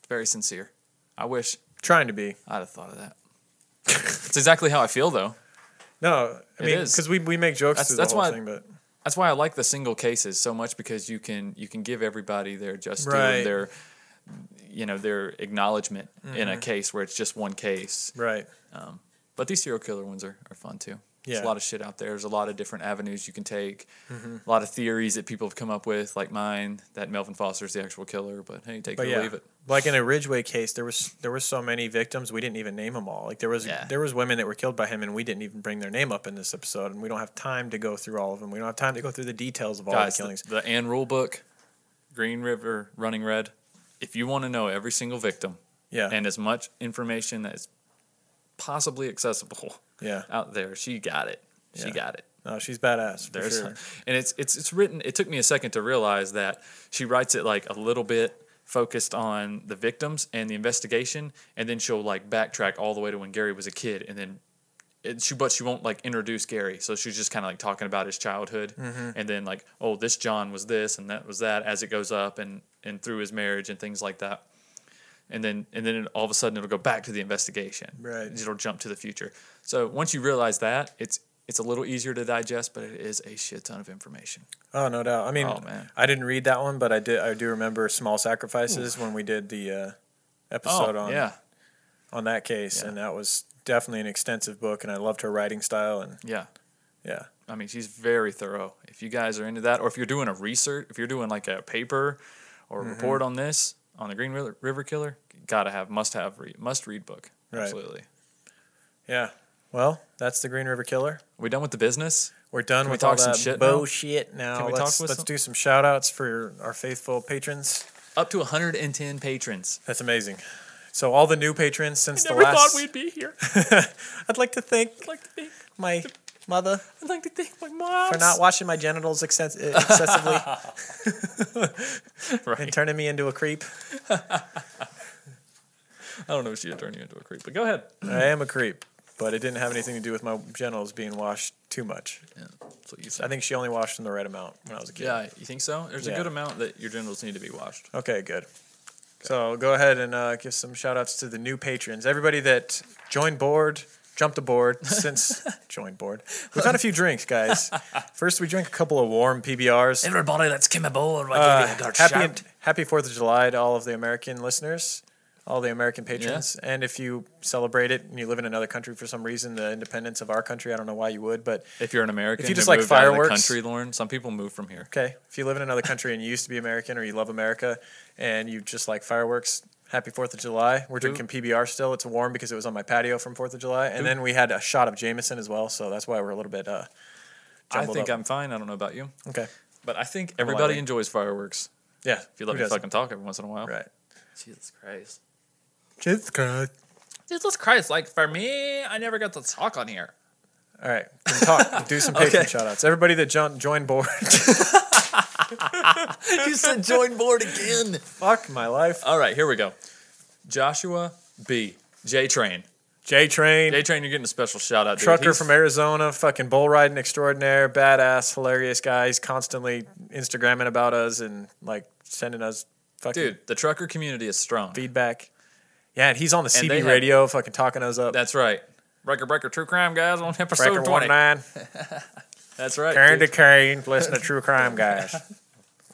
S1: Very sincere. I wish
S2: Trying to be.
S1: I'd have thought of that. It's exactly how I feel though.
S2: No, I
S1: It
S2: mean,
S1: is.
S2: because we, we make jokes
S1: That's-
S2: through the
S1: that's
S2: whole
S1: why-
S2: thing, but
S1: That's why I like the single cases so much because you can you can give everybody their just due,
S2: Right.
S1: their you know their acknowledgment in a case where it's just one case.
S2: right,
S1: Um, but these serial killer ones are, are fun too. There's
S2: Yeah. Mm-hmm.
S1: a lot of shit out there. There's a lot of different avenues you can take. A lot of theories that people have come up with, like mine, that Melvin Foster is the actual killer. But hey, take
S2: but
S1: it
S2: yeah,
S1: or leave it.
S2: like in a Ridgeway case, there was there were so many victims we didn't even name them all. Like there was
S1: Yeah.
S2: there was women that were killed by him, and we didn't even bring their name up in this episode, and we don't have time to go through all of them. We don't have time to go through the details of all
S1: Guys,
S2: the killings.
S1: the, the Ann Rule book, Green River Running Red. If you want to know every single victim
S2: yeah,
S1: and as much information as possibly accessible
S2: yeah.
S1: out there, she got it. She
S2: Yeah.
S1: got it.
S2: No, she's badass. For
S1: There's,
S2: sure.
S1: and it's it's it's written. It took me a second to realize that she writes it like a little bit focused on the victims and the investigation, and then she'll like backtrack all the way to when Gary was a kid, and then it, she but she won't like introduce Gary, so she's just kind of like talking about his childhood, and then like oh this John was this and that was that as it goes up and and through his marriage and things like that. And then, and then it- all of a sudden, it'll go back to the investigation.
S2: Right.
S1: It'll jump to the future. So once you realize that, it's it's a little easier to digest, but it is a shit ton of information.
S2: Oh no doubt. I mean,
S1: Oh, man.
S2: I didn't read that one, but I did. I do remember Small Sacrifices when we did the uh, episode on
S1: Oh, yeah,
S2: on that case,
S1: Yeah.
S2: and that was definitely an extensive book, and I loved her writing style, and
S1: yeah.
S2: yeah,
S1: I mean, she's very thorough. If you guys are into that, or if you're doing a research, if you're doing like a paper or a
S2: Mm-hmm.
S1: report on this on the Green River, River Killer, gotta have must have read must read book.
S2: Right.
S1: Absolutely.
S2: yeah. Well, that's the Green River Killer.
S1: We done with the business.
S2: We're done
S1: Can we
S2: with
S1: talk
S2: all
S1: some
S2: that
S1: shit now?
S2: bullshit now.
S1: Can we
S2: let's,
S1: talk with
S2: let's
S1: some-
S2: do some shout outs for our faithful patrons.
S1: Up to 110 patrons.
S2: That's amazing. So all the new patrons since
S1: I
S2: the last
S1: be here.
S2: I'd like to thank
S1: I'd like to thank,
S2: my mother
S1: I'd like to thank my mom
S2: for not washing my genitals excess- uh, excessively and turning me into a creep.
S1: I don't know if she had turned you into a creep, but go ahead.
S2: I am a creep, but it didn't have anything to do with my genitals being washed too much.
S1: Yeah, that's what you
S2: I
S1: said.
S2: think she only washed them the right amount when I was a kid.
S1: Yeah, you think so? There's a
S2: Yeah.
S1: good amount that your genitals need to be washed.
S2: Okay, good. So go ahead and uh, give some shout outs to the new patrons. Everybody that joined board, jumped aboard since joined board. We've had a few drinks, guys. First, we drank a couple of warm PBRs.
S1: Everybody, let's come aboard.
S2: Uh, happy, happy 4th of July to all of the American listeners, all the American patrons. And if you celebrate it and you live in another country for some reason, the independence of our country, I don't know why you would, but
S1: If you're an American,
S2: If you just
S1: who
S2: like
S1: moved out of the
S2: fireworks-
S1: country, Lauren. Some people move from here.
S2: Okay. If you live in another country and you used to be American or you love America and you just like fireworks, happy 4th of July. We're drinking PBR still. It's warm because it was on my patio from 4th of July. And then we had a shot of Jameson as well. So that's why we're a little bit, uh,
S1: I
S2: Jumbled
S1: think
S2: up.
S1: I'm fine. I don't know about you,
S2: okay.
S1: but I think everybody
S2: lightly.
S1: enjoys fireworks.
S2: Yeah.
S1: If you let me
S2: who doesn't?
S1: fucking talk every once in a while,
S2: Right.
S1: Jesus Christ.
S2: Jesus Christ.
S1: Jesus Christ! Like for me, I never got to talk on here.
S2: All right. Then talk. do some patron
S1: Okay.
S2: shout outs. Everybody that jo- joined board.
S1: you said join board again.
S2: Fuck my life.
S1: All right, here we go. Joshua B. J Train.
S2: J Train.
S1: J Train, you're getting a special shout out. dude.
S2: Trucker
S1: He's-
S2: from Arizona, fucking bull riding extraordinaire, badass, hilarious guy. He's constantly Instagramming about us and like sending us fucking
S1: Dude, the trucker community is strong.
S2: feedback. Yeah, and he's on the
S1: And they
S2: CB
S1: have-
S2: radio, fucking talking us up.
S1: That's right. Breaker Breaker True Crime guys on episode
S2: Breaker
S1: 20.
S2: one nine,
S1: That's right.
S2: Karen to
S1: dude.
S2: Karen, listen to True Crime guys.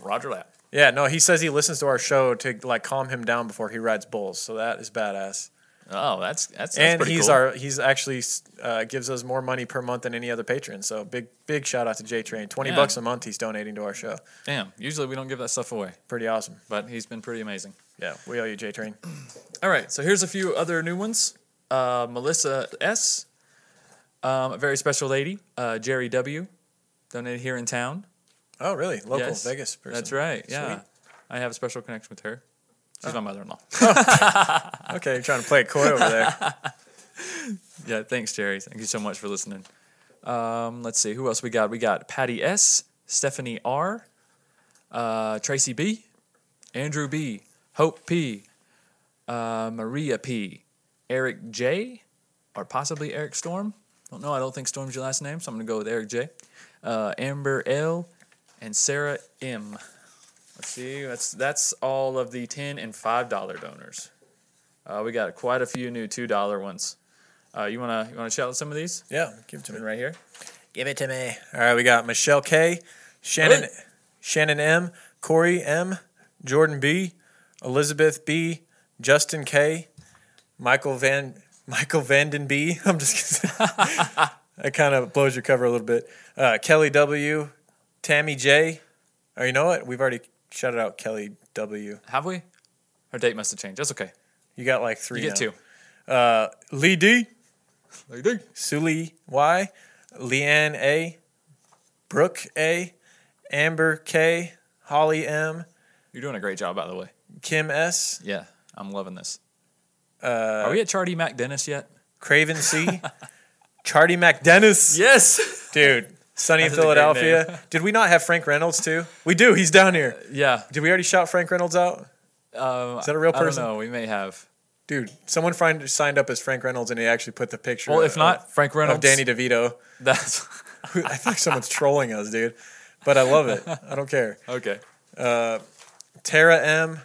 S1: Roger that.
S2: Yeah, no, he says he listens to our show to like calm him down before he rides bulls. So that is badass.
S1: Oh, that's that's, that's
S2: and
S1: pretty
S2: he's
S1: cool.
S2: our he's actually uh, gives us more money per month than any other patron. So big big shout out to J Train. Twenty
S1: Yeah.
S2: bucks a month he's donating to our show.
S1: damn. Usually we don't give that stuff away,
S2: Pretty awesome.
S1: but he's been pretty amazing.
S2: Yeah, we owe you J Train.
S1: All right, so here's a few other new ones. Uh, Melissa S, um, a very special lady. Uh, Jerry W, donated here in town.
S2: Oh, really? Local Vegas person.
S11: That's right. Yeah,
S2: Sweet.
S11: I have a special connection with her. She's my mother-in-law.
S2: Okay, you're trying to play it coy over there.
S11: yeah, thanks, Jerry. Thank you so much for listening. Um, let's see who else we got. We got Patty S, Stephanie R, uh, Tracy B, Andrew B, Hope P, uh, Maria P, Eric J, or possibly Eric Storm. Don't know. I don't think Storm's your last name, so I'm gonna go with Eric J, uh, Amber L, and Sarah M. Let's see. That's that's all of the ten and five dollar donors. Uh, we got quite a few new two dollar ones. Uh, you wanna you wanna shout out some of these?
S2: Yeah, give it to me.
S11: Right here.
S2: Give it to me. All right, we got Michelle K, Shannon, Shannon M, Corey M, Jordan B, Elizabeth B, Justin K, Michael Van Michael Vanden B. I'm just kidding. that kind of blows your cover a little bit. Uh, Kelly W, Tammy J. Oh, you know what? We've already shouted out Kelly W.
S11: Have we? Our date must have changed. That's okay.
S2: You got like three.
S11: You get
S2: now.
S11: two.
S2: Uh, Lee D.
S11: Lee D.
S2: Suli Y. Leanne A. Brooke A. Amber K. Holly M.
S11: You're doing a great job, by the way.
S2: Kim S.
S11: Yeah, I'm loving this.
S2: Uh,
S11: Are we at Charlie Mac Dennis yet?
S2: Craven C. Chardy McDennis.
S11: Yes.
S2: Dude, Sunny in
S11: That's a great
S2: Philadelphia. Did we not have Frank Reynolds too? We do. He's down here.
S11: Uh, Yeah.
S2: Did we already shout Frank Reynolds out?
S11: Um, Is
S2: that a real
S11: I
S2: person?
S11: don't know. We may have.
S2: Dude, someone find, signed up as Frank Reynolds and he actually put the picture
S11: Well, if not, Frank Reynolds-
S2: of Danny DeVito.
S11: That's
S2: I think someone's trolling us, dude. But I love it. I don't care.
S11: okay.
S2: uh, Tara M,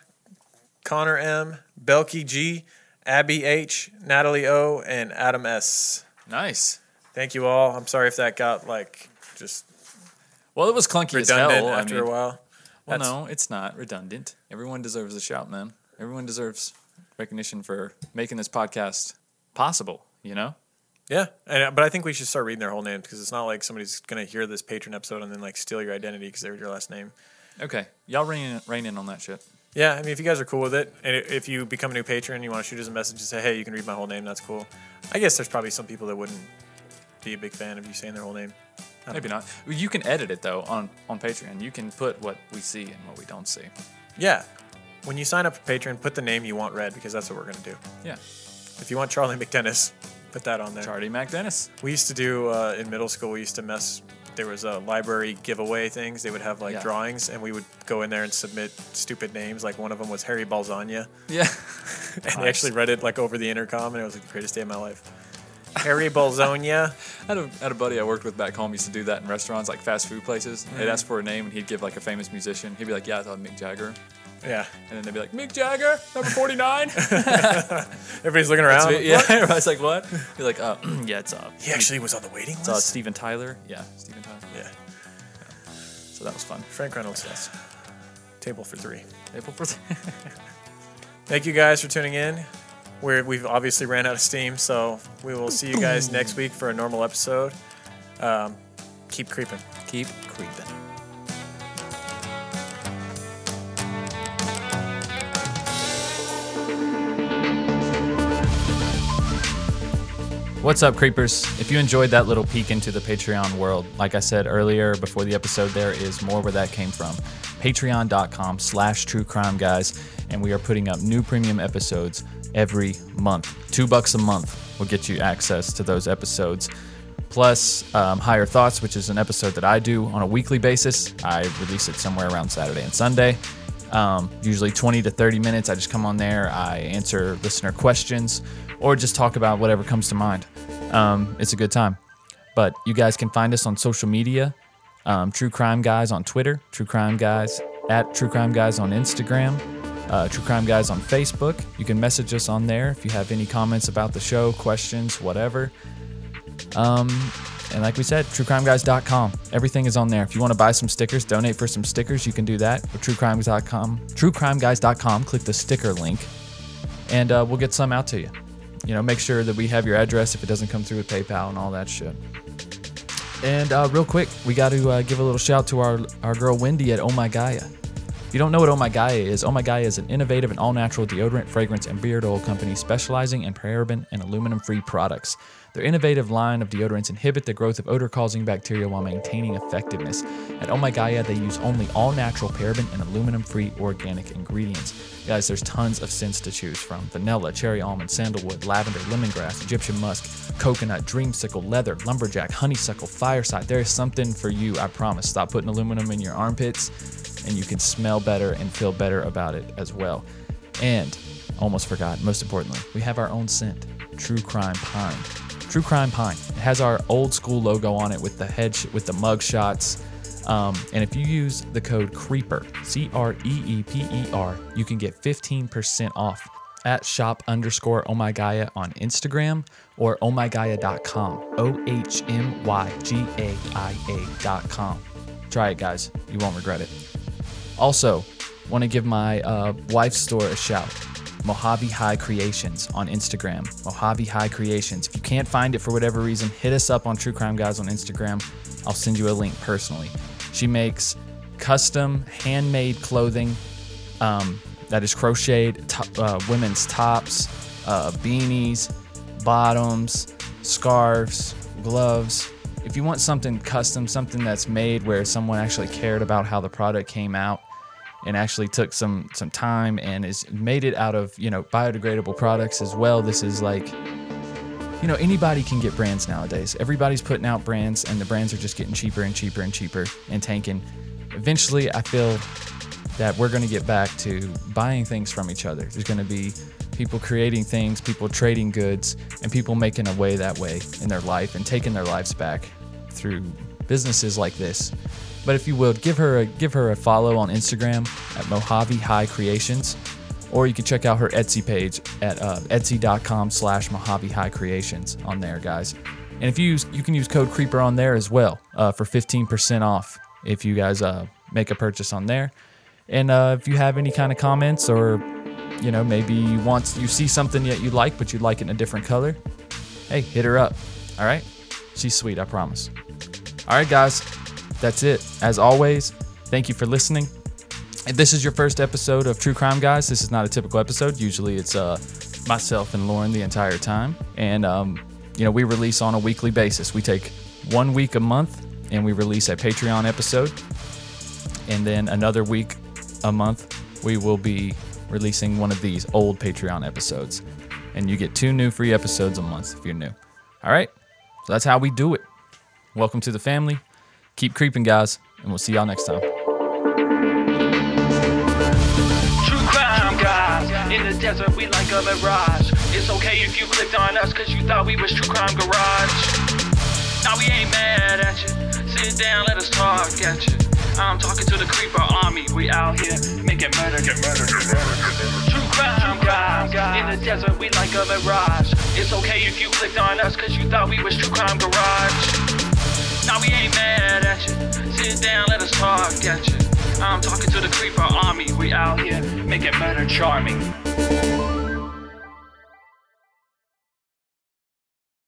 S2: Connor M, Belky G, Abby H, Natalie O, and Adam S.
S11: Nice.
S2: Thank you all. I'm sorry if that got like just
S11: Well, it was clunky as
S2: redundant
S11: hell. I
S2: after
S11: mean-
S2: a while.
S11: Well,
S2: That's-
S11: no, it's not redundant. Everyone deserves a shout, man. Everyone deserves recognition for making this podcast possible. You know.
S2: Yeah, and, uh, but I think we should start reading their whole names because it's not like somebody's gonna hear this patron episode and then like steal your identity because they were your last name.
S11: Okay, y'all rein in, rein in on that shit.
S2: Yeah, I mean, if you guys are cool with it, and i- if you become a new patron, you want to shoot us a message and say, "Hey, you can read my whole name. That's cool." I guess there's probably some people that wouldn't be a big fan of you saying their whole name. I don't
S11: Maybe
S2: know.
S11: not. Well, You can edit it though on on Patreon. You can put what we see and what we don't see.
S2: Yeah. When you sign up for Patreon, put the name you want read because that's what we're going to do.
S11: Yeah.
S2: If you want Charlie McDennis, put that on there.
S11: Charlie McDennis.
S2: We used to do uh, in middle school. We used to mess. There was a library giveaway things. They would have like
S11: Yeah.
S2: drawings, and we would go in there and submit stupid names. Like one of them was Harry Balzania,
S11: Yeah.
S2: and they actually read it like over the intercom, and it was like the greatest day of my life. Harry Balzonia.
S11: I had, a, had a buddy I worked with back home used to do that in restaurants, like fast food places. They'd ask for a name and he'd give like a famous musician. He'd be like, Yeah, I thought Mick Jagger.
S2: Yeah,
S11: And then they'd be like, Mick Jagger, number 49.
S2: everybody's looking around.
S11: yeah.
S2: What?
S11: I was like, What? He's like, uh, Yeah, it's uh,
S2: He actually was on the waiting
S11: it's, uh,
S2: list.
S11: Steven Tyler. Yeah, Steven Tyler.
S2: Yeah,
S11: So that was fun.
S2: Frank Reynolds. Yes. Table for three.
S11: April 4th.
S2: Thank you guys for tuning in. We're, we've obviously ran out of steam, so we will see you guys next week for a normal episode. Um, keep creeping.
S11: Keep creeping.
S1: What's up, creepers? If you enjoyed that little peek into the Patreon world, like I said earlier before the episode, there is more where that came from. Patreon.com slash true crime guys, and we are putting up new premium episodes every month. Two bucks a month will get you access to those episodes. Plus, um, Higher Thoughts, which is an episode that I do on a weekly basis. I release it somewhere around Saturday and Sunday. Um, usually 20 to 30 minutes. I just come on there, I answer listener questions, or just talk about whatever comes to mind. Um, it's a good time. But you guys can find us on social media um, True Crime Guys on Twitter, True Crime Guys at True Crime Guys on Instagram, uh, True Crime Guys on Facebook. You can message us on there if you have any comments about the show, questions, whatever. Um, and like we said, truecrimeguys.com. Everything is on there. If you want to buy some stickers, donate for some stickers, you can do that. Or truecrimes.com, truecrimeguys.com. Click the sticker link, and uh, we'll get some out to you. You know, make sure that we have your address if it doesn't come through with PayPal and all that shit. And uh, real quick, we got to uh, give a little shout to our our girl Wendy at Oh My Gaia. If you don't know what Oh My Gaia is, Oh My Gaia is an innovative and all natural deodorant, fragrance, and beard oil company specializing in paraben and aluminum free products. Their innovative line of deodorants inhibit the growth of odor causing bacteria while maintaining effectiveness. At Oh My Gaia, they use only all natural paraben and aluminum free organic ingredients. Guys, there's tons of scents to choose from vanilla, cherry almond, sandalwood, lavender, lemongrass, Egyptian musk, coconut, dreamsicle, leather, lumberjack, honeysuckle, fireside. There is something for you, I promise. Stop putting aluminum in your armpits and you can smell better and feel better about it as well. And almost forgot, most importantly, we have our own scent, True Crime Pine. True Crime Pine. It has our old school logo on it with the head sh- with the mug shots. Um, and if you use the code CREEPER, C R E E P E R, you can get 15% off at shop underscore oh my Gaia on Instagram or ohmygaia.com. O H M Y G A I A.com. Try it, guys. You won't regret it. Also, want to give my uh, wife's store a shout. Mojave High Creations on Instagram. Mojave High Creations. If you can't find it for whatever reason, hit us up on True Crime Guys on Instagram. I'll send you a link personally. She makes custom handmade clothing um, that is crocheted, to- uh, women's tops, uh, beanies, bottoms, scarves, gloves. If you want something custom, something that's made where someone actually cared about how the product came out and actually took some some time and is made it out of, you know, biodegradable products as well. This is like you know, anybody can get brands nowadays. Everybody's putting out brands and the brands are just getting cheaper and cheaper and cheaper and tanking. Eventually, I feel that we're going to get back to buying things from each other. There's going to be people creating things, people trading goods, and people making a way that way in their life and taking their lives back through businesses like this. But if you would, give her a, give her a follow on Instagram at Mojave High Creations, or you can check out her Etsy page at uh, etsy.com slash Mojave High Creations on there, guys. And if you use, you can use code Creeper on there as well uh, for 15% off if you guys uh, make a purchase on there. And uh, if you have any kind of comments or, you know, maybe you want you see something that you like but you like it in a different color, hey, hit her up. All right, she's sweet, I promise. All right, guys, that's it. As always, thank you for listening. If this is your first episode of True Crime Guys, this is not a typical episode. Usually, it's uh, myself and Lauren the entire time, and um, you know we release on a weekly basis. We take one week a month, and we release a Patreon episode and then another week a month we will be releasing one of these old patreon episodes and you get two new free episodes a month if you're new all right so that's how we do it welcome to the family keep creeping guys and we'll see y'all next time
S12: True crime guys, in the desert we like a mirage. It's okay if you clicked on us cause you thought we was True Crime Garage. Now we ain't mad at you. Sit down, let us talk at you. I'm talking to the creeper army. We out here making murder, get murder, get murder, get murder. True crime guys, in the desert we like a mirage. It's okay if you clicked on us cause you thought we was True Crime Garage. Now we ain't mad at you. Sit down, let us talk at you. I'm talking to the creeper army. We out here making murder charming.